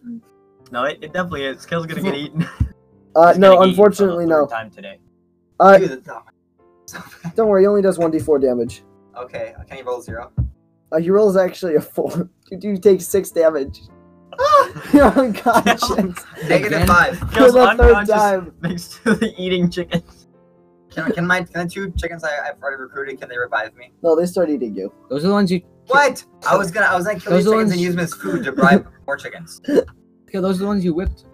Speaker 3: No, it, it definitely is. Kale's gonna get eaten.
Speaker 1: Uh,
Speaker 3: He's
Speaker 1: no,
Speaker 3: gonna get eaten for the
Speaker 1: unfortunately,
Speaker 3: third
Speaker 1: no.
Speaker 3: Time today.
Speaker 1: Uh,
Speaker 4: Dude, that's not- so bad.
Speaker 1: don't worry, he only does 1d4 damage.
Speaker 4: Okay, can you roll zero?
Speaker 1: Uh, he rolls actually a 4. You do take 6 damage. Ah, You're unconscious.
Speaker 4: Negative
Speaker 5: Again?
Speaker 4: five.
Speaker 1: For
Speaker 3: Kale's
Speaker 1: the third
Speaker 3: unconscious
Speaker 1: time.
Speaker 3: thanks to the eating chicken.
Speaker 4: Can, can my can the two chickens I, I've already recruited can they revive me?
Speaker 1: No, they start eating you.
Speaker 5: Those are the ones you.
Speaker 4: What? I was gonna I was gonna kill
Speaker 5: Those are the
Speaker 4: these chickens and
Speaker 5: ones-
Speaker 4: use them as food to bribe more chickens.
Speaker 5: Yeah, those are the ones you whipped.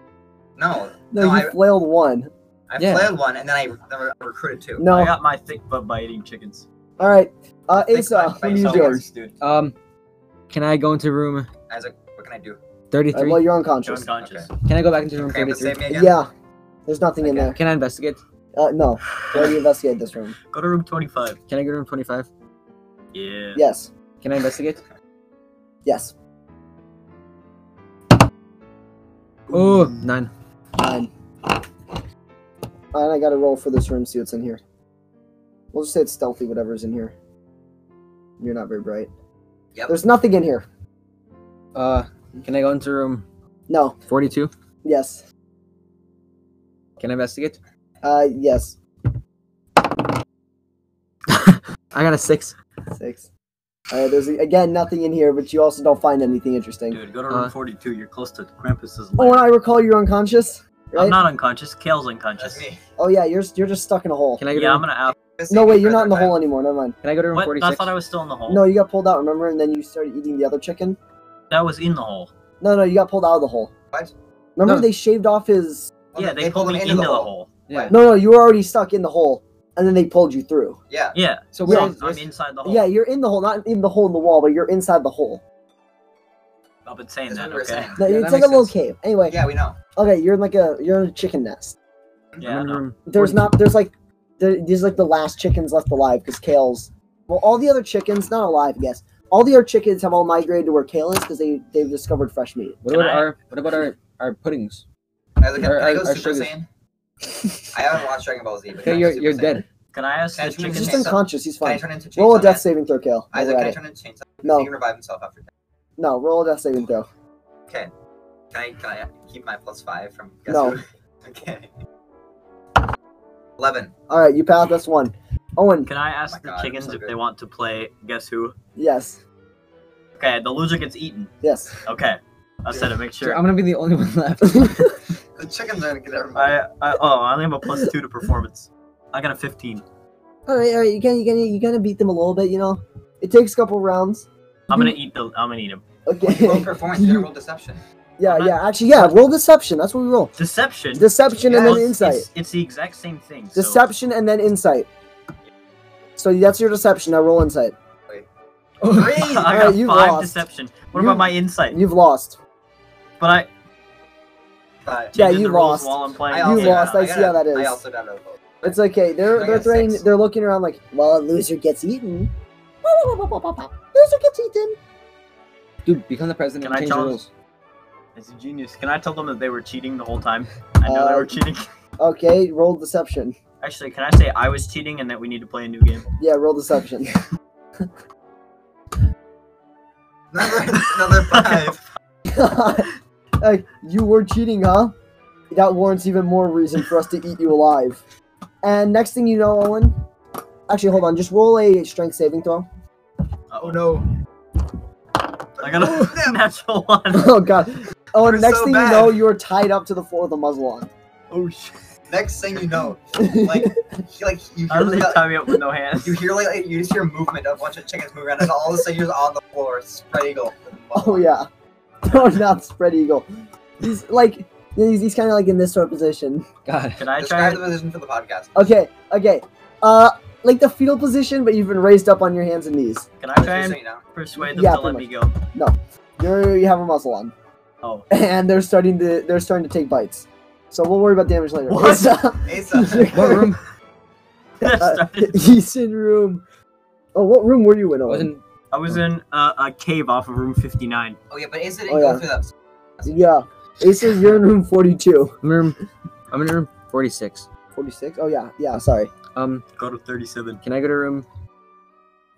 Speaker 4: No,
Speaker 1: No,
Speaker 4: No,
Speaker 1: you
Speaker 4: I-
Speaker 1: flailed one.
Speaker 4: I
Speaker 5: Yeah.
Speaker 4: flailed one, and then I, then I recruited two.
Speaker 1: No.
Speaker 3: I got my thick butt by eating chickens.
Speaker 1: All right. Uh,
Speaker 4: Six
Speaker 1: Asa,
Speaker 4: by-
Speaker 1: what
Speaker 4: by
Speaker 1: are you
Speaker 4: some
Speaker 1: doing?
Speaker 3: Worse, dude.
Speaker 5: Um, can I go into room
Speaker 4: Isaac, what can I do?
Speaker 1: Uh, well,
Speaker 5: 33?
Speaker 1: you're
Speaker 3: You're
Speaker 1: unconscious.
Speaker 3: unconscious.
Speaker 5: Can I go back into room 33?
Speaker 4: Krampus save me again.
Speaker 1: Yeah. There's nothing in there.
Speaker 5: Can I investigate?
Speaker 1: Uh, no. We already investigated this room.
Speaker 3: Go to room 25.
Speaker 5: Can I go to room 25?
Speaker 3: Yeah.
Speaker 1: Yes.
Speaker 5: Can I investigate?
Speaker 1: Yes.
Speaker 5: Oh, nine.
Speaker 1: Nine. Um, And I got to roll for this room, see what's in here. We'll just say it's stealthy, whatever's in here. You're not very bright.
Speaker 4: Yep.
Speaker 1: There's nothing in here.
Speaker 5: Uh, can I go into room
Speaker 1: No.
Speaker 5: 42?
Speaker 1: Yes.
Speaker 5: Can I investigate?
Speaker 1: Uh, yes.
Speaker 5: I got a six.
Speaker 1: Six. All right, there's again nothing in here, but you also don't find anything interesting.
Speaker 3: Dude, go to room
Speaker 5: Uh,
Speaker 3: 42. You're close to Krampus's
Speaker 1: Oh, and
Speaker 3: lair.
Speaker 1: I recall you're unconscious. Right?
Speaker 3: I'm not unconscious. Kale's
Speaker 4: That's
Speaker 3: unconscious.
Speaker 4: me.
Speaker 1: oh yeah, you're you're just stuck in a hole.
Speaker 5: Can I go to
Speaker 3: Yeah, I'm
Speaker 5: room,
Speaker 3: gonna out.
Speaker 1: No, wait, you're not in the hole anymore. Never mind.
Speaker 5: Can I go to room
Speaker 3: What? I
Speaker 5: 46?
Speaker 3: thought I was still in the hole.
Speaker 1: No, you got pulled out. Remember, and then you started eating the other chicken.
Speaker 3: that was in the hole.
Speaker 1: No, no, you got pulled out of the hole.
Speaker 4: What?
Speaker 1: Remember,
Speaker 5: No.
Speaker 1: they shaved off his.
Speaker 3: yeah, they, pulled me into, the hole.
Speaker 5: yeah.
Speaker 1: No, no, you were already stuck in the hole, and then they pulled you through.
Speaker 4: Yeah.
Speaker 3: Yeah,
Speaker 5: So where
Speaker 1: Yeah.
Speaker 5: is
Speaker 3: I'm, I'm
Speaker 5: where's-
Speaker 3: inside the hole.
Speaker 1: Yeah, you're in the hole, not in the hole in the wall, but you're inside the hole.
Speaker 3: I've been saying
Speaker 4: That's
Speaker 3: that.
Speaker 4: what we were
Speaker 3: Okay.
Speaker 4: saying.
Speaker 1: No,
Speaker 5: Yeah,
Speaker 1: it's
Speaker 5: that
Speaker 1: like a
Speaker 5: makes
Speaker 1: little
Speaker 5: sense.
Speaker 1: cave. Anyway,
Speaker 4: Yeah, we know.
Speaker 1: okay, you're in like a you're in a chicken nest.
Speaker 3: Yeah.
Speaker 5: I'm in
Speaker 3: no.
Speaker 5: room
Speaker 1: There's
Speaker 5: 40.
Speaker 1: not there's like there, these are like the last chickens left alive because Kale's well all the other chickens not alive I guess all the other chickens have all migrated to where Kale is because they they've discovered fresh meat.
Speaker 5: What
Speaker 3: Can
Speaker 5: about
Speaker 3: I-
Speaker 5: our what about our our puddings?
Speaker 4: I was like,
Speaker 5: Our-
Speaker 4: can I go
Speaker 5: our- our
Speaker 4: Super
Speaker 5: sugars.
Speaker 4: Saiyan? I haven't watched Dragon Ball Z. But
Speaker 5: Okay,
Speaker 4: can I
Speaker 5: you're
Speaker 4: Super
Speaker 5: you're
Speaker 4: Saiyan?
Speaker 5: dead.
Speaker 3: Can I ask
Speaker 4: Can I
Speaker 3: the
Speaker 4: turn
Speaker 3: chicken?
Speaker 1: He's just
Speaker 4: into Chainsaw-
Speaker 1: unconscious. He's
Speaker 4: Can I
Speaker 1: fine.
Speaker 4: turn into Chainsaw
Speaker 1: Roll a
Speaker 4: Man?
Speaker 1: death saving throw, Kale.
Speaker 4: Isaac,
Speaker 1: We're
Speaker 4: can
Speaker 1: at
Speaker 4: I
Speaker 1: it.
Speaker 4: turn into Chainsaw?
Speaker 1: No.
Speaker 4: He can revive himself after death.
Speaker 1: No, roll a death saving throw.
Speaker 4: Okay. Can I can I keep my plus five from guess
Speaker 1: No.
Speaker 4: who? okay. Eleven.
Speaker 1: All right, you pass. That's one. Owen,
Speaker 3: Can I ask
Speaker 4: Oh my
Speaker 3: the
Speaker 4: God, I'm
Speaker 3: chickens
Speaker 4: so
Speaker 3: if
Speaker 4: good.
Speaker 3: they want to play Guess Who?
Speaker 1: yes,
Speaker 3: Okay, the loser gets eaten.
Speaker 1: yes.
Speaker 3: Okay, I said it. Make
Speaker 5: Sure,
Speaker 3: sure.
Speaker 5: I'm gonna be the only one left.
Speaker 4: The chickens are gonna get everybody.
Speaker 3: I, I oh, I only have a plus two to performance. I got a 15.
Speaker 1: All right, all right. You can you can you gonna beat them a little bit. You know, it takes a couple rounds.
Speaker 3: I'm gonna eat the. I'm gonna eat him.
Speaker 4: Roll
Speaker 1: Okay.
Speaker 4: performance, you gotta roll deception.
Speaker 1: yeah, yeah. Actually, yeah. Roll deception. That's what we roll.
Speaker 3: Deception.
Speaker 1: Deception and
Speaker 3: Well,
Speaker 1: then
Speaker 3: it's-
Speaker 1: insight.
Speaker 3: It's, it's the exact same thing. so-
Speaker 1: Deception and then insight. So that's your deception. Now roll insight.
Speaker 4: Three!
Speaker 3: I
Speaker 1: Alright,
Speaker 3: got
Speaker 1: you've
Speaker 3: five
Speaker 1: lost.
Speaker 3: deception. What
Speaker 1: You-
Speaker 3: about my insight?
Speaker 1: You've lost.
Speaker 3: But I
Speaker 4: But
Speaker 1: Yeah,
Speaker 3: changing
Speaker 1: you
Speaker 3: the rules
Speaker 1: lost.
Speaker 3: While I'm playing
Speaker 4: I
Speaker 3: the
Speaker 1: You
Speaker 4: also
Speaker 3: game.
Speaker 1: lost,
Speaker 4: got-
Speaker 1: I see
Speaker 4: got
Speaker 1: how
Speaker 4: a-
Speaker 1: that is.
Speaker 4: I also got a vote.
Speaker 1: It's okay. They're
Speaker 4: I
Speaker 1: they're
Speaker 4: got
Speaker 1: throwing. they
Speaker 4: six.
Speaker 1: They're looking around like, well, a loser gets eaten. Loser gets eaten.
Speaker 5: Dude, become the president
Speaker 3: Can
Speaker 5: and
Speaker 3: I
Speaker 5: change the
Speaker 3: challenge-
Speaker 5: rules.
Speaker 3: It's a genius. Can I tell them that they were cheating the whole time? I know they
Speaker 1: Uh,
Speaker 3: were cheating.
Speaker 1: Okay, roll deception.
Speaker 3: Actually, can I say I was cheating and that we need to play a new game?
Speaker 1: Yeah, roll deception.
Speaker 4: Another, another five.
Speaker 1: like, you were cheating, huh? That warrants even more reason for us to eat you alive. And next thing you know, Owen. Actually, hold on. Just roll a strength saving throw.
Speaker 3: Uh-oh.
Speaker 4: Oh, no. Oh,
Speaker 3: I got a natural one.
Speaker 1: oh God. Oh,
Speaker 4: We're
Speaker 1: and next
Speaker 4: so
Speaker 1: thing
Speaker 4: bad.
Speaker 1: you know, you are tied up to the floor with a muzzle on.
Speaker 3: Oh shit!
Speaker 4: Next thing you know, like, he, like you
Speaker 3: How
Speaker 4: hear,
Speaker 3: did they
Speaker 4: like, a-
Speaker 3: tie me up with no hands?
Speaker 4: you hear like you just hear movement of a bunch of chickens moving around, and all of a sudden you're on the floor, spread eagle.
Speaker 1: Oh yeah. No, not spread eagle. He's like he's, he's kind of like in this sort of position.
Speaker 5: God.
Speaker 3: Can I try?
Speaker 4: Describe the position for the podcast.
Speaker 1: Okay, okay. Uh, like the fetal position, but you've been raised up on your hands and knees.
Speaker 3: Can I try
Speaker 4: Just so
Speaker 3: and
Speaker 4: you know.
Speaker 3: persuade them
Speaker 1: Yeah,
Speaker 3: to let me
Speaker 1: pretty
Speaker 3: go?
Speaker 1: You're you have a muzzle on,
Speaker 3: Oh,
Speaker 1: and they're starting to they're starting to take bites. So we'll worry about damage later. uh,
Speaker 3: What?
Speaker 1: Asa-
Speaker 4: Asa.
Speaker 5: What room?
Speaker 3: that
Speaker 1: uh,
Speaker 3: started.
Speaker 1: he's in room. Oh, what room were you in?
Speaker 5: I
Speaker 1: Owen?
Speaker 5: wasn't
Speaker 3: I was in uh, a cave off of room 59.
Speaker 4: Oh yeah, but Asa didn't
Speaker 1: Oh,
Speaker 4: go
Speaker 1: yeah.
Speaker 4: through that.
Speaker 1: Yeah, Asa, you're in room forty-two.
Speaker 5: I'm in room I'm in room forty six.
Speaker 1: Forty-six. Oh yeah, yeah. Sorry.
Speaker 5: Um
Speaker 3: Go to 37.
Speaker 5: can I go to room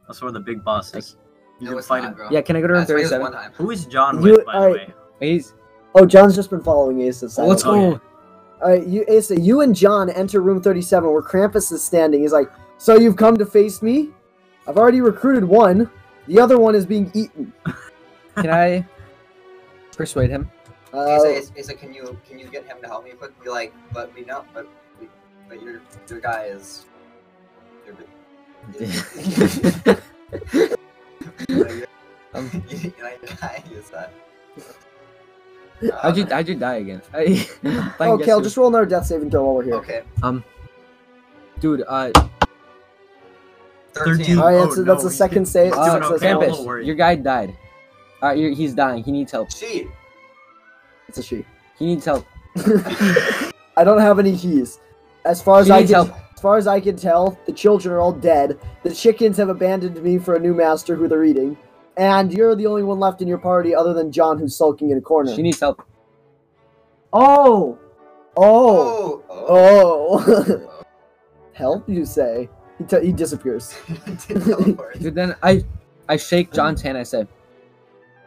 Speaker 3: That's where the big boss is. You
Speaker 4: No,
Speaker 3: can
Speaker 4: it's
Speaker 3: fight
Speaker 4: not,
Speaker 3: him.
Speaker 4: bro.
Speaker 5: Yeah, can I go to room
Speaker 4: That's why it
Speaker 5: thirty
Speaker 4: was one
Speaker 5: seven?
Speaker 4: time.
Speaker 3: Who is John
Speaker 1: You-
Speaker 3: with, by the
Speaker 1: I-
Speaker 3: way?
Speaker 5: He's
Speaker 1: Oh, John's just been following Asa.
Speaker 5: oh,
Speaker 1: silently.
Speaker 5: let's
Speaker 3: Oh,
Speaker 5: go.
Speaker 1: All right, you, Asa, you and John enter room 37 where Krampus is standing. He's like, So you've come to face me? I've already recruited one. The other one is being eaten.
Speaker 5: Can I persuade him?
Speaker 1: Uh,
Speaker 4: Asa,
Speaker 5: Oh.
Speaker 4: Asa, Asa, can you can you get him to help me quick? Be like, but we know, but we, but your your guy is. Your,
Speaker 5: Um,
Speaker 4: guy is that. Um,
Speaker 5: How'd you how'd you die again? I,
Speaker 1: oh, Kale, just roll another death saving throw while we're here.
Speaker 4: Okay.
Speaker 5: dude. Uh,
Speaker 4: Thirteen.
Speaker 1: All right,
Speaker 3: Oh,
Speaker 1: that's, a, that's
Speaker 3: no,
Speaker 1: a
Speaker 3: he
Speaker 1: second
Speaker 3: did-
Speaker 1: save.
Speaker 3: he's
Speaker 5: uh
Speaker 3: doing
Speaker 1: so it's
Speaker 3: okay, I'm a
Speaker 1: Krampus.
Speaker 5: Krampus,
Speaker 3: little worried.
Speaker 5: your guy died. Uh, you're, he's dying. He needs help.
Speaker 4: Cheat.
Speaker 1: It's a she.
Speaker 5: He needs help.
Speaker 1: I don't have any keys. As far as
Speaker 5: She
Speaker 1: I
Speaker 5: needs
Speaker 1: can,
Speaker 5: help.
Speaker 1: as far as I can tell, the children are all dead. The chickens have abandoned me for a new master who they're eating, and you're the only one left in your party other than John, who's sulking in a corner.
Speaker 5: She needs help.
Speaker 1: oh, oh.
Speaker 4: Oh. Oh.
Speaker 1: Oh, help you say? He, t- he disappears.
Speaker 4: Did teleport.
Speaker 5: Dude, then I, I shake John's hand. I said,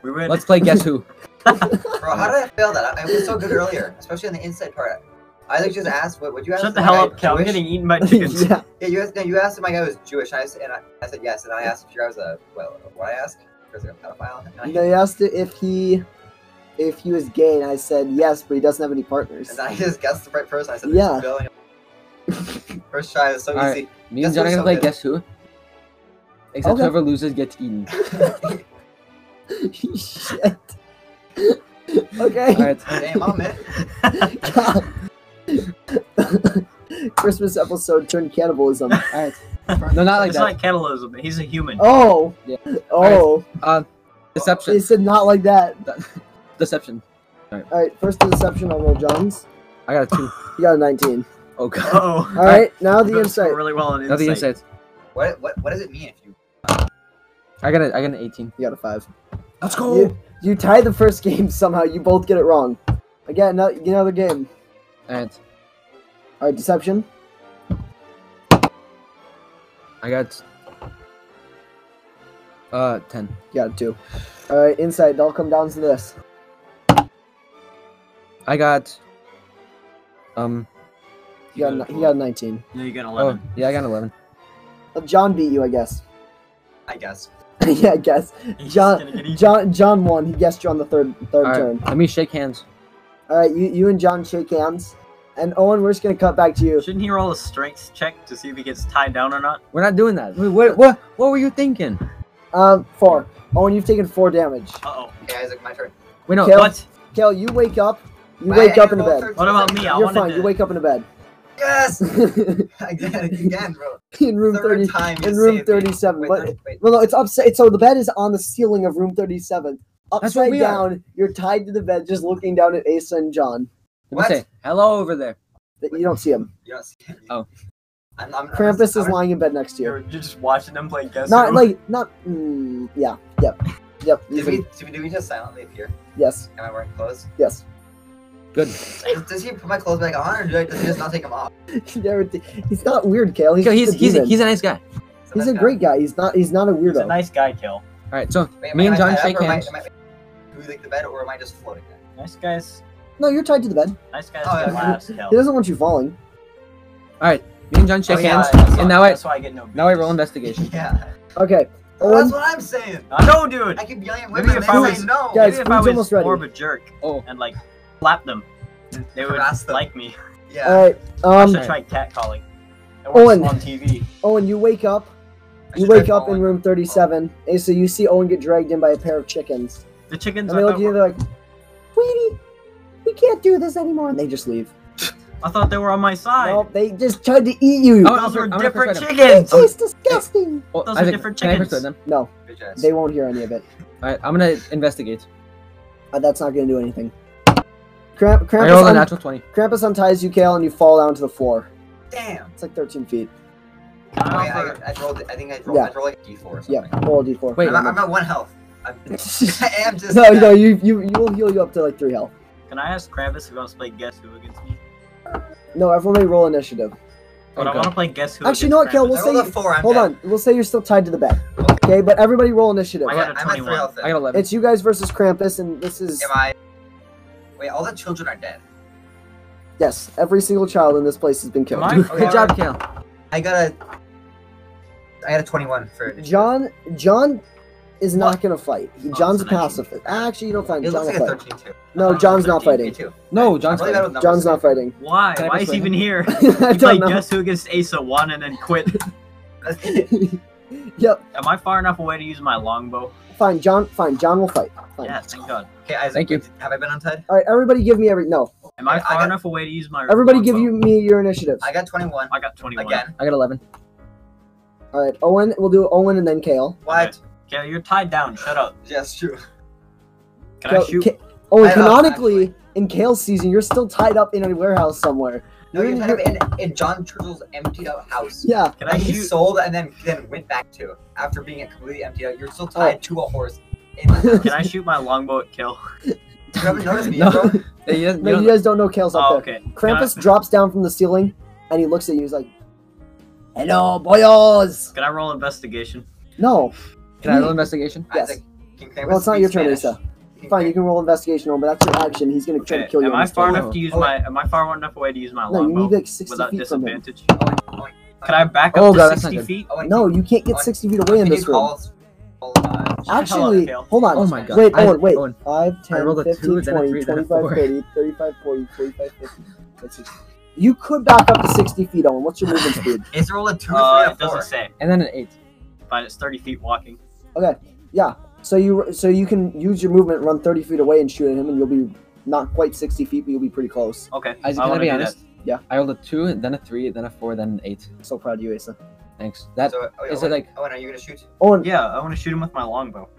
Speaker 3: We win.
Speaker 5: "Let's play Guess Who."
Speaker 4: Bro, how did I fail that? I, I was so good earlier, especially on the inside part. I like just asked, what would you ask?
Speaker 3: Shut
Speaker 4: if
Speaker 3: the
Speaker 4: my
Speaker 3: hell
Speaker 4: guy
Speaker 3: up,
Speaker 4: was
Speaker 3: Cal. I'm
Speaker 4: Jewish?
Speaker 3: getting eaten by chickens.
Speaker 1: yeah,
Speaker 4: Yeah, you asked, no, you asked if my guy was Jewish, and I, s- and I, I said yes, and I asked if your guy was a, well, what I asked? If he was a pedophile? And I,
Speaker 1: they asked if he if he was gay, and I said yes, but he doesn't have any partners.
Speaker 4: And I just guessed the right person. I said,
Speaker 1: Yeah.
Speaker 4: yeah. Bill. and- First try, it was so
Speaker 5: All
Speaker 4: easy.
Speaker 5: Me and
Speaker 4: Guess
Speaker 5: John are
Speaker 4: who's
Speaker 5: gonna play
Speaker 4: so good?
Speaker 5: Guess Who. Except
Speaker 1: Okay.
Speaker 5: whoever loses gets eaten.
Speaker 1: Shit. okay.
Speaker 5: Alright.
Speaker 4: Damn, I'm it.
Speaker 1: God. Christmas episode turned cannibalism.
Speaker 5: Alright. No, not like
Speaker 3: it's
Speaker 5: that.
Speaker 3: not cannibalism. He's a human.
Speaker 1: Oh.
Speaker 5: Yeah.
Speaker 1: Oh. They
Speaker 5: Deception.
Speaker 1: said not like that.
Speaker 5: Deception.
Speaker 1: All right. First the deception on roll, Johns.
Speaker 5: I got a two.
Speaker 1: You got a 19.
Speaker 5: Oh god.
Speaker 3: Oh.
Speaker 1: All right. Now the
Speaker 3: You're gonna score
Speaker 1: insight.
Speaker 3: Really well on
Speaker 5: Now the
Speaker 3: insight.
Speaker 5: insights.
Speaker 4: What, what, what does it mean if you.
Speaker 5: I got a, I got an 18.
Speaker 1: You got a five.
Speaker 2: Let's
Speaker 5: Oh.
Speaker 1: You, you tie the first game somehow. You both get it wrong. Again, another, another game.
Speaker 5: Alright.
Speaker 1: All right, deception.
Speaker 5: I got uh 10.
Speaker 1: You got a two. All right, insight. It all come down to this.
Speaker 5: I got um
Speaker 1: You got a, ni- you got a 19.
Speaker 3: No, you got an
Speaker 5: oh
Speaker 3: eleven.
Speaker 5: yeah, I got an 11.
Speaker 1: Uh, John beat you, I guess.
Speaker 4: I guess.
Speaker 1: yeah, I guess.
Speaker 3: He's
Speaker 1: John-
Speaker 3: gonna get eaten.
Speaker 1: John John won. He guessed you on the third third
Speaker 5: All right,
Speaker 1: turn.
Speaker 5: Let me shake hands.
Speaker 1: All right, you you and John shake hands, and Owen, we're just gonna cut back to you.
Speaker 3: Shouldn't he roll a strength check to see if he gets tied down or not?
Speaker 5: We're not doing that. Wait, what what what were you thinking?
Speaker 1: Um, four. Owen, you've taken four damage.
Speaker 3: Uh oh.
Speaker 4: Okay, Isaac, my turn.
Speaker 5: Wait no.
Speaker 1: Kill.
Speaker 3: What?
Speaker 1: Kale, you wake up. You
Speaker 4: Wait, I
Speaker 1: wake
Speaker 4: didn't
Speaker 1: up in a
Speaker 4: roll
Speaker 1: bed.
Speaker 4: third
Speaker 3: What about me? I
Speaker 1: You're
Speaker 3: wanted
Speaker 1: fine.
Speaker 3: to-
Speaker 1: You wake up in a bed.
Speaker 4: Yes!
Speaker 1: in
Speaker 4: I did it again, bro.
Speaker 1: room
Speaker 4: Third
Speaker 1: thirty.
Speaker 4: time you
Speaker 1: in room
Speaker 4: saved me.
Speaker 1: 37,
Speaker 4: Wait,
Speaker 1: what-
Speaker 4: third- wait,
Speaker 1: Well, no, it's upside. So the bed is on the ceiling of room thirty-seven.
Speaker 5: That's where
Speaker 1: Upside
Speaker 5: we are.
Speaker 1: down, you're tied to the bed, just looking down at Asa and John.
Speaker 5: Let me
Speaker 4: What?
Speaker 5: say hello over there.
Speaker 1: That you don't see him.
Speaker 4: you don't see me.
Speaker 5: Oh.
Speaker 4: I'm, I'm, I'm,
Speaker 1: Krampus is
Speaker 4: I'm,
Speaker 1: lying in bed next to you.
Speaker 3: You're, you're just watching them play guess
Speaker 1: Not
Speaker 3: who?
Speaker 1: like not. Mm, yeah. Yep. Yep. you
Speaker 4: Did
Speaker 1: can-
Speaker 4: we, did, we, did we just silently appear?
Speaker 1: Yes.
Speaker 4: Am I wearing clothes?
Speaker 1: Yes.
Speaker 5: Good.
Speaker 4: Does, does he put my clothes back on, or do I- does he just not take them off?
Speaker 1: He never did- he's not weird, Kale. He's
Speaker 5: He's he's
Speaker 1: just a
Speaker 5: he's,
Speaker 1: demon.
Speaker 5: he's a nice guy.
Speaker 4: So
Speaker 1: He's
Speaker 4: that's
Speaker 1: a
Speaker 4: kinda-
Speaker 1: great guy. He's not he's not a
Speaker 3: He's
Speaker 1: weirdo.
Speaker 3: a nice guy, Kill.
Speaker 5: All right. So
Speaker 4: Wait, am
Speaker 5: me
Speaker 4: I
Speaker 5: and John
Speaker 4: tied up,
Speaker 5: shake
Speaker 4: or am I-
Speaker 5: hands.
Speaker 4: am I moving the bed, or am I just floating there?
Speaker 3: Nice guys.
Speaker 1: No, you're tied to the bed.
Speaker 3: Nice guys
Speaker 4: Oh,
Speaker 3: get
Speaker 4: yeah.
Speaker 3: laughs, Kel.
Speaker 1: He doesn't want you falling.
Speaker 5: Me and John shake
Speaker 4: Oh, yeah,
Speaker 5: hands.
Speaker 4: I- that's
Speaker 5: and
Speaker 4: why-
Speaker 5: now I
Speaker 3: That's why I get no.
Speaker 5: now I roll
Speaker 3: boosters.
Speaker 5: investigation.
Speaker 4: Yeah.
Speaker 1: Okay.
Speaker 4: Well, that's
Speaker 1: Owen,
Speaker 4: what I'm saying.
Speaker 3: I know, dude.
Speaker 4: I keep yelling at
Speaker 3: Maybe
Speaker 4: women, and
Speaker 3: if I
Speaker 4: they
Speaker 3: was-
Speaker 4: say no.
Speaker 1: Guys,
Speaker 3: Maybe if
Speaker 1: food's
Speaker 3: I was
Speaker 1: almost ready.
Speaker 3: more of a jerk
Speaker 5: Oh,
Speaker 3: and like slap them, they would
Speaker 4: Harass them.
Speaker 3: like me.
Speaker 4: Yeah.
Speaker 1: all right.
Speaker 3: I
Speaker 1: Um,
Speaker 3: should try catcalling. It
Speaker 1: Owen.
Speaker 3: works on TV.
Speaker 1: Owen, you wake up.
Speaker 4: I
Speaker 1: You
Speaker 4: should try
Speaker 1: wake up in
Speaker 4: following.
Speaker 1: room 37. And so you see Owen get dragged in by a pair of chickens.
Speaker 3: The chickens.
Speaker 1: And
Speaker 3: I,
Speaker 1: they look at
Speaker 3: thought
Speaker 1: you.
Speaker 3: were,
Speaker 1: They're like, "Weedy, we can't do this anymore." And they just leave.
Speaker 3: I thought they were on my side.
Speaker 1: No, they just tried to eat you.
Speaker 5: Oh,
Speaker 3: Those
Speaker 5: I'm
Speaker 3: were
Speaker 5: gonna
Speaker 3: different
Speaker 5: persuade
Speaker 1: It
Speaker 3: chickens.
Speaker 1: tastes disgusting.
Speaker 5: oh,
Speaker 3: Those are
Speaker 5: Isaac,
Speaker 3: different
Speaker 5: can I
Speaker 3: chickens.
Speaker 5: persuade them?
Speaker 1: No,
Speaker 4: Bitch ass.
Speaker 1: they won't hear any of it.
Speaker 5: All right. I'm gonna investigate.
Speaker 1: Uh, that's not gonna do anything. Kramp-
Speaker 5: I rolled
Speaker 1: Krampus,
Speaker 5: a
Speaker 1: un-
Speaker 5: natural 20.
Speaker 1: Krampus unties you, Kale, and you fall down to the floor.
Speaker 4: Damn.
Speaker 1: It's like 13 feet.
Speaker 3: Can
Speaker 4: Wait,
Speaker 3: I
Speaker 4: I,
Speaker 3: offer-
Speaker 4: I, rolled. I think I rolled.
Speaker 1: Yeah.
Speaker 4: I rolled like a D4 or something.
Speaker 1: Yeah, roll a d4.
Speaker 5: Wait.
Speaker 4: I'm, at, I'm at one health. I'm, I am just.
Speaker 1: no, no, you, you, you will heal you up to like three health.
Speaker 3: Can I ask Krampus if he wants to play Guess Who against me?
Speaker 1: No, everyone may roll initiative.
Speaker 5: Oh,
Speaker 3: But I want
Speaker 5: God.
Speaker 3: to play Guess
Speaker 1: Actually,
Speaker 3: Who. against
Speaker 1: you know what, Kel?
Speaker 3: Krampus.
Speaker 1: We'll
Speaker 4: I
Speaker 1: say.
Speaker 4: rolled a four. I'm
Speaker 1: hold
Speaker 4: dead.
Speaker 1: on, we'll say you're still tied to the bed.
Speaker 4: Okay.
Speaker 1: Okay, but everybody roll initiative.
Speaker 3: I
Speaker 4: I
Speaker 3: got a
Speaker 4: am at
Speaker 3: 21.
Speaker 4: three health. then.
Speaker 5: I got 11.
Speaker 1: It's you guys versus Krampus, and this is
Speaker 4: Am I? Wait, all the children are dead.
Speaker 1: yes, every single child in this place has been killed.
Speaker 3: Am I-
Speaker 5: Good job, Kale.
Speaker 4: I got a. I got a 21 for initiative.
Speaker 1: John, John is not gonna fight. He-
Speaker 3: Oh,
Speaker 1: John's a
Speaker 3: it's a 19.
Speaker 1: pacifist. Actually, you don't find
Speaker 4: It
Speaker 1: John
Speaker 4: looks like
Speaker 1: will
Speaker 4: a
Speaker 1: fight.
Speaker 4: 13 too.
Speaker 1: No, John's not
Speaker 3: 13.
Speaker 4: Me
Speaker 1: fighting.
Speaker 4: too.
Speaker 5: No,
Speaker 4: I'm
Speaker 5: John's
Speaker 4: really bad
Speaker 5: dead.
Speaker 4: with numbers.
Speaker 1: John's not fighting.
Speaker 3: Why?
Speaker 5: Can I
Speaker 3: Why is he
Speaker 5: persuade
Speaker 3: even here?
Speaker 1: I
Speaker 3: He played
Speaker 1: don't know.
Speaker 3: Guess Who against Asa one and then quit.
Speaker 1: Yep,
Speaker 3: Am I far enough away to use my longbow?
Speaker 1: fine. John, fine. John will fight. Fine.
Speaker 3: Yeah, thank God.
Speaker 4: Okay, Isaac.
Speaker 5: Thank you.
Speaker 4: Have I been untied?
Speaker 1: All right, everybody, give me every no.
Speaker 3: Am I
Speaker 4: I- I
Speaker 3: far
Speaker 4: got-
Speaker 3: enough away to use my?
Speaker 1: Everybody, give
Speaker 3: longbow?
Speaker 1: you me your initiatives.
Speaker 4: I got 21
Speaker 3: I got 21.
Speaker 4: again.
Speaker 5: I got 11.
Speaker 1: All right, Owen. We'll do Owen and then Kale.
Speaker 4: What?
Speaker 3: Kale, you're tied down. Shut up.
Speaker 4: Yes, true.
Speaker 3: Can
Speaker 1: Kale-
Speaker 3: I shoot?
Speaker 1: Ka- Owen,
Speaker 4: I don't,
Speaker 1: canonically, in Kale's season, you're still tied up in a warehouse somewhere.
Speaker 4: No,
Speaker 1: You're
Speaker 4: you're
Speaker 1: in-
Speaker 4: tied up in, in John Turtle's emptied out house.
Speaker 1: Yeah,
Speaker 3: Can I
Speaker 4: That he
Speaker 3: shoot?
Speaker 4: sold and then then went back to after being completely emptied out. You're still
Speaker 1: Oh.
Speaker 4: tied to a horse. In the house.
Speaker 3: Can I shoot my longbow at Kale?
Speaker 4: You haven't noticed me,
Speaker 5: No.
Speaker 4: bro.
Speaker 5: Hey, you don't- you
Speaker 1: no,
Speaker 5: don't-
Speaker 1: you guys don't know Kale's up
Speaker 3: Oh,
Speaker 1: there.
Speaker 3: okay.
Speaker 1: Krampus drops down from the ceiling, and he looks at you. He's like, "Hello, boyos."
Speaker 3: Can I roll investigation?
Speaker 1: No,
Speaker 5: Can I roll investigation?
Speaker 1: Yes.
Speaker 4: Isaac, King Kramer
Speaker 1: well, it's not your
Speaker 4: speaks
Speaker 1: turn,
Speaker 4: Spanish. Oh,
Speaker 1: Asa.
Speaker 4: King
Speaker 1: Fine, you
Speaker 4: Kramer-
Speaker 1: can roll investigation roll, but that's your action. He's gonna try
Speaker 3: Okay.
Speaker 1: to kill you.
Speaker 3: Am
Speaker 1: on
Speaker 3: I
Speaker 1: this
Speaker 3: far
Speaker 1: turn.
Speaker 3: enough to use
Speaker 4: Oh,
Speaker 3: my? Am I far enough away to use my
Speaker 1: No, you
Speaker 3: longbow
Speaker 1: need like sixty
Speaker 3: without
Speaker 1: feet from him.
Speaker 3: disadvantage?
Speaker 4: Owen, Owen,
Speaker 3: Can I back up
Speaker 5: Oh,
Speaker 3: to
Speaker 5: God, that's not
Speaker 3: 60
Speaker 5: good.
Speaker 3: feet?
Speaker 4: Owen,
Speaker 1: No, you can't get
Speaker 4: Owen,
Speaker 1: sixty feet away in
Speaker 4: Oh, can you
Speaker 1: this room.
Speaker 4: call- call, uh,
Speaker 1: Actually,
Speaker 3: Kale.
Speaker 1: hold on.
Speaker 5: Oh my god.
Speaker 1: Wait,
Speaker 5: I-
Speaker 1: Owen, wait.
Speaker 5: Owen.
Speaker 1: 5, 10,
Speaker 5: rolled a
Speaker 1: 15,
Speaker 5: two, then a
Speaker 1: 20,
Speaker 5: three, then a
Speaker 1: 25,
Speaker 5: four.
Speaker 1: 30, 35, 40, 45, 50, 60. You could back up to 60 feet, Owen. What's your movement speed?
Speaker 4: It's roll a two,
Speaker 3: Uh,
Speaker 4: three,
Speaker 3: it
Speaker 4: or four.
Speaker 3: doesn't say,
Speaker 5: And then an eight.
Speaker 3: but it's 30 feet walking.
Speaker 1: Yeah. So you so you can use your movement, run 30 feet away, and shoot at him, and you'll be not quite 60 feet, but you'll be pretty close.
Speaker 3: Okay.
Speaker 5: I, can I
Speaker 3: wanna
Speaker 5: be
Speaker 3: do
Speaker 5: honest?
Speaker 3: that.
Speaker 1: Yeah.
Speaker 5: I rolled a two, then a three, then a four, then an eight.
Speaker 1: So proud of you, Asa.
Speaker 5: Thanks. That
Speaker 4: So, oh, yeah,
Speaker 5: is it
Speaker 4: Owen-
Speaker 5: like-
Speaker 4: Owen, are you gonna shoot?
Speaker 1: Owen,
Speaker 3: Yeah, I want to shoot him with my longbow.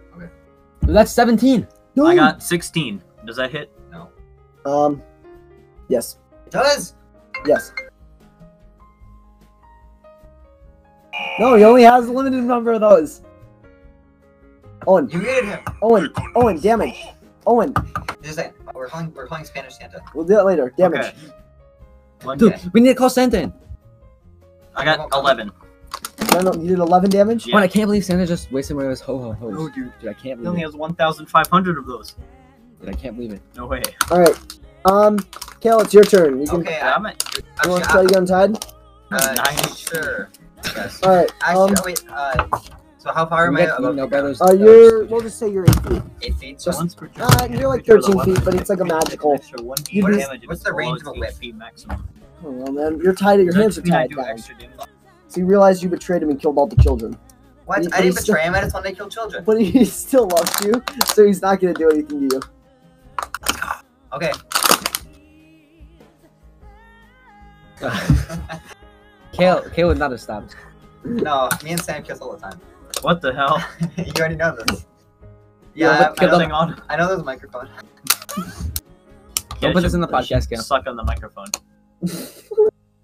Speaker 5: that's seventeen.
Speaker 1: dude.
Speaker 3: I got 16. Does that hit?
Speaker 1: Um, yes,
Speaker 4: It does.
Speaker 1: yes. No, he only has a limited number of those. Owen,
Speaker 4: You hit him.
Speaker 1: Owen, Owen, damage. Owen,
Speaker 4: Just like Oh, we're calling, we're calling Spanish Santa.
Speaker 1: we'll do that later. Damage.
Speaker 3: Okay. One
Speaker 5: Dude,
Speaker 3: damage.
Speaker 5: we need to call Santa in.
Speaker 3: I got 11.
Speaker 1: No, no, you did 11 damage?
Speaker 3: Yeah.
Speaker 5: Man, I can't believe Santa just wasted one of his ho ho
Speaker 4: Oh,
Speaker 5: ho's.
Speaker 3: No, dude.
Speaker 5: I can't
Speaker 3: He only
Speaker 5: believe it.
Speaker 3: has 1,500 of those.
Speaker 5: Dude, I can't believe it.
Speaker 3: No way.
Speaker 1: All right. Um, Kale, it's your turn. You can.
Speaker 4: Okay, I'm.
Speaker 3: Damn it.
Speaker 1: You want to try
Speaker 4: I'm
Speaker 1: you untied?
Speaker 4: uh,
Speaker 3: Nine.
Speaker 4: sure. Yes.
Speaker 1: All right.
Speaker 4: Actually,
Speaker 1: Um,
Speaker 4: oh, wait. Uh, so how far am
Speaker 5: We
Speaker 4: I
Speaker 5: got
Speaker 4: above?
Speaker 5: Emo
Speaker 4: the ground?
Speaker 5: brothers.
Speaker 1: uh, you're. We'll just say you're 8 feet.
Speaker 4: Eight feet.
Speaker 1: Just-
Speaker 3: Once per turn,
Speaker 1: uh,
Speaker 3: you
Speaker 1: you're like
Speaker 3: control the
Speaker 1: 13 feet,
Speaker 3: weapon
Speaker 1: but
Speaker 3: and
Speaker 1: it's like a
Speaker 3: creates an
Speaker 1: magical-
Speaker 3: extra 1d8
Speaker 1: You
Speaker 4: just-
Speaker 3: damage if
Speaker 4: what's the
Speaker 3: it's
Speaker 4: range
Speaker 3: below
Speaker 4: of
Speaker 3: its
Speaker 4: a whip?
Speaker 3: 8 feet maximum.
Speaker 1: Oh, well, man. You're tied. Your
Speaker 3: Does that
Speaker 1: hands are
Speaker 3: mean I
Speaker 1: tied.
Speaker 3: do
Speaker 1: guys.
Speaker 3: extra damage?
Speaker 1: So you realize you betrayed him and killed all the children.
Speaker 4: What?
Speaker 1: But
Speaker 4: I
Speaker 1: he's
Speaker 4: didn't
Speaker 1: still-
Speaker 4: betray him. I just wanted to kill children.
Speaker 1: But he still loves you, so he's not going to do anything to you.
Speaker 4: Okay.
Speaker 5: Kale, Kale would not have stopped.
Speaker 4: no, me and Sam kiss all the time.
Speaker 3: What the hell?
Speaker 4: you already know this.
Speaker 5: Yeah,
Speaker 4: Yeah, I, I,
Speaker 5: kill
Speaker 4: know,
Speaker 3: Nothing on.
Speaker 4: I know there's a microphone.
Speaker 3: Yeah,
Speaker 5: Don't
Speaker 3: it
Speaker 5: put this
Speaker 3: should-
Speaker 5: in the
Speaker 3: it should
Speaker 5: podcast, Kale.
Speaker 3: Suck on the microphone.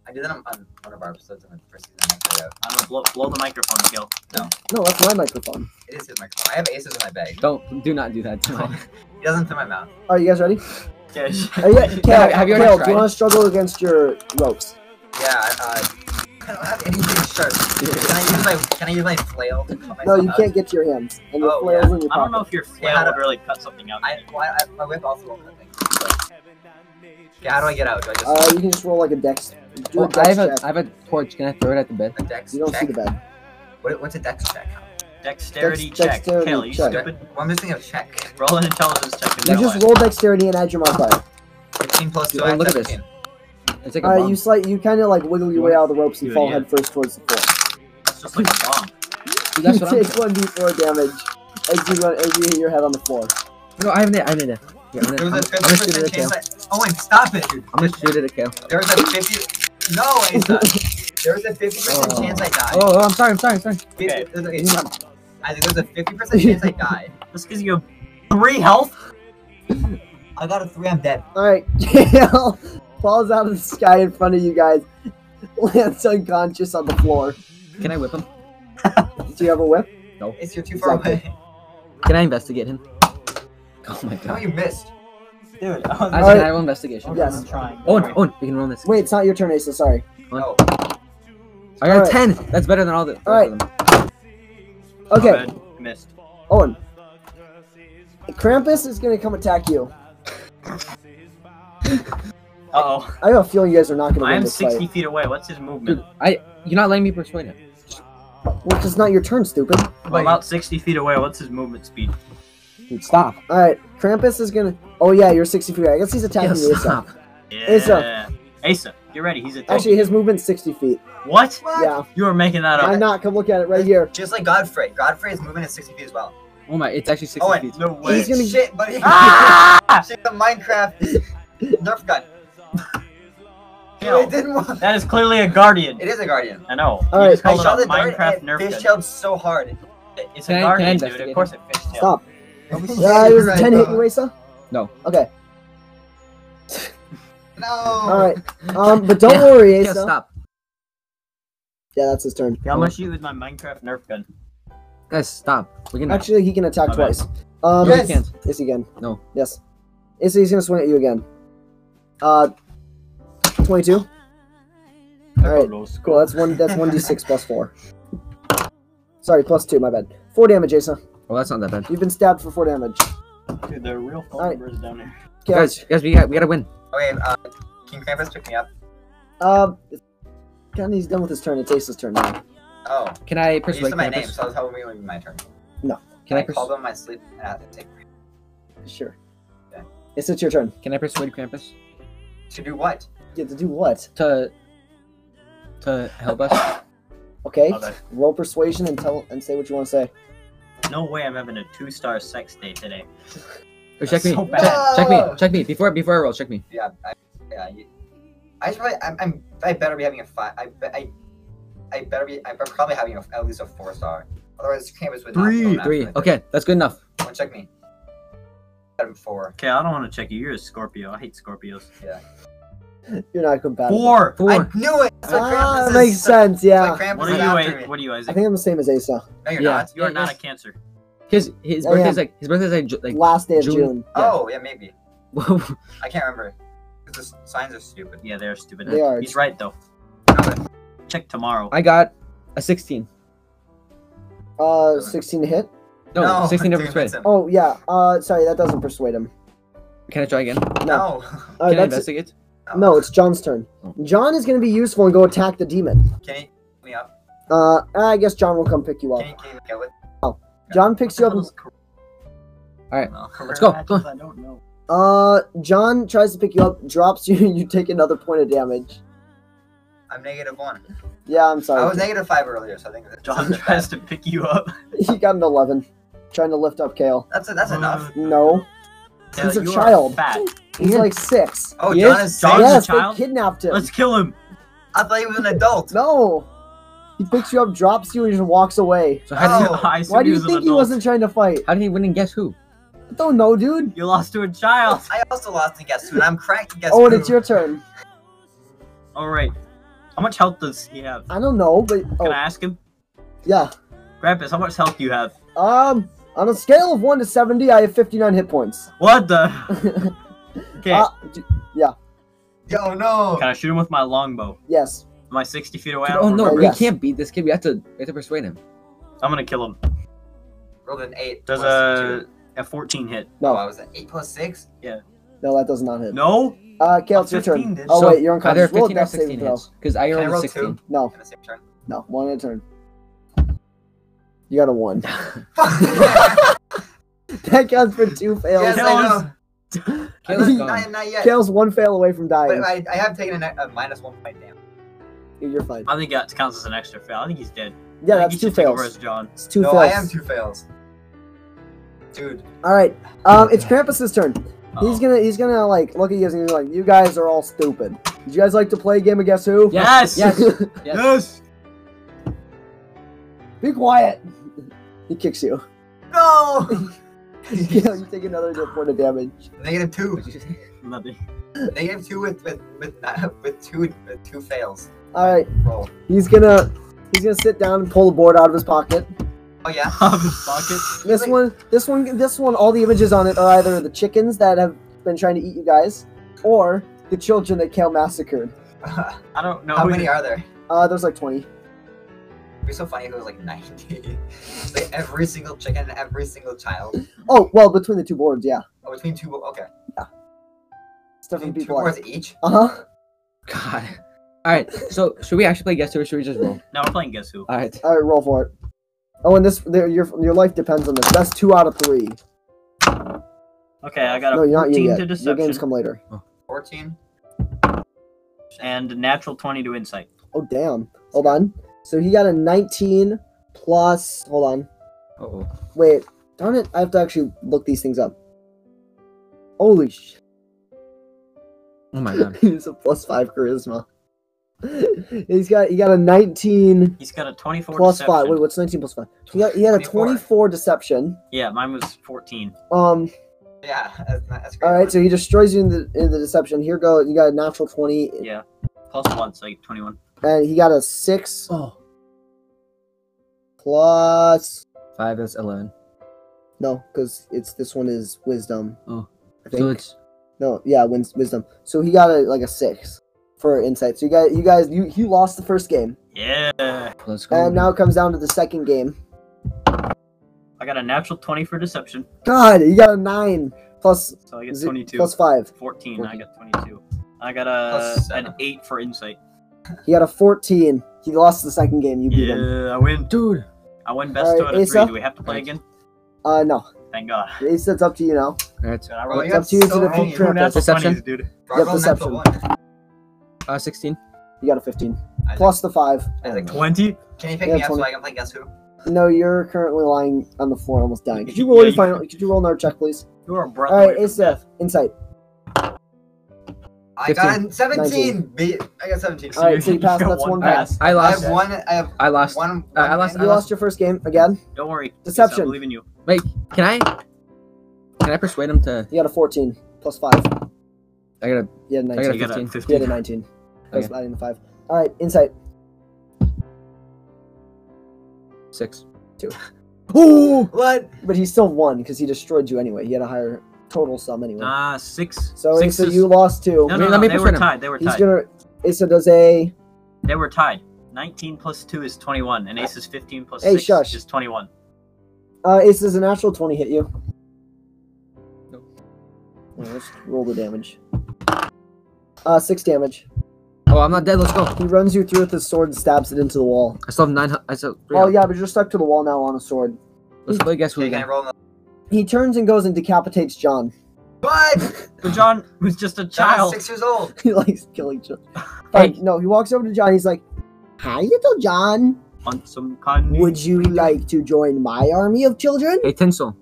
Speaker 4: I did that on, on one of our episodes in the first season. I put it out.
Speaker 3: I'm gonna blow, blow the microphone, Gil.
Speaker 1: No, that's my microphone.
Speaker 4: It is his microphone. I have aces in my bag.
Speaker 5: Don't do not do that. to my-
Speaker 4: He doesn't fit my mouth.
Speaker 1: Are you guys ready?
Speaker 3: Okay.
Speaker 1: Are you, Kale,
Speaker 5: have you already
Speaker 1: Kale, do
Speaker 5: tried?
Speaker 1: you want to struggle against your ropes?
Speaker 4: Yeah. Uh, I don't have anything sharp. Can I use my Can I use my flail to cut
Speaker 1: No,
Speaker 4: myself
Speaker 1: you
Speaker 4: up?
Speaker 1: can't get to your hands. And your
Speaker 4: Oh,
Speaker 1: flail's in your
Speaker 3: I
Speaker 1: pocket.
Speaker 3: don't know if your flail
Speaker 4: Yeah, I
Speaker 3: would really cut something out.
Speaker 4: I, well, I, my whip also won't cut things. so- Okay, how do I get out? Do I just
Speaker 1: Uh, you can just roll like a dex. Do a
Speaker 5: Oh, I
Speaker 1: dex
Speaker 5: have
Speaker 1: check.
Speaker 5: a I have a torch. Can I throw it at the bed?
Speaker 4: a dex
Speaker 1: You don't see
Speaker 4: check?
Speaker 1: the bed.
Speaker 4: What, what's a dex check?
Speaker 3: Dexterity
Speaker 1: Dex-
Speaker 3: check.
Speaker 1: dexterity
Speaker 3: Kale, you
Speaker 1: check.
Speaker 3: stupid.
Speaker 4: Well, I'm missing a check.
Speaker 3: Roll an intelligence check. and
Speaker 1: You
Speaker 3: know
Speaker 1: just
Speaker 3: it.
Speaker 1: roll dexterity and add your modifier.
Speaker 4: 15 plus
Speaker 5: Dude,
Speaker 4: 2,
Speaker 5: oh,
Speaker 4: I have
Speaker 5: look at this.
Speaker 4: 17.
Speaker 5: It's like a
Speaker 1: Uh,
Speaker 5: bomb.
Speaker 1: you slight, you kind of like wiggle your way out of the ropes and
Speaker 3: Good,
Speaker 1: fall
Speaker 3: yeah.
Speaker 1: headfirst towards the floor.
Speaker 3: It's just like a bomb.
Speaker 5: That's
Speaker 1: you
Speaker 5: what I'm
Speaker 1: take one d4 damage as you run, as you hit your head on the floor.
Speaker 5: No, I have an I have an idea. Yeah, I'm,
Speaker 4: There
Speaker 5: gonna,
Speaker 4: was a
Speaker 5: I'm, I'm gonna shoot it
Speaker 4: 50%
Speaker 5: at Kale.
Speaker 4: chance that. Owen, stop it!
Speaker 5: I'm gonna shoot it at Kale.
Speaker 4: There was a 50. No, Asa! There was a 50%
Speaker 5: Oh.
Speaker 4: chance I died.
Speaker 5: Oh, Mm-hmm. oh, I'm sorry, I'm sorry, I'm sorry.
Speaker 4: 50,
Speaker 3: okay.
Speaker 4: there's a- it's- I think there's a 50% chance I died.
Speaker 3: This gives you three health.
Speaker 4: I got a 3, I'm dead.
Speaker 1: All right, Kale falls out of the sky in front of you guys, lands unconscious on the floor.
Speaker 5: Can I whip him?
Speaker 1: Do you have a whip?
Speaker 4: Ace, you're too far away.
Speaker 5: Can I investigate him? Oh my
Speaker 4: No,
Speaker 5: god.
Speaker 4: you missed.
Speaker 3: Dude, I was
Speaker 5: I was
Speaker 1: Alright.
Speaker 5: gonna have an investigation.
Speaker 1: Okay. Yes.
Speaker 3: trying.
Speaker 5: Owen, Owen, we can roll this.
Speaker 1: Wait, it's not your turn, Asa. Sorry.
Speaker 4: No.
Speaker 5: I got a
Speaker 1: Alright.
Speaker 5: ten. That's better than all the. rest of
Speaker 1: Alright.
Speaker 5: them.
Speaker 1: Okay,
Speaker 3: Oh, Good. Missed.
Speaker 1: Owen. Krampus is gonna come attack you.
Speaker 3: Uh
Speaker 1: I have a feeling you guys are not
Speaker 3: oh.
Speaker 1: gonna
Speaker 3: I
Speaker 1: win
Speaker 3: am
Speaker 1: this
Speaker 3: 60
Speaker 1: fight.
Speaker 3: feet away. What's his movement?
Speaker 5: Dude, I you're not letting me persuade him.
Speaker 1: Well, it's not your turn, stupid.
Speaker 3: I'm about 60 feet away. What's his movement speed?
Speaker 5: Dude, stop.
Speaker 1: All right, Krampus is gonna. Oh yeah, you're 60 feet. I guess he's
Speaker 5: Yeah,
Speaker 1: attacking you. Asa.
Speaker 5: stop.
Speaker 1: Asa.
Speaker 3: Yeah. Asa, get ready. He's attacking.
Speaker 1: Actually, his movement's 60 feet.
Speaker 3: what?
Speaker 4: What?
Speaker 1: Yeah,
Speaker 3: You were making that
Speaker 1: I'm
Speaker 3: up.
Speaker 1: not. Come look at it right here.
Speaker 4: Oh. Just like Godfrey. Godfrey's moving at 60 feet as well.
Speaker 5: Oh my, it's actually sixty
Speaker 4: Owen.
Speaker 5: feet.
Speaker 3: No way.
Speaker 1: He's gonna-
Speaker 4: Shit, buddy.
Speaker 3: Ah!
Speaker 4: Shit, the Minecraft Nerf gun.
Speaker 3: Yo,
Speaker 4: It didn't work.
Speaker 3: that is clearly a guardian.
Speaker 4: It is a guardian.
Speaker 3: I know.
Speaker 1: All
Speaker 3: you
Speaker 1: right.
Speaker 3: just
Speaker 4: I
Speaker 3: called
Speaker 4: shot the
Speaker 3: it a Minecraft
Speaker 4: Minecraft
Speaker 3: Nerf
Speaker 4: nerf
Speaker 3: gun.
Speaker 4: fish tailed so hard.
Speaker 3: It's
Speaker 5: Can I- can I
Speaker 3: a guardian, dude.
Speaker 5: investigate
Speaker 3: Of course it fish tail.
Speaker 1: Stop.
Speaker 4: Yeah,
Speaker 1: Yeah, it
Speaker 4: you're
Speaker 1: was
Speaker 4: right,
Speaker 1: 10 hit
Speaker 4: Owen.
Speaker 1: you, Asa.
Speaker 5: No.
Speaker 1: Okay.
Speaker 4: No.
Speaker 1: All right. Um, but don't worry,
Speaker 5: Yeah,
Speaker 1: Asa.
Speaker 5: stop.
Speaker 1: Yeah, that's his turn.
Speaker 3: Yeah, I'm gonna shoot with my Minecraft Nerf gun.
Speaker 5: Guys, stop. We can
Speaker 1: Actually, he can attack
Speaker 3: My bad.
Speaker 1: twice. Um,
Speaker 5: No, we
Speaker 1: yes.
Speaker 5: can't.
Speaker 1: he can.
Speaker 5: No.
Speaker 1: Yes. Yes, he's gonna swing at you again. Uh, twenty-two. All right. Cool. That's one. That's one d six plus four. Sorry, plus two. My bad. Four damage, Jason.
Speaker 5: Well, that's not that bad.
Speaker 1: You've been stabbed for four damage.
Speaker 3: Dude, there are real phone
Speaker 1: Alright.
Speaker 3: numbers down here.
Speaker 1: Okay.
Speaker 5: Guys, guys, we got we gotta win.
Speaker 4: Okay, uh, King Krampus picked me up.
Speaker 1: Um, kind of he's done with his turn. It's Ace's turn now.
Speaker 4: Oh,
Speaker 5: Can I
Speaker 4: you
Speaker 5: persuade
Speaker 4: said my name,
Speaker 5: Krampus?
Speaker 4: so I was hoping it would be my turn.
Speaker 1: No.
Speaker 5: Can I,
Speaker 4: I call
Speaker 5: pers-
Speaker 4: them my sleep athletic.
Speaker 1: Sure.
Speaker 4: Okay.
Speaker 1: It's it's your turn.
Speaker 5: can I persuade Krampus
Speaker 4: To do what?
Speaker 1: You have to do what?
Speaker 5: to to help us?
Speaker 1: Okay.
Speaker 3: Okay.
Speaker 1: Roll persuasion and tell and say what you want to say.
Speaker 3: No way I'm having a two star sex day today.
Speaker 5: Oh, check me.
Speaker 3: so
Speaker 5: check,
Speaker 4: bad.
Speaker 5: check
Speaker 4: No!
Speaker 5: me. Check me. Before before I roll, check me.
Speaker 4: Yeah, I, yeah. You, I should probably. I'm, I'm. I better be having a five. I. be- I. I better be. I'm probably having a, at least a four star. Otherwise, campus would
Speaker 2: Three.
Speaker 4: not.
Speaker 5: Three. Okay, that's good enough.
Speaker 4: Well, check me. Got him four.
Speaker 3: Okay, I don't want to check you. You're a Scorpio. I hate Scorpios.
Speaker 1: You're not compatible.
Speaker 3: Four.
Speaker 5: Four.
Speaker 4: I knew it. That's what
Speaker 1: Ah,
Speaker 4: Krampus
Speaker 1: that makes
Speaker 4: is. That's
Speaker 1: sense. Yeah.
Speaker 4: What Krampus
Speaker 3: What
Speaker 4: is
Speaker 3: are you?
Speaker 4: after
Speaker 3: A-
Speaker 4: me.
Speaker 3: what are you,
Speaker 1: I
Speaker 3: Isaac?
Speaker 1: think I'm the same as Asa.
Speaker 4: No, you're
Speaker 5: Yeah.
Speaker 4: not.
Speaker 3: You are not a
Speaker 5: yes.
Speaker 3: cancer.
Speaker 5: His his
Speaker 1: I
Speaker 5: birthday's
Speaker 1: am.
Speaker 5: like his birthday's like Ju- like.
Speaker 1: Last day of
Speaker 5: June.
Speaker 1: June.
Speaker 4: Oh, yeah, maybe.
Speaker 5: Whoa.
Speaker 4: I can't remember. 'Cause The signs are stupid.
Speaker 3: Yeah, they're stupid.
Speaker 1: They are.
Speaker 3: He's right though. Check tomorrow.
Speaker 5: I got a sixteen.
Speaker 1: Uh, 16 to hit.
Speaker 5: No, sixteen over
Speaker 4: dude,
Speaker 5: persuade.
Speaker 4: that's him.
Speaker 1: Oh yeah. Uh, sorry, that doesn't persuade him.
Speaker 5: Can I try again? Oh,
Speaker 1: Uh,
Speaker 4: no.
Speaker 5: Can I
Speaker 1: that's,
Speaker 5: investigate?
Speaker 1: no, it's John's turn. John is gonna be useful and go attack the demon.
Speaker 4: Can you pick me up?
Speaker 1: Uh, I guess John will come pick you
Speaker 4: Can you,
Speaker 1: up.
Speaker 4: can you go with?
Speaker 1: John picks you up. and-
Speaker 4: No.
Speaker 5: Let's go. Come on.
Speaker 3: I don't know.
Speaker 1: Uh, John tries to pick you up, drops you, and you take another point of damage.
Speaker 4: I'm negative one.
Speaker 1: Yeah, I'm sorry.
Speaker 4: I was negative five earlier, so I think that's
Speaker 3: John tries to pick you up.
Speaker 1: he got an 11. Trying to lift up Kale.
Speaker 4: That's that's enough.
Speaker 1: No.
Speaker 3: Taylor,
Speaker 1: He's a
Speaker 3: Uh, you are
Speaker 1: child.
Speaker 3: Fat.
Speaker 1: He's like six.
Speaker 4: Oh,
Speaker 5: He
Speaker 4: John
Speaker 5: is-
Speaker 4: is, safe.
Speaker 3: John's a
Speaker 1: yes,
Speaker 3: child?
Speaker 1: they kidnapped him.
Speaker 3: Let's kill him.
Speaker 4: I thought he was an adult.
Speaker 1: No. He picks you up, drops you, and just walks away.
Speaker 5: So how did
Speaker 4: Oh.
Speaker 3: I assume
Speaker 1: Why do
Speaker 3: he
Speaker 1: you
Speaker 3: was an
Speaker 1: think he
Speaker 3: adult.
Speaker 1: wasn't trying to fight?
Speaker 5: he, how did he win and guess who?
Speaker 1: I don't know, dude.
Speaker 3: You lost to a child.
Speaker 4: I also lost in guess who, and I'm cracked in guess
Speaker 1: Oh, and
Speaker 4: who.
Speaker 1: it's your turn.
Speaker 3: All right. How much health does he have?
Speaker 1: I don't know, but
Speaker 3: Can
Speaker 1: oh
Speaker 3: I ask him?
Speaker 1: yeah.
Speaker 3: Grampus, how much health do you have?
Speaker 1: Um, on a scale of one to seventy, I have fifty-nine hit points.
Speaker 3: What the? Okay.
Speaker 1: Uh, d-
Speaker 4: Yo, no.
Speaker 3: Can I shoot him with my longbow?
Speaker 1: yes.
Speaker 3: Am I 60 feet away? I
Speaker 5: Oh
Speaker 3: don't
Speaker 5: no,
Speaker 1: Oh,
Speaker 5: we
Speaker 1: yes.
Speaker 5: can't beat this kid. We have to we have to persuade him.
Speaker 3: I'm gonna kill him.
Speaker 4: Rolled an eight.
Speaker 3: Does uh,
Speaker 4: plus
Speaker 3: a
Speaker 4: two.
Speaker 3: a 14 hit?
Speaker 4: Oh, I
Speaker 1: No.
Speaker 4: was an eight plus six.
Speaker 1: No, that does not hit.
Speaker 3: No.
Speaker 1: Uh, Kale, it's
Speaker 3: Oh,
Speaker 1: your turn.
Speaker 3: 15 did.
Speaker 1: Oh
Speaker 5: So,
Speaker 1: wait, you're
Speaker 5: Either
Speaker 1: unconscious. Roll a
Speaker 5: fifteen or
Speaker 1: death saving
Speaker 5: sixteen
Speaker 1: throw.
Speaker 5: hits. Because I
Speaker 4: Can I
Speaker 5: rolled
Speaker 4: roll
Speaker 5: a sixteen.
Speaker 4: two
Speaker 1: No,
Speaker 4: in the same turn?
Speaker 1: no, one at a turn. You got a one.
Speaker 4: yes,
Speaker 1: that counts for two fails.
Speaker 4: I know.
Speaker 5: Kale's
Speaker 1: Kale's
Speaker 5: gone.
Speaker 4: Not, not yet.
Speaker 1: Kale's one fail away from
Speaker 4: But
Speaker 1: dying.
Speaker 4: I, I have taken a, a minus one point damage.
Speaker 1: You're fine.
Speaker 3: I think that counts as an extra fail. I think he's dead.
Speaker 1: Yeah,
Speaker 3: I think
Speaker 1: that's
Speaker 3: you
Speaker 1: two
Speaker 3: should take over
Speaker 1: fails.
Speaker 3: as John.
Speaker 1: It's two
Speaker 4: no,
Speaker 1: fails.
Speaker 4: I am two fails. Dude,
Speaker 1: All right. Um, it's Krampus's turn.
Speaker 3: Uh-oh.
Speaker 1: He's gonna he's gonna like look at you guys and he's like, "You guys are all stupid. Would you guys like to play a game of Guess Who?"
Speaker 3: Yes.
Speaker 5: Yes. Yes.
Speaker 3: Yes.
Speaker 1: Be quiet. He kicks you.
Speaker 4: no.
Speaker 1: Yeah, you take another good point of damage.
Speaker 4: Negative two.
Speaker 3: Nothing.
Speaker 4: Negative two with with with, with two with two fails.
Speaker 1: All right.
Speaker 4: Roll.
Speaker 1: He's gonna he's gonna sit down and pull the board out of his pocket.
Speaker 4: Oh yeah.
Speaker 3: Out of his pocket.
Speaker 1: This
Speaker 4: Wait.
Speaker 1: one, this one, this one. All the images on it are either the chickens that have been trying to eat you guys, or the children that Kale massacred.
Speaker 3: I don't know.
Speaker 4: How
Speaker 3: who
Speaker 4: many
Speaker 3: the-
Speaker 4: are there?
Speaker 1: Uh, there's like twenty.
Speaker 4: It'd be so funny if it was like 90. like every single chicken and every single child.
Speaker 1: Oh well, between the two boards, yeah.
Speaker 4: Oh, between two, okay.
Speaker 1: It's different
Speaker 4: Between two
Speaker 1: people.
Speaker 4: boards each?
Speaker 1: Uh huh.
Speaker 5: God. All right. So should we actually play guess who or should we just roll?
Speaker 3: No, we're playing Guess Who.
Speaker 5: All right.
Speaker 1: All right, roll for it. Oh, and this there, your your life depends on this. That's two out of three.
Speaker 3: Okay, I got a
Speaker 1: no, you're not
Speaker 3: 14
Speaker 1: you yet. Your
Speaker 3: to
Speaker 1: games
Speaker 3: Deception
Speaker 1: come later.
Speaker 4: 14?
Speaker 3: and a natural 20 to Insight.
Speaker 1: Oh damn. Hold on. So he got a 19 plus. Hold on.
Speaker 5: Oh.
Speaker 1: Wait. Darn it. I have to actually look these things up. Holy sh.
Speaker 5: Oh my God.
Speaker 1: He's a plus five charisma. He's got he got a 19
Speaker 3: He's got a 24
Speaker 1: plus
Speaker 3: deception.
Speaker 1: five. Wait, what's 19 plus five? He got he had a
Speaker 4: 24.
Speaker 1: 24 deception.
Speaker 3: Yeah, mine was 14.
Speaker 1: Um.
Speaker 4: Yeah, that's, not, that's great.
Speaker 1: All right. So he destroys you in the in the deception. Here go. You got a natural 20,
Speaker 3: Yeah. Plus one, so like 21.
Speaker 1: and he got a six
Speaker 5: Oh.
Speaker 1: plus.
Speaker 5: Five is eleven.
Speaker 1: No, because it's this one is wisdom.
Speaker 5: Oh.
Speaker 1: I think.
Speaker 5: So it's
Speaker 1: No, yeah, wins, wisdom. So he got a like a six for insight. So you guys, you guys, you he lost the first game,
Speaker 3: Yeah. I
Speaker 5: let's go.
Speaker 1: and now it comes down to the second game.
Speaker 3: got a natural 20 for Deception,
Speaker 1: God, you got a nine plus
Speaker 3: so I get
Speaker 1: ze-
Speaker 3: 22.
Speaker 1: plus five.
Speaker 3: 14, I got 22. I got a,
Speaker 4: Plus
Speaker 3: an
Speaker 4: seven.
Speaker 3: 8 for Insight.
Speaker 1: He got a fourteen. He lost the second game. You beat him.
Speaker 3: Yeah, I win.
Speaker 5: Dude.
Speaker 3: I win best two
Speaker 1: Alright,
Speaker 3: out of
Speaker 1: Asa?
Speaker 3: three. Do we have to play again?
Speaker 1: Uh, no.
Speaker 3: Thank God.
Speaker 1: It's, it's up to you now.
Speaker 2: Alright.
Speaker 3: God I
Speaker 4: Oh,
Speaker 3: rolled
Speaker 1: It's
Speaker 4: yeah,
Speaker 1: up to you to
Speaker 4: so many
Speaker 1: defeat
Speaker 3: two natural
Speaker 1: Krampus.
Speaker 5: Perception?
Speaker 3: 20s, dude.
Speaker 4: Rob rolled a
Speaker 1: perception.
Speaker 4: natural one.
Speaker 2: Uh, 16.
Speaker 1: You got a 15.
Speaker 4: I
Speaker 1: Plus the 5.
Speaker 4: I think-
Speaker 3: 20?
Speaker 4: Can you pick
Speaker 1: Yeah,
Speaker 4: me up so
Speaker 1: totally.
Speaker 4: I can play Guess Who?
Speaker 1: No, you're currently lying on the floor, almost dying. Could you
Speaker 3: Yeah,
Speaker 1: roll your
Speaker 3: you-
Speaker 1: final? Could you roll another check, please?
Speaker 3: You are a breath
Speaker 1: All right,
Speaker 3: away from
Speaker 1: Aseth, insight.
Speaker 4: I got a 17. Be- I got 17.
Speaker 1: All right, so you
Speaker 3: You
Speaker 1: pass.
Speaker 3: got
Speaker 1: That's
Speaker 3: one
Speaker 1: one
Speaker 5: I,
Speaker 1: pass.
Speaker 5: I
Speaker 4: I
Speaker 5: lost.
Speaker 4: have one. I have
Speaker 5: I lost.
Speaker 4: one.
Speaker 5: I- I
Speaker 4: one
Speaker 5: lost-
Speaker 4: man.
Speaker 1: You lost your first game again.
Speaker 3: death. Don't worry.
Speaker 1: Deception.
Speaker 3: I believe in you.
Speaker 2: Wait, can I? Can I persuade him to?
Speaker 1: You got a 14 plus five.
Speaker 2: I gotta.
Speaker 1: You had a
Speaker 2: I
Speaker 1: 19.
Speaker 2: got
Speaker 3: You
Speaker 2: a
Speaker 3: got a
Speaker 2: 15.
Speaker 3: 15.
Speaker 1: You had a 19. I was
Speaker 2: Okay.
Speaker 1: adding the five. All right, insight.
Speaker 2: Six.
Speaker 1: Ooh!
Speaker 4: What?
Speaker 1: But he still won because he destroyed you anyway. He had a higher total sum anyway.
Speaker 3: Ah, six.
Speaker 1: so
Speaker 2: six
Speaker 1: Asa,
Speaker 2: is-
Speaker 1: you lost two.
Speaker 3: No,
Speaker 2: Let me-
Speaker 3: no,
Speaker 2: let
Speaker 3: no,
Speaker 2: me
Speaker 3: they were
Speaker 2: persuade him.
Speaker 3: tied. They were
Speaker 1: He's
Speaker 3: tied.
Speaker 1: gonna. Asa does a.
Speaker 3: They were tied. 19 plus 2 is 21, and Ace is 15 plus
Speaker 1: Hey,
Speaker 3: 6
Speaker 1: shush.
Speaker 3: is 21.
Speaker 1: Uh, Asa does a natural 20 hit you.
Speaker 2: Nope.
Speaker 1: Alright, let's roll the damage. Uh, six damage.
Speaker 2: Oh, I'm not dead. Let's go.
Speaker 1: He runs you through with his sword and stabs it into the wall.
Speaker 2: I still have nine. hu- I still. three
Speaker 1: Oh
Speaker 2: health.
Speaker 1: yeah, but you're stuck to the wall now on a sword.
Speaker 2: Let's play guess who
Speaker 4: Okay, can I
Speaker 2: again.
Speaker 4: roll another?
Speaker 1: He turns and goes and decapitates John.
Speaker 4: What?
Speaker 3: But John, who's just a
Speaker 4: Child.
Speaker 3: child,
Speaker 4: Six years old.
Speaker 1: he likes killing John. Like, no, he walks over to John. He's like, "Hi, little John.
Speaker 3: on some kind
Speaker 1: Would you like to join my army of children?"
Speaker 2: Hey Tinsel.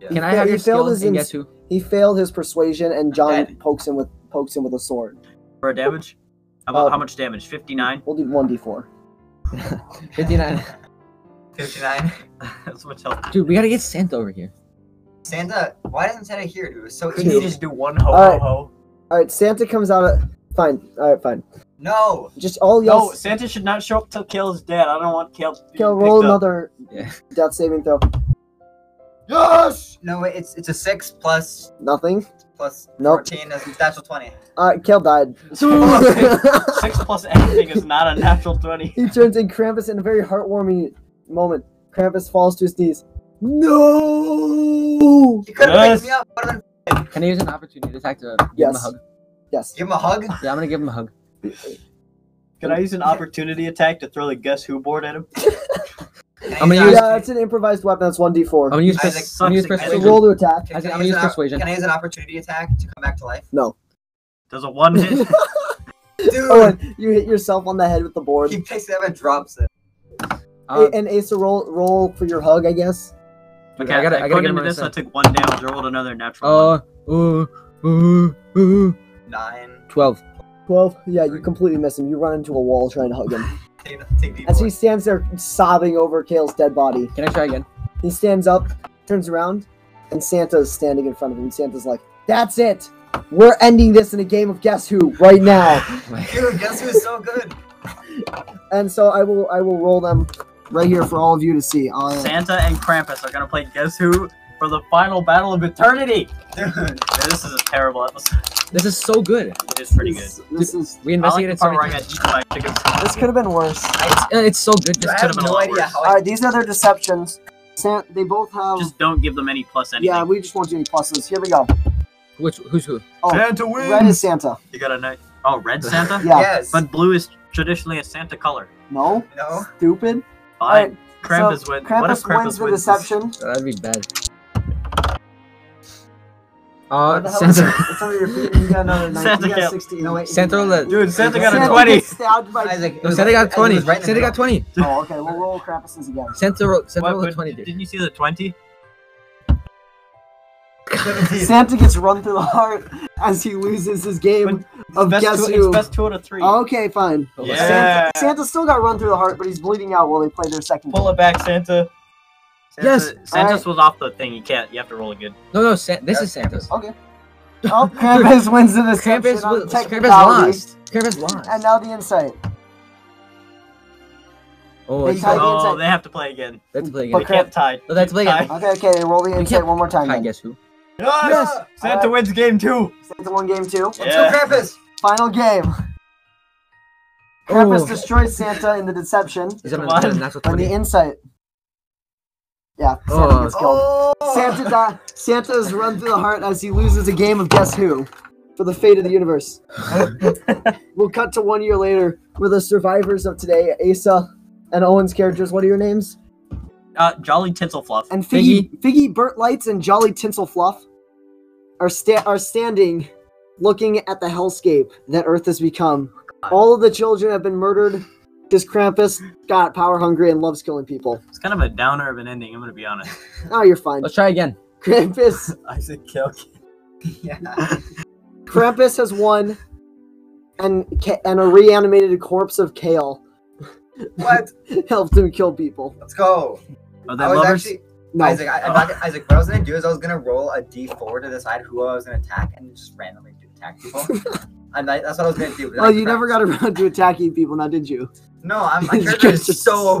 Speaker 4: Yeah.
Speaker 2: Can
Speaker 1: He
Speaker 2: I
Speaker 1: fa-
Speaker 2: have
Speaker 1: he
Speaker 2: your
Speaker 1: failed
Speaker 2: skill
Speaker 1: his
Speaker 2: and
Speaker 1: ins-
Speaker 2: guess who?
Speaker 1: He failed his persuasion, and John
Speaker 4: Dead.
Speaker 1: pokes him with pokes him with a sword.
Speaker 3: for damage? How about
Speaker 1: Uh,
Speaker 3: how much damage? 59?
Speaker 1: We'll do one d four.
Speaker 2: 59.
Speaker 4: 59.
Speaker 3: That's much health.
Speaker 2: Dude, we gotta get Santa over here.
Speaker 4: Santa, why doesn't Santa hear? Dude, it was so
Speaker 1: Could
Speaker 4: easy.
Speaker 1: you
Speaker 4: to
Speaker 1: just
Speaker 4: do one
Speaker 3: Ho,
Speaker 1: All
Speaker 3: ho,
Speaker 1: right.
Speaker 3: ho.
Speaker 1: All right, Santa comes out. Of, fine. All right, fine.
Speaker 4: No.
Speaker 1: Just all y'all
Speaker 3: No,
Speaker 1: s-
Speaker 3: Santa should not show up till Kale is dead. I don't want Kale to be
Speaker 1: kill.
Speaker 3: picked
Speaker 1: Roll
Speaker 3: up.
Speaker 1: another
Speaker 2: Yeah.
Speaker 1: death saving throw.
Speaker 4: Yes. No, wait, it's it's a six plus
Speaker 1: Nothing.
Speaker 4: plus
Speaker 1: Nope.
Speaker 4: fourteen is natural twenty.
Speaker 1: Uh, Kel died.
Speaker 3: Oh, Six plus anything is not a natural twenty.
Speaker 1: he turns in Krampus in a very heartwarming moment. Krampus falls to his knees. No.
Speaker 4: You could have
Speaker 3: Yes.
Speaker 4: picked me up. would've been-
Speaker 2: Can I use an opportunity attack to give him a
Speaker 1: Yes.
Speaker 2: hug?
Speaker 1: Yes.
Speaker 4: Give him a hug.
Speaker 2: Yeah, I'm gonna give him a hug.
Speaker 3: Can I use an opportunity attack to throw the guess who board at him?
Speaker 4: And
Speaker 2: I'm gonna
Speaker 4: he's
Speaker 2: use-
Speaker 1: Yeah,
Speaker 4: not-
Speaker 1: it's an improvised weapon. That's one d four.
Speaker 2: I'm gonna use,
Speaker 4: Isaac
Speaker 2: pers- I'm gonna use
Speaker 3: sucks at
Speaker 1: It's a
Speaker 3: guessing.
Speaker 2: persuasion.
Speaker 1: roll to attack.
Speaker 4: Can,
Speaker 2: Isaac,
Speaker 4: can
Speaker 2: I'm
Speaker 4: I
Speaker 2: gonna
Speaker 4: use
Speaker 2: use
Speaker 4: an op-
Speaker 2: persuasion.
Speaker 4: can I use an opportunity attack to come back to life?
Speaker 3: Does a one hit?
Speaker 4: Dude,
Speaker 1: Oh, and you hit yourself on the head with the board.
Speaker 4: he picks it up and drops it.
Speaker 1: A-
Speaker 2: Um,
Speaker 1: and Asa, roll roll for your hug, I guess.
Speaker 2: dude,
Speaker 3: Okay,
Speaker 2: I gotta, I gotta
Speaker 3: according
Speaker 2: get him
Speaker 3: to
Speaker 2: on
Speaker 3: this, I
Speaker 2: this.
Speaker 3: took one damage. I rolled another natural. one.
Speaker 2: Oh, ooh, ooh, ooh,
Speaker 4: Nine.
Speaker 2: uh, twelve.
Speaker 1: Twelve. Yeah, you completely miss him. You run into a wall trying to hug him.
Speaker 4: Take, take the
Speaker 1: As
Speaker 4: board.
Speaker 1: he stands there sobbing over Kale's dead body,
Speaker 2: Can I try again?
Speaker 1: he stands up, turns around, and Santa's standing in front of him. And Santa's like, "That's it. We're ending this in a game of guess who right now."
Speaker 4: Dude, guess who's so good?
Speaker 1: And so I will I will roll them right here for all of you to see. Uh, I am-
Speaker 3: Santa and Krampus are gonna play Guess Who for the final battle of eternity.
Speaker 4: Dude,
Speaker 3: Yeah, this is a terrible episode.
Speaker 2: This is so good.
Speaker 3: It is pretty good.
Speaker 1: This, this is
Speaker 2: We
Speaker 3: I like the
Speaker 2: investigated so
Speaker 3: part where I
Speaker 2: many
Speaker 3: got
Speaker 2: times.
Speaker 3: eaten by chickens.
Speaker 1: this could have been worse.
Speaker 2: Uh, It's so good.
Speaker 4: I
Speaker 2: Just
Speaker 3: could've
Speaker 4: have
Speaker 3: been a
Speaker 4: no
Speaker 3: lot
Speaker 4: idea
Speaker 3: worse.
Speaker 4: how
Speaker 1: All
Speaker 4: I
Speaker 1: right, these are their deceptions. San- they both have.
Speaker 3: Just don't give them any plus anything.
Speaker 1: yeah, we just won't do any pluses. Here we go.
Speaker 2: which who's who?
Speaker 1: Oh,
Speaker 3: Santa wins.
Speaker 1: Red is Santa.
Speaker 3: You got a night. Oh, red Santa.
Speaker 1: Yeah.
Speaker 4: Yes.
Speaker 3: But blue is traditionally a Santa color.
Speaker 1: No.
Speaker 4: no.
Speaker 1: Stupid. Alright,
Speaker 3: Fine. Krampus wins.
Speaker 1: Krampus,
Speaker 3: What if Krampus
Speaker 1: wins
Speaker 3: wins?
Speaker 1: the deception.
Speaker 2: Uh, That'd be bad.
Speaker 1: What
Speaker 2: Uh,
Speaker 1: the hell is
Speaker 2: Santa.
Speaker 1: it? It's under your feet. You got another nine.
Speaker 3: Santa
Speaker 1: You got
Speaker 3: can't-
Speaker 1: 16. No, wait.
Speaker 2: Santa rolled a-
Speaker 3: Dude, Santa got
Speaker 1: Santa
Speaker 3: a twenty.
Speaker 1: gets stabbed by.
Speaker 4: Isaac.
Speaker 2: No, Santa got
Speaker 4: Isaac
Speaker 2: twenty.
Speaker 4: was right in the
Speaker 2: Santa got
Speaker 4: middle.
Speaker 2: twenty.
Speaker 1: Oh, okay. We'll roll Krampuses again.
Speaker 2: Santa rolled. Santa
Speaker 3: What
Speaker 2: rolled a
Speaker 3: would-
Speaker 2: twenty. Dude.
Speaker 3: Didn't you see the twenty?
Speaker 1: Santa gets run through the heart as he loses his game
Speaker 3: When-
Speaker 1: of
Speaker 3: best
Speaker 1: guess
Speaker 3: two,
Speaker 1: who.
Speaker 3: It's best two out of three.
Speaker 1: Okay, fine.
Speaker 3: Yeah.
Speaker 1: Santa, Santa still got run through the heart, but he's bleeding out while they play their second.
Speaker 3: Pull it back, Santa. Santa
Speaker 2: Yes.
Speaker 3: Santa's
Speaker 1: Alright.
Speaker 3: was off the thing. You can't. You have to roll again.
Speaker 2: No, no. San- this
Speaker 4: Yeah,
Speaker 2: is Santa's.
Speaker 1: Oh, Krampus wins the deception
Speaker 2: Krampus,
Speaker 1: on
Speaker 2: was, Krampus
Speaker 1: technicality.
Speaker 2: lost. Krampus lost.
Speaker 1: And now the insight.
Speaker 2: oh,
Speaker 1: they
Speaker 2: it's-
Speaker 1: tied-
Speaker 3: Oh,
Speaker 1: inside.
Speaker 3: they have to play again.
Speaker 2: let's play
Speaker 1: But
Speaker 2: again.
Speaker 3: They
Speaker 2: Oh,
Speaker 1: Kramp-
Speaker 3: can't tie.
Speaker 2: Well, that's
Speaker 3: They
Speaker 2: again.
Speaker 3: tie.
Speaker 1: Okay, okay, roll the insight
Speaker 2: can't-
Speaker 1: one more time.
Speaker 2: I
Speaker 1: then.
Speaker 2: guess who?
Speaker 3: Yes. Ah, Santa
Speaker 1: Alright.
Speaker 3: wins game two.
Speaker 1: Santa won game two.
Speaker 4: Let's
Speaker 3: Yeah.
Speaker 4: go, Krampus.
Speaker 1: Final game. Krampus
Speaker 2: Oh.
Speaker 1: destroys Santa in the deception.
Speaker 2: Is that
Speaker 3: Come
Speaker 2: another
Speaker 3: on.
Speaker 2: natural
Speaker 1: On the
Speaker 2: twenty?
Speaker 1: insight. Yeah, Santa
Speaker 2: Oh.
Speaker 1: gets killed.
Speaker 4: Oh.
Speaker 1: Santa, di- Santa is run through the heart as he loses a game of Guess Who for the fate of the universe. we'll cut to one year later where the survivors of today, Asa and Owen's characters, what are your names?
Speaker 3: uh, Jolly Tinselfluff.
Speaker 1: And Figgy, Figgy, Burt Lights, and Jolly Tinsel Fluff are sta- are standing, looking at the hellscape that Earth has become. All of the children have been murdered because Krampus got power hungry and loves killing people.
Speaker 3: It's kind of a downer of an ending. I'm gonna be honest.
Speaker 1: Oh, you're fine.
Speaker 2: Let's try again.
Speaker 1: Krampus,
Speaker 3: Isaac Kilk.
Speaker 4: yeah.
Speaker 1: Krampus has won, and Ka- and a reanimated corpse of Kale
Speaker 4: What?
Speaker 1: helped him kill people.
Speaker 4: Let's go.
Speaker 3: Are they
Speaker 4: I was
Speaker 3: lovers?
Speaker 4: actually
Speaker 1: No,
Speaker 4: Isaac. I, I'm not gonna- Isaac. What I was gonna do is I was gonna roll a d4 to decide who I was gonna attack and just randomly attack people. I'm not, that's what I was gonna do. but
Speaker 1: oh,
Speaker 4: I
Speaker 1: you never
Speaker 4: cracked.
Speaker 1: got around to attacking people, now did you?
Speaker 4: No, I'm, my
Speaker 1: You
Speaker 4: character
Speaker 1: guys
Speaker 4: is
Speaker 1: just-
Speaker 4: so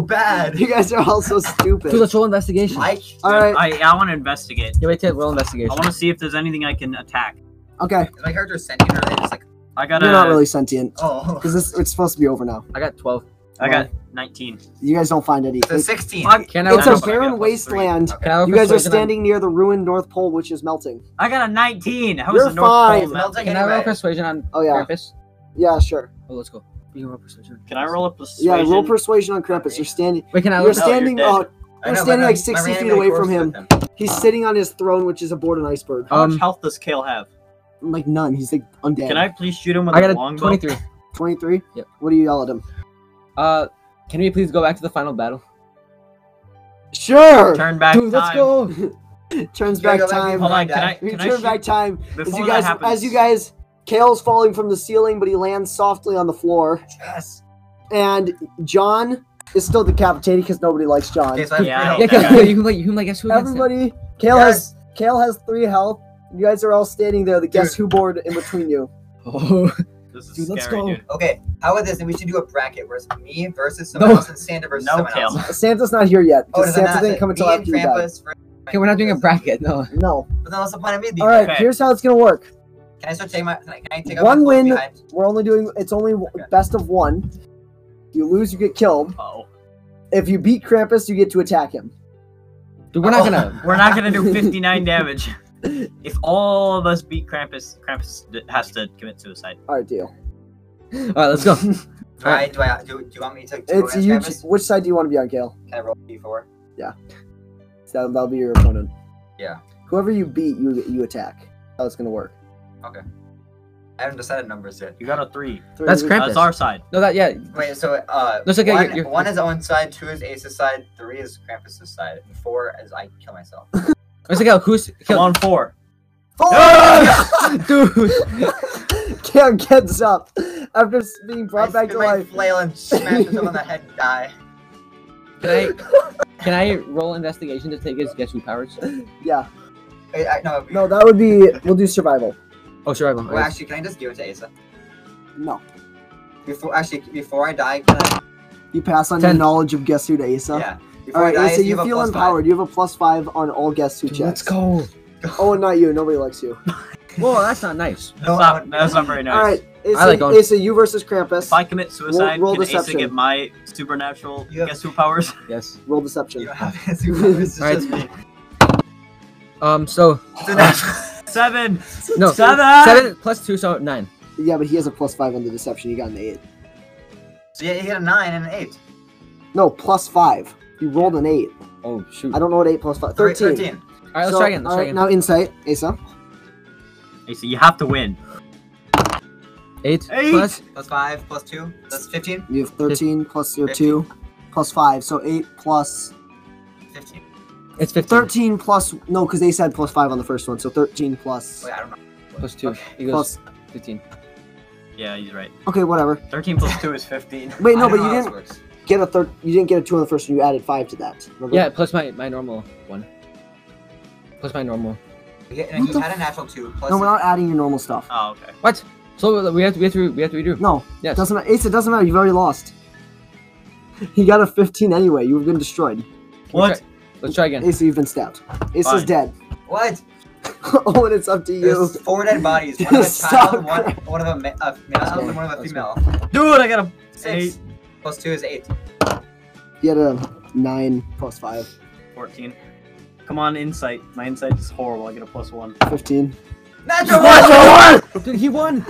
Speaker 4: bad.
Speaker 1: You guys are all so
Speaker 2: Dude,
Speaker 1: stupid.
Speaker 2: let's roll investigation.
Speaker 4: I
Speaker 1: All right,
Speaker 3: I I want to investigate.
Speaker 2: Yeah, wait, take roll
Speaker 3: I
Speaker 2: investigation.
Speaker 3: want to see if there's anything I can attack.
Speaker 1: okay.
Speaker 4: Is my character sentient or are they just like,
Speaker 3: I got
Speaker 1: You're
Speaker 3: a.
Speaker 1: not really sentient
Speaker 4: oh,
Speaker 1: because this it's supposed to be over now.
Speaker 2: I got 12.
Speaker 3: I got 19.
Speaker 1: You guys don't find any.
Speaker 4: it's a
Speaker 1: It-
Speaker 4: 16.
Speaker 3: Fuck.
Speaker 2: Can I
Speaker 1: it's
Speaker 2: roll
Speaker 1: a
Speaker 3: was- I got
Speaker 1: barren
Speaker 3: plus
Speaker 1: wasteland.
Speaker 3: Oh,
Speaker 4: Okay.
Speaker 2: Can I roll
Speaker 1: You guys are
Speaker 2: persuasion on-
Speaker 1: standing near the ruined North Pole, which is melting.
Speaker 3: I got a 19. How
Speaker 1: You're
Speaker 3: is the North
Speaker 1: fine.
Speaker 3: Pole melt?
Speaker 4: Melting
Speaker 2: Can I roll
Speaker 4: anyway.
Speaker 2: persuasion on
Speaker 1: Oh yeah,
Speaker 2: Krampus?
Speaker 1: yeah, sure.
Speaker 2: Oh, let's go. You can roll persuasion.
Speaker 3: Can I roll up the
Speaker 1: Yeah, roll persuasion on Krampus. You're standing.
Speaker 2: Wait, can I
Speaker 1: You're
Speaker 2: roll?
Speaker 3: No, you're
Speaker 1: standing.
Speaker 3: dead.
Speaker 1: Oh,
Speaker 4: I
Speaker 1: We're
Speaker 4: know,
Speaker 1: standing
Speaker 4: but
Speaker 1: like
Speaker 4: I'm-
Speaker 1: 60
Speaker 4: I'm
Speaker 1: feet
Speaker 4: randomly
Speaker 1: away from
Speaker 4: forced
Speaker 1: him.
Speaker 4: with them.
Speaker 1: he's sitting on his throne, which is aboard an iceberg.
Speaker 3: How
Speaker 2: Um,
Speaker 3: much health does Kale have?
Speaker 1: Like none. He's like undead.
Speaker 3: Can I please shoot him with
Speaker 2: I got
Speaker 3: a
Speaker 2: a
Speaker 3: longbow?
Speaker 2: 23.
Speaker 1: 23.
Speaker 2: Yep.
Speaker 1: What do you yell at him?
Speaker 2: Uh, can we please go back to the final battle?
Speaker 1: Sure.
Speaker 3: Turn back
Speaker 2: Dude,
Speaker 3: time.
Speaker 2: let's go.
Speaker 1: Turns
Speaker 4: You gotta
Speaker 1: back
Speaker 4: go back
Speaker 1: time.
Speaker 3: Hold on, can I,
Speaker 1: You
Speaker 3: can I
Speaker 1: turn
Speaker 3: shoot
Speaker 1: back time. As
Speaker 3: before
Speaker 1: you
Speaker 3: that
Speaker 1: guys,
Speaker 3: happens?
Speaker 1: as you guys, Kale's falling from the ceiling, but he lands softly on the floor.
Speaker 4: Yes.
Speaker 1: And John is still decapitated because nobody likes John.
Speaker 4: Okay, so I'm
Speaker 3: Yeah,
Speaker 2: Yeah,
Speaker 3: Okay.
Speaker 2: can, you can like, you can like guess who against him?
Speaker 1: Everybody, Kale has
Speaker 4: Yes.
Speaker 1: Kale has three health. You guys are all standing there. The guess who board in between you.
Speaker 2: Oh,
Speaker 3: This is
Speaker 2: Dude, let's
Speaker 3: scary,
Speaker 2: go.
Speaker 3: dude.
Speaker 4: Okay, how about this? We should do a bracket where it's me versus someone
Speaker 2: No.
Speaker 4: else and Santa versus
Speaker 3: No,
Speaker 4: someone else.
Speaker 3: Kale.
Speaker 1: Santa's not here yet.
Speaker 4: Oh,
Speaker 1: because
Speaker 4: does that
Speaker 1: Santa
Speaker 4: matter?
Speaker 1: didn't come until
Speaker 4: me
Speaker 1: after
Speaker 4: and
Speaker 1: you died.
Speaker 4: Krampus versus-
Speaker 2: okay, we're not doing a bracket, no.
Speaker 1: No.
Speaker 4: But then what's the point of me being
Speaker 1: All right.
Speaker 4: there?
Speaker 3: Okay.
Speaker 1: Here's how it's gonna work.
Speaker 4: Can I start taking my? Can I, can I take out
Speaker 1: One
Speaker 4: my clothes
Speaker 1: win.
Speaker 4: Behind?
Speaker 1: We're only doing. It's only w- best of one. You lose, you get killed.
Speaker 3: Oh,
Speaker 1: If you beat Krampus, you get to attack him.
Speaker 2: Dude, we're not
Speaker 4: Oh.
Speaker 2: gonna.
Speaker 3: we're not gonna do 59 damage. If all of us beat Krampus, Krampus d- has to commit suicide.
Speaker 1: All right, deal.
Speaker 2: Alright, let's go.
Speaker 4: Do I? Do I? Do, do you want me to? to go
Speaker 1: It's
Speaker 4: against
Speaker 1: you.
Speaker 4: Krampus?
Speaker 1: Which side do you want to be on, Kale?
Speaker 4: Can I roll a d4?
Speaker 1: So that'll be your opponent.
Speaker 4: Yeah.
Speaker 1: Whoever you beat, you you attack. How it's gonna work.
Speaker 4: I haven't decided numbers yet.
Speaker 3: You got a three.
Speaker 1: Three
Speaker 2: That's
Speaker 1: to-
Speaker 2: Krampus.
Speaker 3: That's our side.
Speaker 2: No, that, yeah.
Speaker 4: Wait, so uh,
Speaker 2: That's okay,
Speaker 4: one,
Speaker 2: you're- you're-
Speaker 4: one is Owen's side, two is Ace's side, three is Krampus's side, and four is I kill myself.
Speaker 2: Let's go. Who's.
Speaker 3: Come
Speaker 2: Kill.
Speaker 3: on, four.
Speaker 2: Dude.
Speaker 1: Kale gets up after being brought
Speaker 4: I
Speaker 1: back
Speaker 4: spin
Speaker 1: to
Speaker 4: my
Speaker 1: life.
Speaker 4: flail and smash myself on the head and die.
Speaker 2: Can I. Can I roll investigation to take his guess who powers?
Speaker 1: Yeah.
Speaker 4: Wait, I, no,
Speaker 1: No, that would be. We'll do survival.
Speaker 2: Oh, survival.
Speaker 4: Well, actually, can I just give it to Asa?
Speaker 1: No.
Speaker 4: Before, actually, before I die, can I?
Speaker 1: You pass on
Speaker 2: Ten.
Speaker 1: your knowledge of Guess Who to Asa.
Speaker 4: Yeah.
Speaker 1: All
Speaker 4: Before
Speaker 1: right,
Speaker 4: I die,
Speaker 1: Asa, you
Speaker 4: have a
Speaker 1: feel
Speaker 4: plus five.
Speaker 1: empowered. You have a plus five on all Guess Who
Speaker 2: Dude,
Speaker 1: checks.
Speaker 2: let's go.
Speaker 1: Oh, and not you. Nobody likes you.
Speaker 2: Whoa, that's not nice.
Speaker 3: That's,
Speaker 4: No, I
Speaker 3: not,
Speaker 4: wouldn't-
Speaker 3: that's not very nice.
Speaker 1: All right, Asa,
Speaker 2: I like Owen.
Speaker 1: Asa, you versus Krampus.
Speaker 3: If I commit suicide,
Speaker 1: Roll- roll
Speaker 3: can Asa
Speaker 1: deception.
Speaker 3: get my supernatural
Speaker 4: You have-
Speaker 3: guess who powers?
Speaker 2: Yes.
Speaker 1: Roll
Speaker 4: You
Speaker 1: deception.
Speaker 4: don't have Asa. It's
Speaker 2: Alright.
Speaker 4: just me.
Speaker 2: Um, so.
Speaker 4: It's a natural.
Speaker 3: Seven.
Speaker 2: No.
Speaker 1: Ah.
Speaker 3: Seven.
Speaker 2: Seven plus two, so nine.
Speaker 1: Yeah, but he has a plus five on the deception. He got an eight.
Speaker 4: So yeah, you get a nine and an eight.
Speaker 1: No, plus five. He rolled an eight.
Speaker 2: Oh, shoot.
Speaker 1: I
Speaker 2: Alright,
Speaker 1: don't know what eight plus five.
Speaker 4: Three-
Speaker 1: Thirteen.
Speaker 2: let's
Speaker 1: So, uh,
Speaker 2: try again. Let's
Speaker 1: all
Speaker 2: try
Speaker 1: right,
Speaker 2: again.
Speaker 1: now insight, Asa.
Speaker 3: Asa, you have to win.
Speaker 2: Eight,
Speaker 3: Eight.
Speaker 2: plus.
Speaker 4: Plus five, plus two, that's 15?
Speaker 1: You have thirteen plus your two, plus five, so eight plus
Speaker 4: 15.
Speaker 2: It's 15.
Speaker 1: thirteen plus no, because Asa had plus five on the first one, so thirteen plus
Speaker 4: Wait, I don't know.
Speaker 2: Plus two.
Speaker 4: Okay.
Speaker 2: He
Speaker 1: plus.
Speaker 2: goes 15.
Speaker 3: Yeah, he's right.
Speaker 1: Okay, whatever.
Speaker 3: Thirteen plus two is fifteen.
Speaker 1: Wait,
Speaker 4: I
Speaker 1: no,
Speaker 4: don't
Speaker 1: but you
Speaker 4: know how this
Speaker 1: didn't
Speaker 4: works.
Speaker 1: get a third. You didn't get a two on the first one. You added five to that. Remember?
Speaker 2: Yeah, plus my, my normal one. Plus my normal.
Speaker 4: Yeah,
Speaker 1: What
Speaker 4: no,
Speaker 1: the
Speaker 4: you had a natural two. Plus
Speaker 1: No, we're not adding your normal stuff.
Speaker 3: Oh, okay.
Speaker 2: What? So we have to we have to we have to redo.
Speaker 1: No,
Speaker 2: Yes.
Speaker 1: doesn't ma- Asa doesn't matter. You've already lost. He got a fifteen anyway. You've been destroyed.
Speaker 3: What?
Speaker 2: Let's try again.
Speaker 1: Asa, you've been stabbed. Asa's
Speaker 3: Fine.
Speaker 1: dead.
Speaker 4: What?
Speaker 1: oh, and it's up to you.
Speaker 4: There's four dead bodies. One of a
Speaker 1: Stop.
Speaker 4: child, one, one of a, ma- a male,
Speaker 1: go.
Speaker 4: and one of a
Speaker 2: Let's
Speaker 4: female.
Speaker 3: Dude, I got a
Speaker 4: Six. Plus two is eight.
Speaker 1: He had a nine plus five.
Speaker 3: fourteen. Come on, insight. My insight is horrible. I get a plus one.
Speaker 1: 15.
Speaker 4: Natural
Speaker 2: Dude, he won.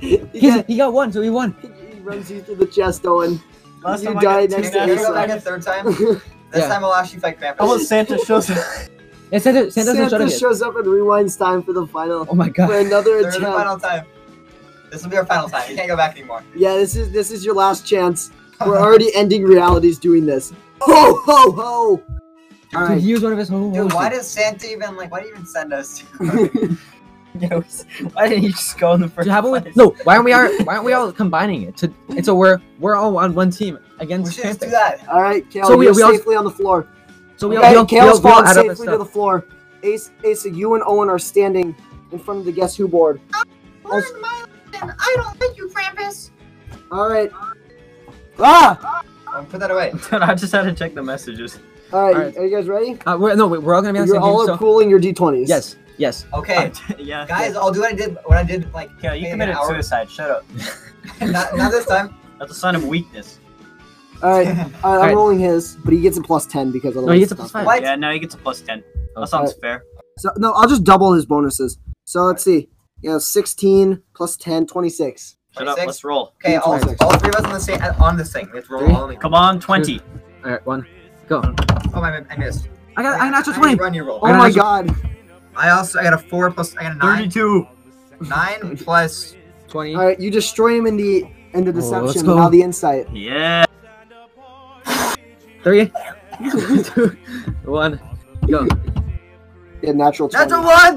Speaker 1: Yeah,
Speaker 2: He's, he got one, so he won.
Speaker 1: he runs you through the chest, Owen.
Speaker 3: Last
Speaker 1: You
Speaker 3: time I
Speaker 1: died
Speaker 3: got
Speaker 1: next
Speaker 4: Can
Speaker 1: to
Speaker 4: I
Speaker 3: two
Speaker 4: go
Speaker 1: Asa.
Speaker 4: back
Speaker 3: natural-
Speaker 4: a third time?
Speaker 1: you
Speaker 4: This
Speaker 6: Yeah.
Speaker 4: time I'll actually fight Krampus.
Speaker 7: How about Santa shows up?
Speaker 2: Yeah, Santa, Santa's not
Speaker 1: Santa
Speaker 2: showing yet.
Speaker 1: shows up and rewinds time for the final
Speaker 2: Oh my
Speaker 1: for
Speaker 2: god.
Speaker 1: another
Speaker 4: There's the
Speaker 1: attempt.
Speaker 4: final time. This will be our final time. You can't go back anymore.
Speaker 1: Yeah, this is this is your last chance. We're already ending realities doing this. Ho ho ho!
Speaker 2: Dude,
Speaker 1: Alright.
Speaker 2: he used one of his whole
Speaker 4: Dude, why
Speaker 2: horses.
Speaker 4: does Santa even like? Why do you even send us?
Speaker 7: Yeah, we- Why didn't you just go in the first
Speaker 2: Dude, how about we,
Speaker 7: place?
Speaker 2: no? Why aren't we are Why aren't we all combining it? To, and so we're we're all on one team
Speaker 4: we
Speaker 2: against.
Speaker 4: should just do
Speaker 2: Krampus.
Speaker 4: that.
Speaker 1: All right, Kale,
Speaker 2: So we-
Speaker 1: you're
Speaker 2: we all-
Speaker 1: safely on the floor.
Speaker 2: So we all,
Speaker 1: okay,
Speaker 2: we all, we all,
Speaker 1: Kale's
Speaker 2: we all
Speaker 1: fallen
Speaker 2: add up his
Speaker 1: safely to the
Speaker 2: stuff.
Speaker 1: floor. Ace, Ace, you and Owen are standing in front of the guess who board. Learn
Speaker 4: my lesson. I don't like you, Krampus.
Speaker 1: All right. Ah!
Speaker 4: put that away.
Speaker 3: I just had to check the messages.
Speaker 1: All right,
Speaker 2: All right.
Speaker 1: are you guys ready?
Speaker 2: Uh, we're, no, we're all gonna be on the
Speaker 1: You're
Speaker 2: same
Speaker 1: all are
Speaker 2: team. So
Speaker 1: pooling your d20s.
Speaker 2: yes, yes.
Speaker 4: Okay,
Speaker 3: yeah.
Speaker 4: guys, I'll do what I did. What I did, like,
Speaker 3: Yeah, you
Speaker 4: in an
Speaker 3: committed
Speaker 4: hour.
Speaker 3: suicide. Shut up.
Speaker 4: not, not this time.
Speaker 3: That's a sign of weakness.
Speaker 1: All right. All right, I'm
Speaker 2: right.
Speaker 1: rolling his, but he gets a plus 10 because otherwise.
Speaker 2: No, he gets a
Speaker 1: it's
Speaker 2: plus
Speaker 1: not
Speaker 2: five.
Speaker 4: What?
Speaker 3: Yeah, now he gets a plus ten.
Speaker 2: Okay.
Speaker 1: Oh,
Speaker 3: That sounds fair.
Speaker 1: So no, I'll just double his bonuses. So let's see. Yeah, 16 plus 10, 26.
Speaker 3: Shut up.
Speaker 4: 26?
Speaker 3: Let's roll.
Speaker 4: Okay, all, all three of us on the same on this thing. Let's roll all in.
Speaker 3: Come on, twenty.
Speaker 2: All right, one, go.
Speaker 4: Oh, I, I missed.
Speaker 2: I got I natural
Speaker 4: I
Speaker 2: twenty.
Speaker 4: Run your roll.
Speaker 1: Oh
Speaker 2: I got
Speaker 1: my
Speaker 2: an
Speaker 1: god.
Speaker 2: extra-
Speaker 4: I also I got a four plus I got a nine.
Speaker 3: Thirty-two.
Speaker 4: Nine plus
Speaker 2: Twenty.
Speaker 1: All right, you destroy him in the in the
Speaker 2: Oh, let's
Speaker 1: deception.
Speaker 2: go.
Speaker 1: now the insight.
Speaker 3: Yeah.
Speaker 2: Three, two, one, go.
Speaker 1: Yeah, natural 20.
Speaker 4: that's a one.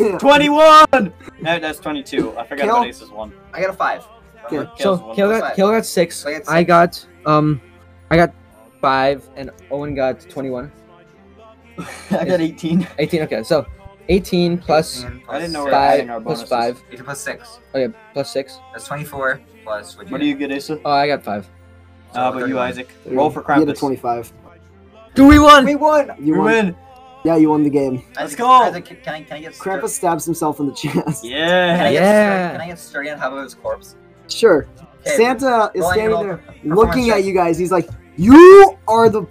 Speaker 4: baby!
Speaker 3: Twenty-one. No, that's twenty-two. I forgot
Speaker 1: Kill.
Speaker 3: about Ace's one.
Speaker 4: I got a five.
Speaker 1: Okay.
Speaker 2: So
Speaker 3: Kale's one
Speaker 2: Kale
Speaker 3: plus
Speaker 2: got
Speaker 4: five.
Speaker 2: Kale got six.
Speaker 4: I got
Speaker 2: I
Speaker 4: six.
Speaker 2: got um, I got five, and Owen got twenty-one.
Speaker 7: I got 18.
Speaker 2: Eighteen. Okay, so eighteen plus
Speaker 4: And
Speaker 3: I didn't know where-
Speaker 4: six.
Speaker 2: five
Speaker 3: adding our
Speaker 2: plus
Speaker 3: bonuses.
Speaker 2: five.
Speaker 4: Eight plus six.
Speaker 2: Oh yeah, plus six.
Speaker 4: That's twenty-four plus. What
Speaker 3: What do you get, Ace?
Speaker 2: Oh, I got five.
Speaker 3: Uh, but you, Isaac, roll for
Speaker 1: You had a
Speaker 3: Krampus.
Speaker 1: 25.
Speaker 2: Do we won?
Speaker 4: We won.
Speaker 1: You won. Yeah, you won the game.
Speaker 3: Let's
Speaker 4: Isaac-
Speaker 3: go.
Speaker 4: Isaac, can, can I can I get stur-
Speaker 1: Krampus stabs himself in the chest.
Speaker 4: Can I
Speaker 3: Yeah.
Speaker 4: get
Speaker 2: Yeah.
Speaker 4: sturdy- Can I get sturdy on top of his corpse?
Speaker 1: Sure.
Speaker 4: Okay,
Speaker 1: Santa is
Speaker 4: rolling it
Speaker 1: standing
Speaker 4: all.
Speaker 1: there
Speaker 4: Performance
Speaker 1: looking at
Speaker 4: check.
Speaker 1: you guys. He's like, "You are the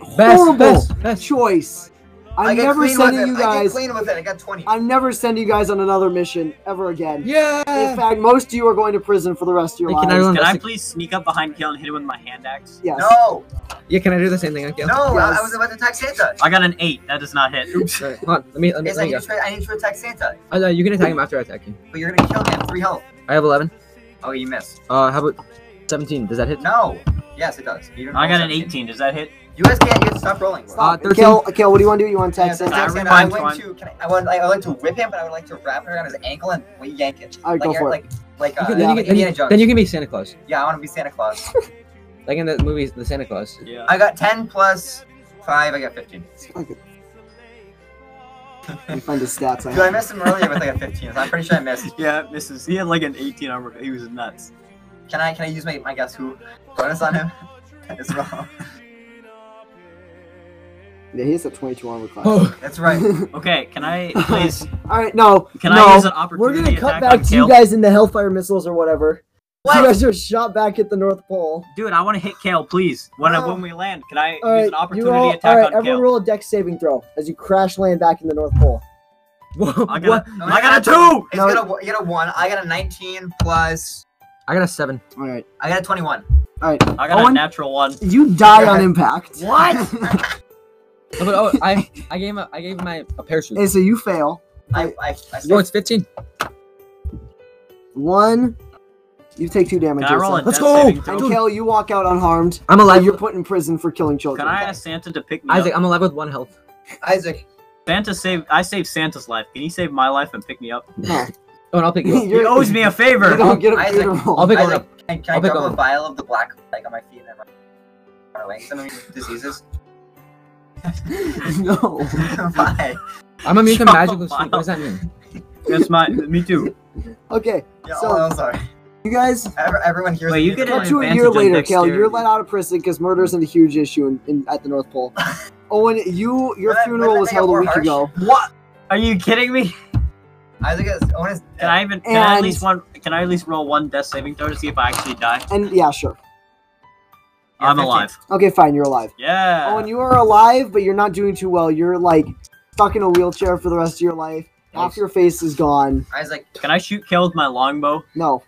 Speaker 1: horrible
Speaker 2: Best, best, best.
Speaker 1: choice.
Speaker 4: I
Speaker 1: I'm
Speaker 4: get
Speaker 1: never
Speaker 4: clean with
Speaker 1: sending
Speaker 4: it.
Speaker 1: you
Speaker 4: I get
Speaker 1: guys.
Speaker 4: clean with it. I got twenty.
Speaker 1: I'm never sending you guys on another mission ever again." In
Speaker 2: Yeah.
Speaker 1: fact, most of you are going to prison for the rest of your
Speaker 2: Hey,
Speaker 1: lives.
Speaker 2: can I run-
Speaker 3: Can I please sneak up behind Kale and hit him with my hand axe?
Speaker 1: yes.
Speaker 4: No,
Speaker 2: Yeah. Can I do the same thing on Kale?
Speaker 4: no, I,
Speaker 1: Yes.
Speaker 4: I was about to attack Santa.
Speaker 3: I got an eight. That does not hit. Oops.
Speaker 2: All right, hold on. Let me let me
Speaker 4: Yes,
Speaker 2: let
Speaker 4: I
Speaker 2: me
Speaker 4: need
Speaker 2: go.
Speaker 4: to try- I need to attack Santa,
Speaker 2: Uh, no, you can attack him after I attack you.
Speaker 4: but you're gonna kill him. Three health.
Speaker 2: I have eleven.
Speaker 4: Oh, you missed.
Speaker 2: Uh, how about seventeen? Does that hit?
Speaker 4: No. Yes, it does. You didn't
Speaker 3: I
Speaker 4: roll
Speaker 3: got an
Speaker 4: 17.
Speaker 3: eighteen. Does that hit?
Speaker 4: You guys can't. You have to stop rolling. Stop.
Speaker 1: Stop.
Speaker 2: Uh,
Speaker 1: Kel, Kel, what do you want to do? You want to
Speaker 4: Yeah,
Speaker 1: attack
Speaker 4: so
Speaker 1: Santa?
Speaker 3: Santa.
Speaker 4: that's what I
Speaker 3: Rewind
Speaker 4: went
Speaker 3: time.
Speaker 4: to. Can I, I would. I would like to whip him, but I would like to wrap it around his ankle and we yank it.
Speaker 1: All right,
Speaker 4: like,
Speaker 1: go for it.
Speaker 4: like, Like,
Speaker 2: You
Speaker 4: uh,
Speaker 2: can- then, you can, then,
Speaker 4: Indiana
Speaker 2: you,
Speaker 4: Jones.
Speaker 2: then you can be Santa Claus,
Speaker 4: Yeah, I want to be Santa Claus.
Speaker 2: like in the movies, the Santa Claus.
Speaker 3: Yeah.
Speaker 4: I got ten plus five. I got fifteen.
Speaker 1: Let me find his stats. I
Speaker 4: Dude, I missed him earlier with like a fifteen. so I'm pretty sure I missed.
Speaker 3: Yeah, misses. He had like an eighteen armor. He was nuts.
Speaker 4: Can I? Can I use my, my guess who bonus on him as well?
Speaker 1: yeah, he's a 22 armor class.
Speaker 2: Oh,
Speaker 4: That's right.
Speaker 3: Okay. Can I please?
Speaker 1: All right, no,
Speaker 3: Can
Speaker 1: no.
Speaker 3: I use an opportunity
Speaker 1: We're gonna cut
Speaker 3: attack
Speaker 1: back
Speaker 3: on
Speaker 1: to
Speaker 3: Kale?
Speaker 1: you guys in the Hellfire missiles or whatever. You
Speaker 4: What?
Speaker 1: guys are shot back at the North Pole.
Speaker 3: Dude, I want to hit Kale, please. When I,
Speaker 4: No.
Speaker 3: when we land, can I
Speaker 1: All
Speaker 3: use
Speaker 1: right,
Speaker 3: an opportunity
Speaker 1: you roll,
Speaker 3: attack
Speaker 1: all right,
Speaker 3: on
Speaker 1: everyone
Speaker 3: Kale?
Speaker 1: roll a dex saving throw as you crash land back in the North Pole.
Speaker 2: whoa,
Speaker 3: I
Speaker 2: what?
Speaker 3: got a, I got a two.
Speaker 4: It's
Speaker 1: No.
Speaker 4: gonna. wo- You got a one. I got a nineteen plus.
Speaker 2: I got a seven.
Speaker 1: All right,
Speaker 4: I got a twenty-one.
Speaker 1: all right.
Speaker 3: I got a
Speaker 1: Owen?
Speaker 3: natural one.
Speaker 1: You die
Speaker 4: Yeah.
Speaker 1: on impact.
Speaker 4: What?
Speaker 2: No, but, oh, I I gave him a, I gave him my a parachute.
Speaker 1: and so you fail.
Speaker 4: I. I. I
Speaker 2: Yo, it's fifteen.
Speaker 1: One, you take two damage.
Speaker 3: Can I roll a
Speaker 1: yourself.
Speaker 2: Let's
Speaker 3: death
Speaker 2: go!
Speaker 3: saving
Speaker 1: And
Speaker 3: throw?
Speaker 1: Kel, you walk out unharmed.
Speaker 2: I'm
Speaker 1: But
Speaker 2: alive.
Speaker 1: you're put in prison for killing children.
Speaker 3: Can I ask Santa to pick me
Speaker 2: Isaac,
Speaker 3: up?
Speaker 2: I'm alive with one health.
Speaker 4: Isaac.
Speaker 3: Santa saved. I saved Santa's life. Can he save my life and pick me up?
Speaker 1: No.
Speaker 2: Oh, and I'll pick you. up.
Speaker 3: He owes me a
Speaker 1: You
Speaker 3: favor.
Speaker 1: don't get a
Speaker 4: Isaac,
Speaker 1: funeral.
Speaker 2: I'll pick Owen
Speaker 4: Isaac,
Speaker 2: up.
Speaker 4: can, can I
Speaker 2: I'll pick
Speaker 4: grab a
Speaker 2: on-
Speaker 4: vial of the black like on my feet and then run away? Some of these diseases.
Speaker 1: no.
Speaker 4: Why?
Speaker 2: I'm immune to
Speaker 3: Shut
Speaker 2: magical
Speaker 3: up,
Speaker 2: sleep. What does that mean?
Speaker 3: That's my. Me too.
Speaker 1: Okay,
Speaker 4: Yeah,
Speaker 1: So-
Speaker 4: oh, I'm sorry.
Speaker 1: you guys.
Speaker 4: Ever- Everyone hears.
Speaker 3: Wait,
Speaker 4: me
Speaker 3: you
Speaker 4: in
Speaker 3: get
Speaker 4: the
Speaker 1: Up
Speaker 3: an
Speaker 1: to
Speaker 4: corner.
Speaker 1: a
Speaker 3: advantage
Speaker 1: year
Speaker 3: on
Speaker 1: later, Kale,
Speaker 3: dexterity.
Speaker 1: you're let out of prison because murder isn't a huge issue in, in, at the North Pole. Owen, you your
Speaker 4: Would that-
Speaker 1: funeral
Speaker 4: would that
Speaker 1: was
Speaker 4: make it
Speaker 1: held a
Speaker 4: more
Speaker 1: week
Speaker 4: harsh?
Speaker 1: ago.
Speaker 3: What? Are you kidding me?
Speaker 4: Isaac is. Owen is
Speaker 3: Can I even? Can I at least one? Can I at least roll one death saving throw to see if I actually die?
Speaker 1: And yeah, sure.
Speaker 3: I'm
Speaker 4: 15.
Speaker 3: alive.
Speaker 1: Okay, fine, you're alive.
Speaker 3: Yeah.
Speaker 1: Owen, you are alive, but you're not doing too well. You're like stuck in a wheelchair for the rest of your life. Half
Speaker 4: Nice.
Speaker 1: your face is gone.
Speaker 4: Isaac.
Speaker 3: Can I shoot Kale with my longbow?
Speaker 1: No,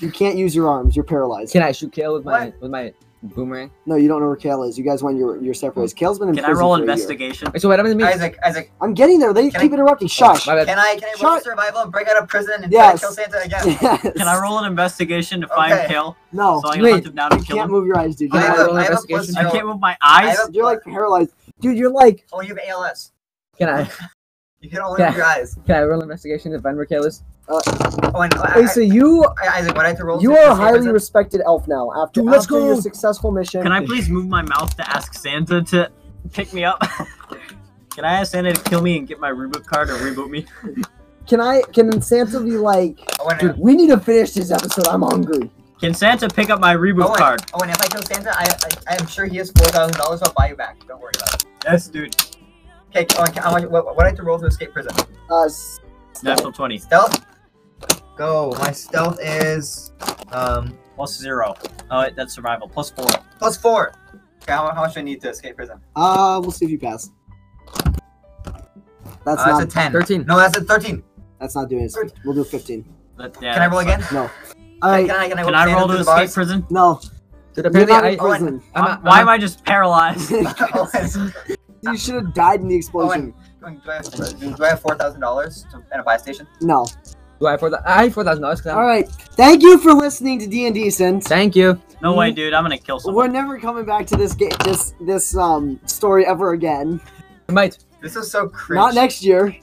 Speaker 1: you can't use your arms. You're paralyzed.
Speaker 2: Can I shoot Kale with my with my
Speaker 5: Boomerang.
Speaker 1: No, you don't know where Kale is. You guys went your your separate ways. Kale's been in
Speaker 3: Hmm. Can I
Speaker 1: prison
Speaker 3: roll
Speaker 1: for a year.
Speaker 3: investigation?
Speaker 5: Wait, so what happened to me?
Speaker 4: Isaac, Isaac,
Speaker 1: I'm getting there. They
Speaker 4: Can
Speaker 1: keep
Speaker 4: I-
Speaker 1: interrupting.
Speaker 5: Oh,
Speaker 1: Shush.
Speaker 5: my bad.
Speaker 4: can I can I roll
Speaker 1: Shut-
Speaker 4: survival and break out of prison and try to
Speaker 1: Yes.
Speaker 4: kill Santa again?
Speaker 1: Yes.
Speaker 3: Can I roll an investigation to find
Speaker 4: Okay.
Speaker 3: Kale?
Speaker 1: No.
Speaker 3: So I can
Speaker 5: wait,
Speaker 3: hunt him down
Speaker 1: You
Speaker 3: and kill
Speaker 1: can't
Speaker 3: him.
Speaker 1: move your eyes, dude.
Speaker 5: Can
Speaker 1: You're,
Speaker 4: I
Speaker 5: I
Speaker 4: have
Speaker 1: like,
Speaker 5: roll
Speaker 4: a- I have a
Speaker 5: investigation?
Speaker 4: plus
Speaker 3: I
Speaker 4: zero.
Speaker 3: can't move my
Speaker 4: I
Speaker 3: eyes.
Speaker 4: have a-
Speaker 1: you're like paralyzed. Dude, you're like
Speaker 4: Only Oh, you have ALS.
Speaker 5: Can I
Speaker 4: You can only
Speaker 5: Yeah.
Speaker 4: move your eyes.
Speaker 5: can I roll investigation to find where Kale is?
Speaker 4: Oh, and I,
Speaker 1: Hey, so you
Speaker 4: I, I, Isaac, what I have to roll?
Speaker 1: you
Speaker 4: to- to
Speaker 1: are a
Speaker 4: stay
Speaker 1: highly
Speaker 4: prison?
Speaker 1: respected elf now. After,
Speaker 5: Dude, let's
Speaker 1: after your
Speaker 5: go.
Speaker 1: successful mission.
Speaker 3: Can I please move my mouth to ask Santa to pick me up? Can I ask Santa to kill me and get my reboot card or reboot me?
Speaker 1: Can I can Santa be like
Speaker 4: Owen,
Speaker 1: dude, we need to finish this episode. I'm hungry.
Speaker 3: Can Santa pick up my reboot
Speaker 4: Owen,
Speaker 3: card?
Speaker 4: Owen, oh, if I kill Santa, I, I I'm sure he has four thousand dollars. I'll buy you back. Don't worry about it.
Speaker 3: Yes, dude.
Speaker 4: Okay, Owen, can, how much? What, what do I have to roll to escape prison?
Speaker 1: Uh s-
Speaker 3: Natural 20.
Speaker 4: Stealth. Go. My stealth is um
Speaker 3: Plus zero. Oh, wait, that's survival. Plus four.
Speaker 4: plus four. Okay, how, how much do I need to escape prison?
Speaker 1: uh we'll see if you pass. That's
Speaker 4: Uh,
Speaker 1: not
Speaker 4: that's a ten.
Speaker 5: Thirteen.
Speaker 4: No, that's a thirteen.
Speaker 1: that's not doing it. We'll do fifteen.
Speaker 3: That, yeah,
Speaker 4: can I roll again?
Speaker 1: No. I
Speaker 4: can I can I,
Speaker 3: Can I
Speaker 4: Santa
Speaker 3: roll
Speaker 4: through
Speaker 3: to
Speaker 4: the
Speaker 3: escape
Speaker 4: bars?
Speaker 3: prison?
Speaker 1: no.
Speaker 5: Dude,
Speaker 1: You're
Speaker 5: apparently
Speaker 1: not
Speaker 5: I.
Speaker 1: in prison.
Speaker 5: I'm
Speaker 3: Why-
Speaker 5: not-
Speaker 3: Why am I just paralyzed?
Speaker 4: Owen,
Speaker 1: you should have died in the explosion.
Speaker 4: Owen, do I have, do I have four thousand dollars and a buy station?
Speaker 1: No.
Speaker 5: Do I have four? thou- I have four thousand dollars.
Speaker 1: All right. Thank you for listening to D and D, since
Speaker 5: Thank you.
Speaker 3: No way, dude. I'm gonna kill
Speaker 1: we're
Speaker 3: someone.
Speaker 1: never coming back to this game, this this um story ever again.
Speaker 5: We might.
Speaker 4: This is so cringe.
Speaker 1: Not next year.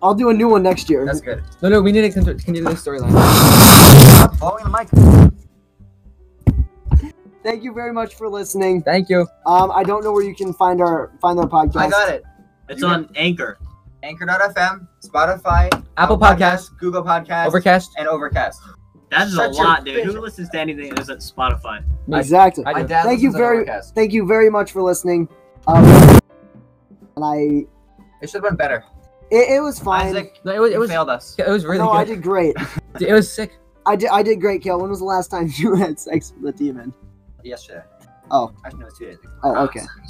Speaker 1: I'll do a new one next year.
Speaker 4: That's good.
Speaker 5: No, no, we need to con- continue this storyline.
Speaker 4: Stop blowing the mic.
Speaker 1: Thank you very much for listening.
Speaker 5: Thank you.
Speaker 1: Um, I don't know where you can find our find our podcast.
Speaker 4: I got it.
Speaker 3: It's on Anchor.
Speaker 4: Anchor.fm, Spotify,
Speaker 5: Apple Podcast,
Speaker 4: Google Podcast,
Speaker 5: Overcast.
Speaker 4: and Overcast.
Speaker 3: That is a
Speaker 4: Shut your
Speaker 3: lot, dude.
Speaker 4: bitch.
Speaker 3: Who listens to anything that isn't Spotify?
Speaker 5: I-
Speaker 1: Exactly.
Speaker 5: I
Speaker 4: My
Speaker 5: do.
Speaker 4: dad
Speaker 1: Thank you
Speaker 4: listens to
Speaker 1: very-
Speaker 4: Overcast.
Speaker 1: Thank you very much for listening. Um, and I,
Speaker 4: It should have been better.
Speaker 1: it, it was fine.
Speaker 4: Isaac,
Speaker 5: No, it was it
Speaker 4: you
Speaker 5: was
Speaker 4: failed us.
Speaker 5: it was really
Speaker 1: no, I
Speaker 5: good.
Speaker 1: did great.
Speaker 5: Dude, It was sick.
Speaker 1: I did I did great, Kale. When was the last time you had sex with a demon?
Speaker 4: Yesterday.
Speaker 1: Oh.
Speaker 4: Actually, no, it was two days ago.
Speaker 1: Oh, okay.